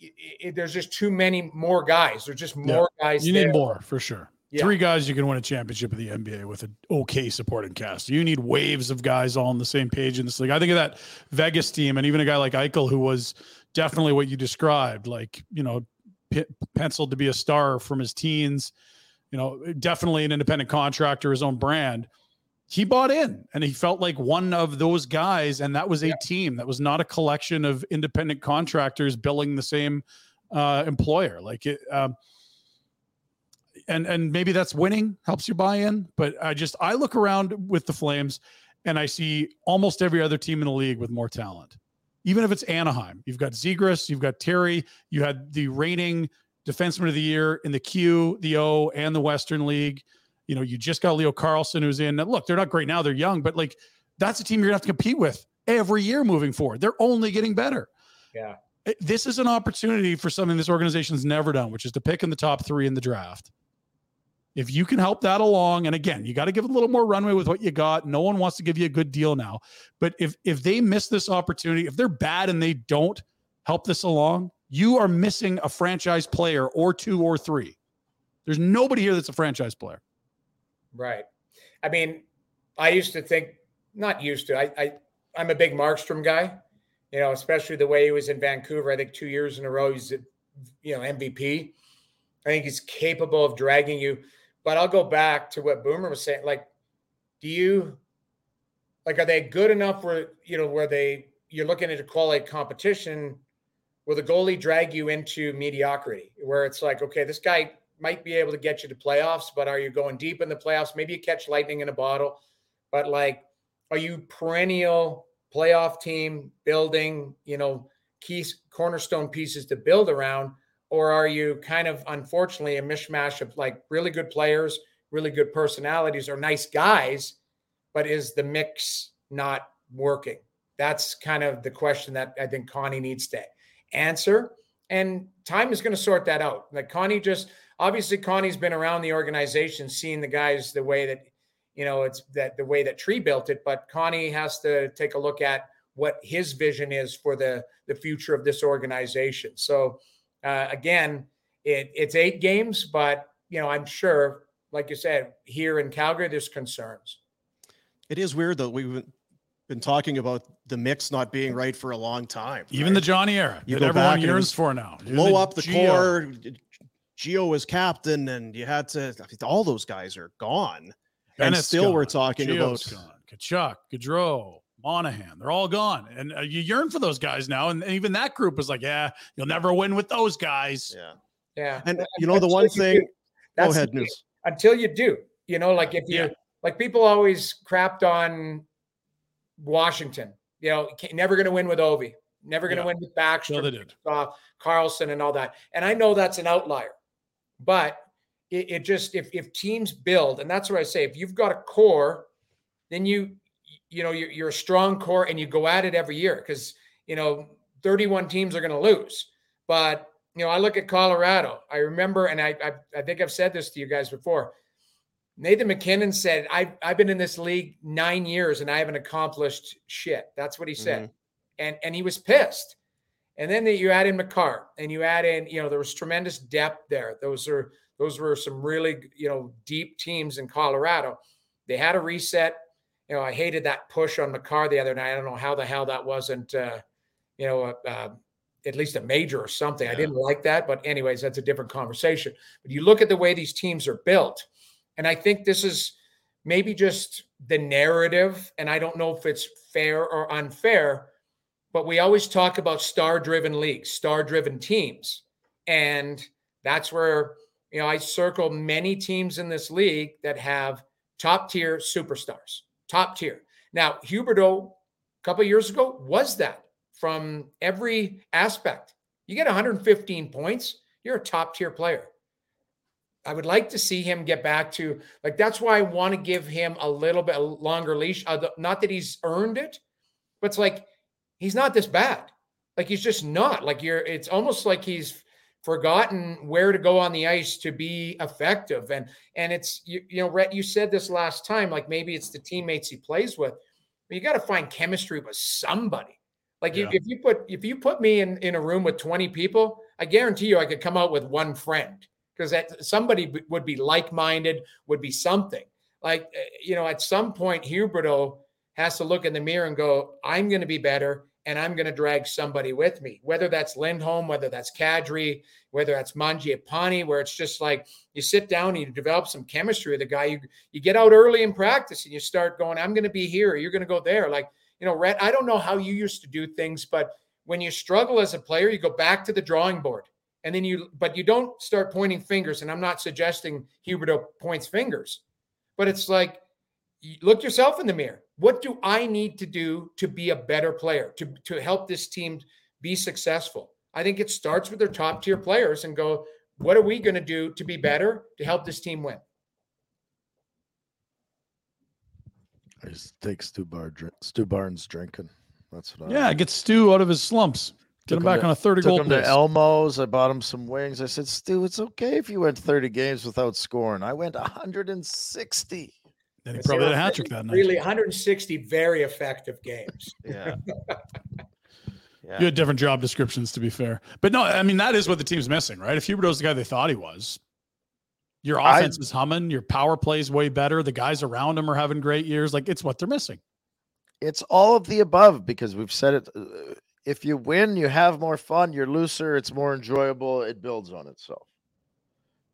i- i- there's just too many more guys. There's just Yeah. more guys. You there. need more for sure. Yeah. Three guys you can win a championship of the NBA with an okay supporting cast. You need waves of guys all on the same page in this league. I think of that Vegas team and even a guy like Eichel who was definitely what you described, like you know, pe- penciled to be a star from his teens. You know, definitely an independent contractor, his own brand. He bought in and he felt like one of those guys, and that was a team that was not a collection of independent contractors billing the same uh, employer. Like it. Um, and and maybe that's winning helps you buy in but i just i look around with the flames and i see almost every other team in the league with more talent even if it's anaheim you've got zegras you've got terry you had the reigning defenseman of the year in the q the o and the western league you know you just got leo carlson who's in look they're not great now they're young but like that's a team you're gonna have to compete with every year moving forward they're only getting better Yeah. it- this is an opportunity for something this organization's never done, which is to pick in the top three in the draft. If you can help that along, and again, you got to give a little more runway with what you got. No one wants to give you a good deal now. But if if they miss this opportunity, if they're bad and they don't help this along, you are missing a franchise player or two or three. There's nobody here that's a franchise player. Right. I mean, I used to think, not used to, I, I I'm a big Markstrom guy, you know, especially the way he was in Vancouver. I think two years in a row, he's, you know, MVP. I think he's capable of dragging you. But I'll go back to what Boomer was saying. Like, do you, like, are they good enough where, you know, where they, you're looking at a quality competition, will the goalie drag you into mediocrity where it's like, okay, this guy might be able to get you to playoffs, but are you going deep in the playoffs? Maybe you catch lightning in a bottle, but like, are you perennial playoff team building, you know, keys, cornerstone pieces to build around? Or are you kind of, unfortunately, a mishmash of like really good players, really good personalities, or nice guys, but is the mix not working? That's kind of the question that I think Connie needs to answer. And time is going to sort that out. Like Connie just obviously Connie's been around the organization, seeing the guys the way that you know it's that the way that Tree built it. But Connie has to take a look at what his vision is for the the future of this organization. So uh, again, it, it's eight games, but you know I'm sure, like you said, here in Calgary, there's concerns. It is weird though. We've been talking about the mix not being right for a long time. Even right? the Johnny era You that go back everyone and yearns for now. Even Blow up the Gio. core. Geo was captain, and you had to. All those guys are gone, and Bennett's still we're gone, talking Gio's about. gone, Kachuk, Gaudreau, Monahan. They're all gone, and uh, you yearn for those guys now. And even that group is like, yeah, you'll never win with those guys. Yeah, Yeah. And you know the one Until you thing. do. Go That's the ahead, thing. news. Until you do, you know, like if you like people always crapped on Washington. You know, ca- never going to win with Ovi. Never going to Yeah. win with Baxter, No, they did. uh, Carlson, and all that. And I know that's an outlier, but it, it just if if teams build, and that's what I say. If you've got a core, then you you know you're, you're a strong core, and you go at it every year because you know 31 teams are going to lose. But you know, I look at Colorado. I remember, and I I, I think I've said this to you guys before. Nathan McKinnon said, I've, I've been in this league nine years and I haven't accomplished shit. That's what he said. And and he was pissed. And then that you add in McCarr and you add in, you know, there was tremendous depth there. Those are those were some really, you know, deep teams in Colorado. They had a reset. You know, I hated that push on McCarr the other night. I don't know how the hell that wasn't uh, you know, uh, uh, at least a major or something. I didn't like that, but anyways, that's a different conversation. But you look at the way these teams are built, and I think this is maybe just the narrative, and I don't know if it's fair or unfair, but we always talk about star-driven leagues, star-driven teams, and that's where you know I circle many teams in this league that have top-tier superstars, top tier. Now, Huberto couple years ago was that from every aspect. You get 115 points, you're a top tier player. I would like to see him get back to like that's why I want to give him a little bit longer leash. although- Not that he's earned it, but it's like he's not this bad. Like he's just not. Like you're it's almost like he's forgotten where to go on the ice to be effective. And and it's you, you know, Rhett, you said this last time, like maybe it's the teammates he plays with. But you got to find chemistry with somebody. Like if, Yeah. if you put if you put me in in a room with 20 people, I guarantee you I could come out with one friend because that somebody b- would be like-minded, would be something. Like eh, you know, at some point Huberto has to look in the mirror and go, I'm going to be better and I'm going to drag somebody with me, whether that's Lindholm, whether that's Kadri, whether that's Mangiapane, where it's just like you sit down and you develop some chemistry with the guy. You, you get out early in practice and you start going, I'm going to be here. You're going to go there. Like, you know, Rhett, I don't know how you used to do things, but when you struggle as a player, you go back to the drawing board. And then you, but you don't start pointing fingers. And I'm not suggesting Huberto points fingers, but it's like you- look yourself in the mirror. What do I need to do to be a better player, to, to help this team be successful? I think it starts with their top tier players and go, what are we going to do to be better to help this team win? I just take Stu, Bar, dr- Stu Barnes drinking. That's what I Yeah, get Stu out of his slumps. Get Took him back to- on a thirty took goal him to pace. Elmo's. I bought him some wings. I said, Stu, it's okay if you went 30 games without scoring. I went 160. Then he probably had a hat trick that night. Really, 160 very effective games. Yeah. You had different job descriptions, to be fair. But no, I mean that is what the team's missing, right? If Huberto's the guy they thought he was, your I- offense is humming, your power plays way better, the guys around him are having great years. Like it's what they're missing. It's all of the above because we've said it. uh, If you win, you have more fun. You're looser. It's more enjoyable. It builds on itself.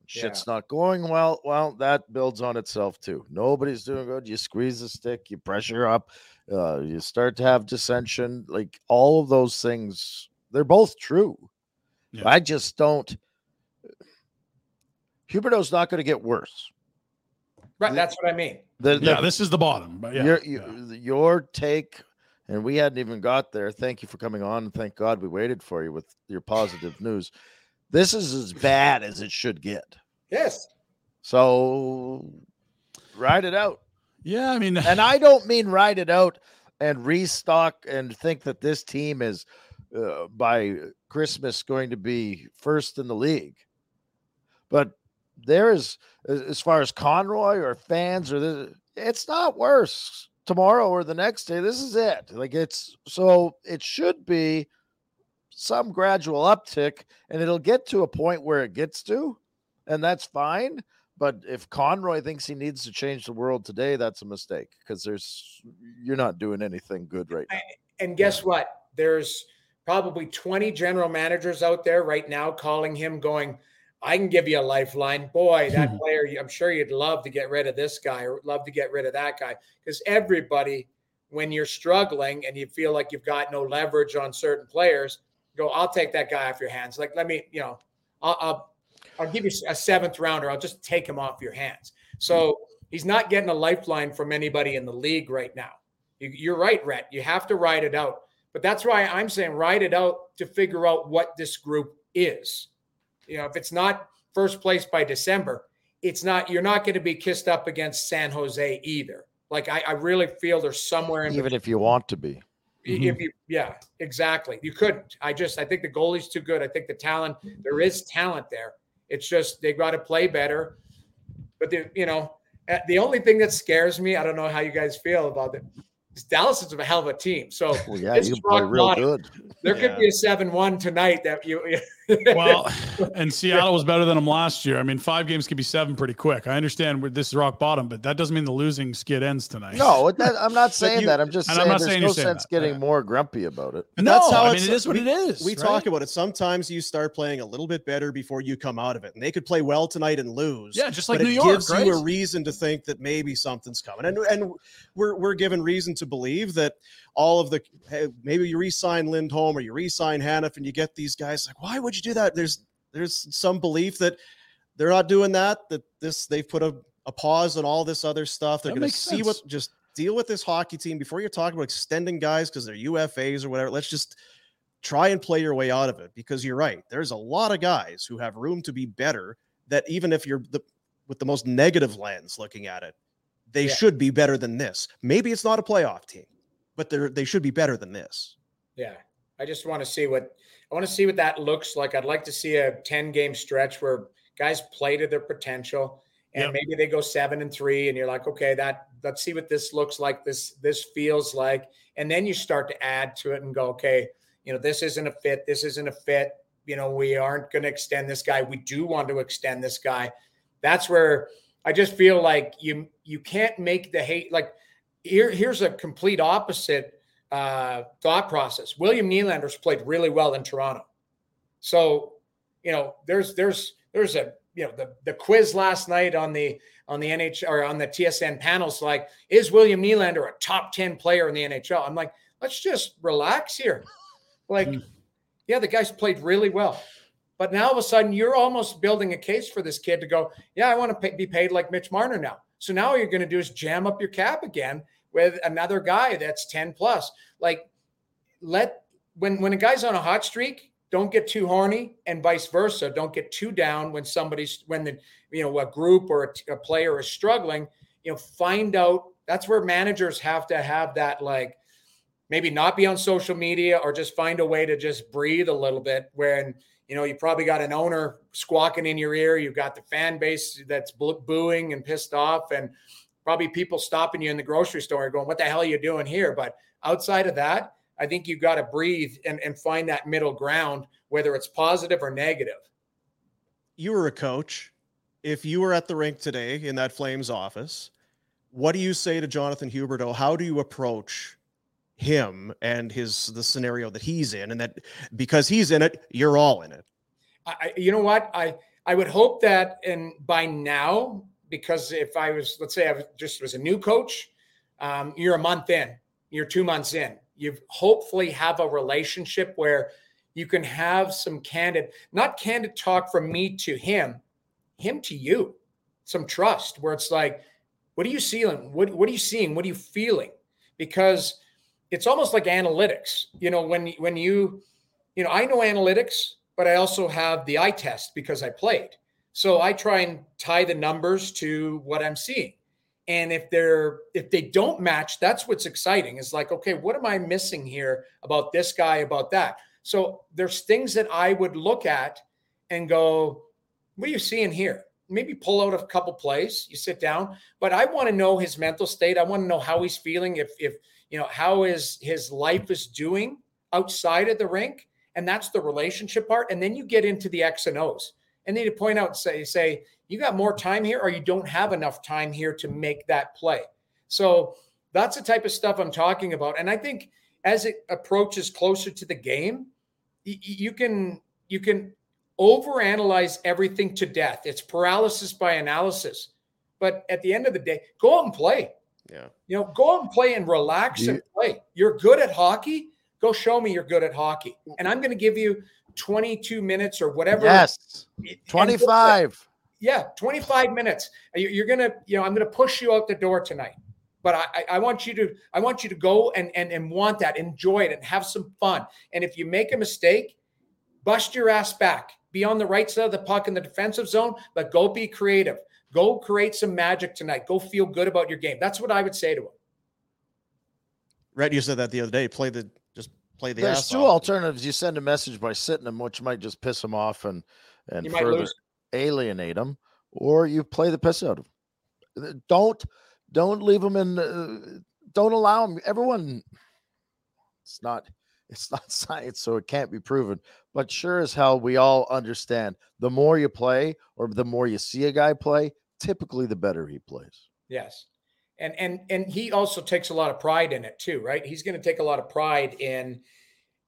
Shit's not going well. Well, that builds on itself too. Nobody's doing good. You squeeze the stick, you pressure up, uh, you start to have dissension. Like all of those things, they're both true. But I just don't. Huberto's not going to get worse. Right. That's what I mean. The- yeah, the- this is the bottom. But yeah, your, your, your take, and we hadn't even got there. Thank you for coming on. and Thank God we waited for you with your positive news. This is as bad as it should get. Yes. So ride it out. Yeah, I mean, and I don't mean ride it out and restock and think that this team is uh, by Christmas going to be first in the league. But there is, as as far as Conroy or fans or this, it's not worse tomorrow or the next day. This is it. Like it's so it should be some gradual uptick, and it'll get to a point where it gets to, and that's fine. But if Conroy thinks he needs to change the world today, that's a mistake because there's you're not doing anything good right now. And guess what? There's probably 20 general managers out there right now calling him, going, I can give you a lifeline. Boy, that player, you- I'm sure you'd love to get rid of this guy or love to get rid of that guy. Because everybody, when you're struggling and you feel like you've got no leverage on certain players, go, I'll take that guy off your hands. Like, let me, you know, I'll, I'll, I'll give you a seventh rounder. I'll just take him off your hands. So he's not getting a lifeline from anybody in the league right now. You, you're right, Rhett. You have to ride it out. But that's why I'm saying ride it out to figure out what this group is. You know, if it's not first place by December, it's not, you're not going to be kissed up against San Jose either. Like, I, I really feel there's somewhere in Even if you want to be, Mm-hmm. if you, yeah, exactly. You couldn't. I just, I think the goalie's too good. I think the talent, there is talent there. It's just they got to play better. But the, you know, uh, the only thing that scares me, I don't know how you guys feel about it. Is Dallas is a hell of a team. So Well, yeah, it's you can play rock real bottom. good. There Yeah. could be a seven-one tonight that you. well, and Seattle was better than them last year. I mean, five games could be seven pretty quick. I understand where this is rock bottom, but that doesn't mean the losing skid ends tonight. No, it- that, I'm not But saying you- that. I'm just and saying I'm not there's saying no you're saying sense that. getting Yeah. more grumpy about it. But it's- we- We right? talk about it. Sometimes you start playing a little bit better before you come out of it, and they could play well tonight and lose. Yeah, just like but New it York, gives right? you a reason to think that maybe something's coming, and and we're we're given reason to believe that all of the hey, maybe you re-sign Lindholm or you re-sign Hannaf, and you get these guys like, why would you do that? There's there's some belief that they're not doing that. That this they've put a, a pause on all this other stuff. They're That going to makes see what sense. just deal with this hockey team before you're talking about extending guys because they're UFAs or whatever. Let's just try and play your way out of it because you're right. There's a lot of guys who have room to be better that even if you're the with the most negative lens looking at it, they Yeah. should be better than this. Maybe it's not a playoff team, but they're they should be better than this. Yeah. I just want to see what I want to see what that looks like. I'd like to see a 10 game stretch where guys play to their potential and Yep. maybe they go 7 and 3 and you're like, "Okay, that let's see what this looks like, this this feels like." And then you start to add to it and go, "Okay, you know, this isn't a fit, this isn't a fit. You know, we aren't going to extend this guy. We do want to extend this guy." That's where I just feel like you you can't make the hate like here here's a complete opposite uh, thought process. William Nylander's played really well in Toronto, so you know there's there's there's a you know the the quiz last night on the on the NHL or on the TSN panels like is William Nylander a top ten player in the NHL? I'm like let's just relax here, like yeah the guy's played really well. But now all of a sudden, you're almost building a case for this kid to go, yeah, I want to pay, be paid like Mitch Marner now. So now all you're going to do is jam up your cap again with another guy that's 10 plus. Like, let when when a guy's on a hot streak, don't get too horny, and vice versa. Don't get too down when somebody's when the you know a group or a t- a player is struggling. You know, find out. That's where managers have to have that like maybe not be on social media or just find a way to just breathe a little bit when you know you probably got an owner squawking in your ear you've got the fan base that's boo- booing and pissed off and probably people stopping you in the grocery store going what the hell are you doing here but outside of that i think you've got to breathe and, and find that middle ground whether it's positive or negative you were a coach, if you were at the rink today in that Flames office, what do you say to Jonathan Huberto? How do you approach him and his the scenario that he's in, and that because he's in it, you're all in it. I, I- you know what I I would hope that and by now, because if I was, let's say I was just was a new coach, um, you're a month in, you're two months in, you hopefully have a relationship where you can have some candid, not candid talk from me to him, him to you, some trust where it's like, what are you seeing? What, what are you seeing? What are you feeling? Because it's almost like analytics. You know, when when you, you know, I know analytics, but I also have the eye test because I played. So I try and tie the numbers to what I'm seeing. And if they're if they don't match, that's what's exciting. Is like, okay, what am I missing here about this guy, about that? So there's things that I would look at and go, what are you seeing here? Maybe pull out a couple plays, you sit down, but I want to know his mental state. I want to know how he's feeling, if if you know how is his life is doing outside of the rink and that's the relationship part and then you get into the x and o's and then you point out and say say you got more time here or you don't have enough time here to make that play so that's the type of stuff i'm talking about and i think as it approaches closer to the game y- you can you can overanalyze everything to death it's paralysis by analysis but at the end of the day go out and play yeah you know, go out and play and relax Do and play. You're good at hockey. Go show me you're good at hockey. And I'm going to give you 22 minutes or whatever. Yes. And- and- 25. Yeah, 25 minutes. You- You're going to, you know, I'm going to push you out the door tonight. But I, I- I want you to, I want you to go and and and want that, enjoy it, and have some fun. And if you make a mistake, bust your ass back. Be on the right side of the puck in the defensive zone, but go be creative. Go create some magic tonight. Go feel good about your game. That's what I would say to him. Red, you said that the other day. Play the just play the There's ass two off. alternatives. You send a message by sitting them, which might just piss them off and and You might further lose. alienate them, or you play the piss out of them. Don't don't leave them in. Uh, don't allow them. Everyone, it's not it's not science, so it can't be proven. But sure as hell, we all understand the more you play or the more you see a guy play, typically the better he plays. Yes. And and and he also takes a lot of pride in it too, right? He's going to take a lot of pride in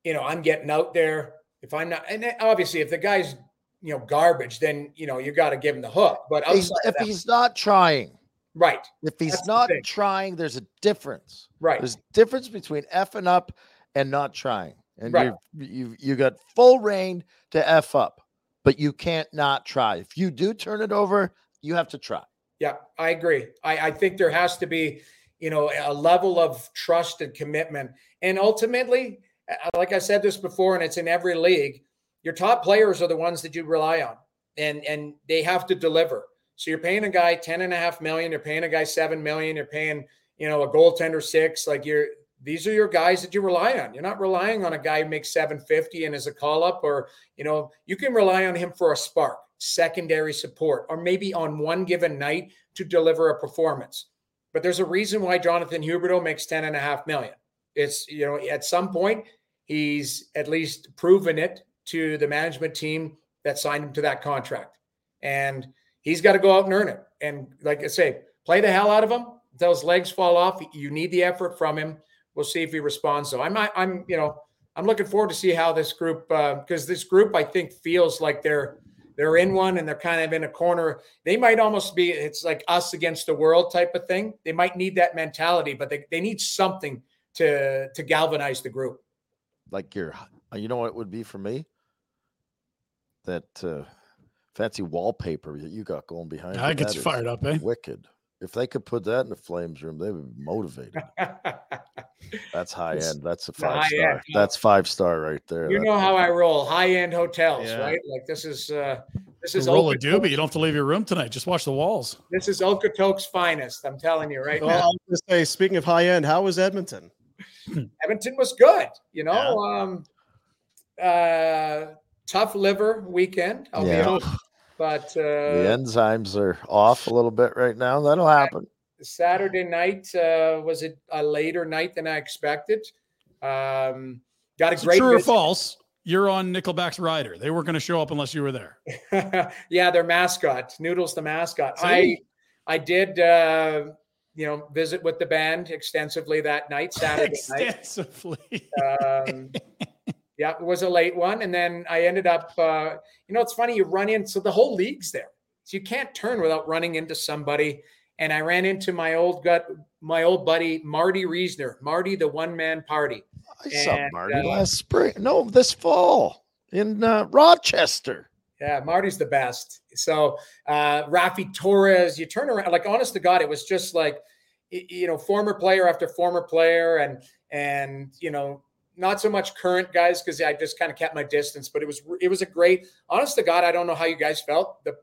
you know, I'm getting out there. If I'm not and then obviously if the guy's, you know, garbage, then, you know, you got to give him the hook. But He's- outside of if that- he's not trying, right. If he's That's the not thing. trying, there's a difference. Right. There's a difference between effing up and not trying. And Right. you've you you got full reign to f up, but you can't not try. If you do turn it over, you have to try. Yeah, I agree. I, I think there has to be, you know, a level of trust and commitment. And ultimately, uh, like I said this before, and it's in every league, your top players are the ones that you rely on and and they have to deliver. So you're paying a guy 10 and a half million, you're paying a guy seven million, you're paying, you know, a goaltender six. Like you're these are your guys that you rely on. You're not relying on a guy who makes 750 and is a call up, or you know, you can rely on him for a spark, secondary support, or maybe on one given night to deliver a performance. But there's a reason why Jonathan Huberto makes 10 and a half million. It's you know, at some point, he's at least proven it to the management team that signed him to that contract. And he's got to go out and earn it. And like I say, play the hell out of him. Until his legs fall off. You need the effort from him. We'll see if he responds. So I'm, I'm, you know, I'm looking forward to see how this group, because this group, I think, feels like they're they're in one and they're kind of in a corner. They might almost be it's like us against the world type of thing. They might need that mentality, but they, they need something to to galvanize the group. Like your uh, you know what it would be for me? That uh, fancy wallpaper that you got going behind. That you, gets you is fired up, eh? Wicked. If they could put that in the flames room, they would be motivated. That's high It's end. That's a the high five star. end, yeah. That's five star right there. You That- know how I roll. High end hotels, Yeah. right? Like this is uh this Just is roll a Okotoks- doobie. You don't have to leave your room tonight. Just watch the walls. This is Okotoks finest. I'm telling you right Well, I now. was gonna say, speaking of high end, how was Edmonton? Edmonton was good. You know, um, uh, tough liver weekend. I'll Yeah. be honest. But uh, the enzymes are off a little bit right now. That'll happen. Saturday night uh, was it a later night than I expected. Um, got a So great true or visit. false? You're on Nickelback's rider. They weren't going to show up unless you were there. yeah, their mascot, Noodles, the mascot. I See? I did uh, you know visit with the band extensively that night, Saturday night. Extensively. Um, Yeah, it was a late one, and then I ended up. Uh, you know, it's funny you run into the whole league's there, so you can't turn without running into somebody. And I ran into my old gut, my old buddy Marty Reisner, Marty the One Man Party. I saw Marty last spring. No, this fall in uh, Rochester. Yeah, Marty's the best. So uh Rafi Torres, you turn around like honest to God, it was just like y- you know, former player after former player and and you know, not so much current guys because I just kind of kept my distance, but it was it was a great honest to God, I don't know how you guys felt. The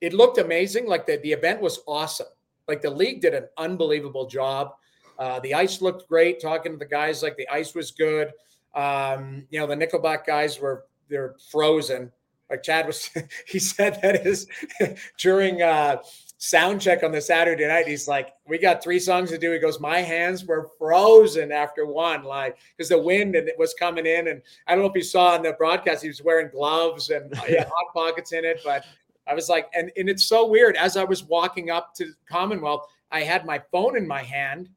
it looked amazing. Like the, the event was awesome. Like the league did an unbelievable job. Uh, the ice looked great. Talking to the guys, like the ice was good. Um, you know, the Nickelback guys were they're frozen like Chad was, he said that is during uh, sound check on the Saturday night. He's like, we got three songs to do. He goes, my hands were frozen after one, like because the wind and it was coming in. And I don't know if you saw on the broadcast, he was wearing gloves and uh, yeah, hot pockets in it. But I was like, and and it's so weird. As I was walking up to Commonwealth, I had my phone in my hand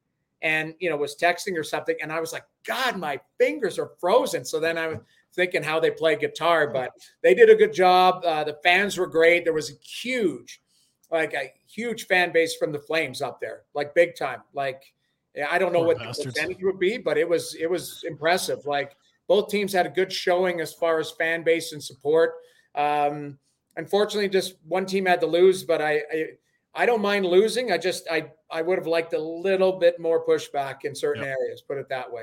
and you know was texting or something, and I was like, God, my fingers are frozen. So then I was thinking how they play guitar, Oh. but they did a good job. Uh, the fans were great. There was a huge, like a huge fan base from the Flames up there, like big time. Like yeah, I don't know Poor what the bastards. percentage would be, but it was it was impressive. Like both teams had a good showing as far as fan base and support. Um, unfortunately, just one team had to lose, but I. I I don't mind losing. I just I I would have liked a little bit more pushback in certain areas. Put it that way.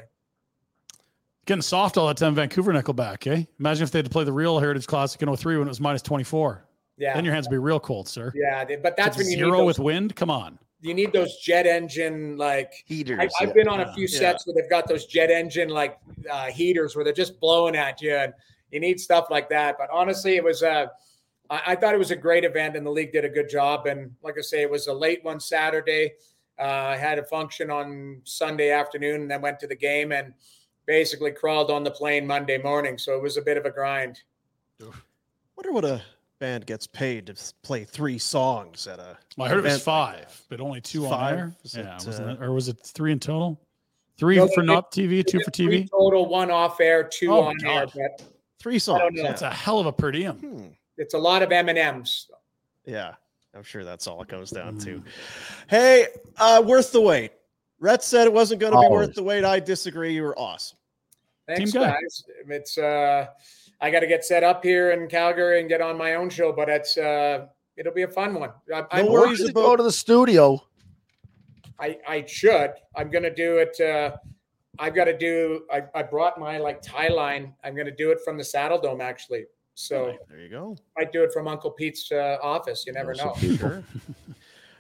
Getting soft all that time, Vancouver Nickelback, eh? Imagine if they had to play the real Heritage Classic in 03 when it was minus 24. Yeah. Then your hands would be real cold, sir. Yeah, they- but that's With when you zero need those- with wind. Come on. you need those jet engine like heaters. I, have yeah. been on a few Yeah. sets where they've got those jet engine like uh, heaters where they're just blowing at you, and you need stuff like that. But honestly, it was a. I, I thought it was a great event, and the league did a good job. And like I say, it was a late one Saturday. Uh, I had a function on Sunday afternoon, and then went to the game and basically crawled on the plane Monday morning. So it was a bit of a grind. Wonder what a band gets paid to s- play three songs at a. Well, I heard it was event like five, but only two Five? on air. Is Yeah, it, wasn't uh, it? Or was it three in total? Three No, they for did- not TV, they two did for three TV. total, one off air, two Oh, on God. air. But Three I don't songs. know. yeah. Hmm. That's a hell of a per diem. it's a lot of M and M's. Yeah, I'm sure that's all it goes down to. Hey, uh, worth the wait. Rhett said it wasn't going to be worth Always. the wait. I disagree. You were awesome. Thanks, Team guy. guys. It's uh, I got to get set up here in Calgary and get on my own show, but it's uh, it'll be a fun one. I, I'm No worries working- about go to the studio. I I should. I'm gonna do it. Uh, I've got to do. I, I brought my like tie line. I'm gonna do it from the Saddle Dome actually. So there you go. I do it from Uncle Pete's uh, office. You never know. Sure.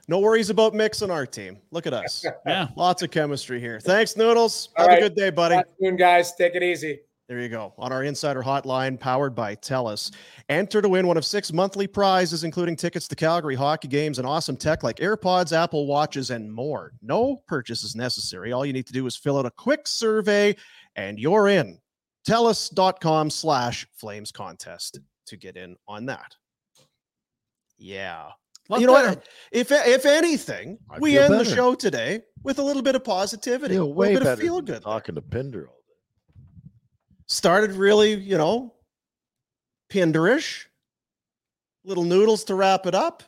no worries about Mix and our team. Look at us. Yeah. Lots of chemistry here. Thanks, Noodles. All Have right. a good day, buddy. Afternoon, guys. Take it easy. There you go. On our insider hotline, powered by TELUS. Enter to win one of six monthly prizes, including tickets to Calgary hockey games and awesome tech like AirPods, Apple Watches, and more. No purchase is necessary. All you need to do is fill out a quick survey, and you're in. TELUS.com slash Flames Contest to get in on that. Yeah. Love you know that. what? If if anything, I we feel end the better. show today with a little bit of positivity, Feel a way little bit of better feel than good. Talking to Pinder. all started really, you know, pinderish. Little noodles to wrap it up.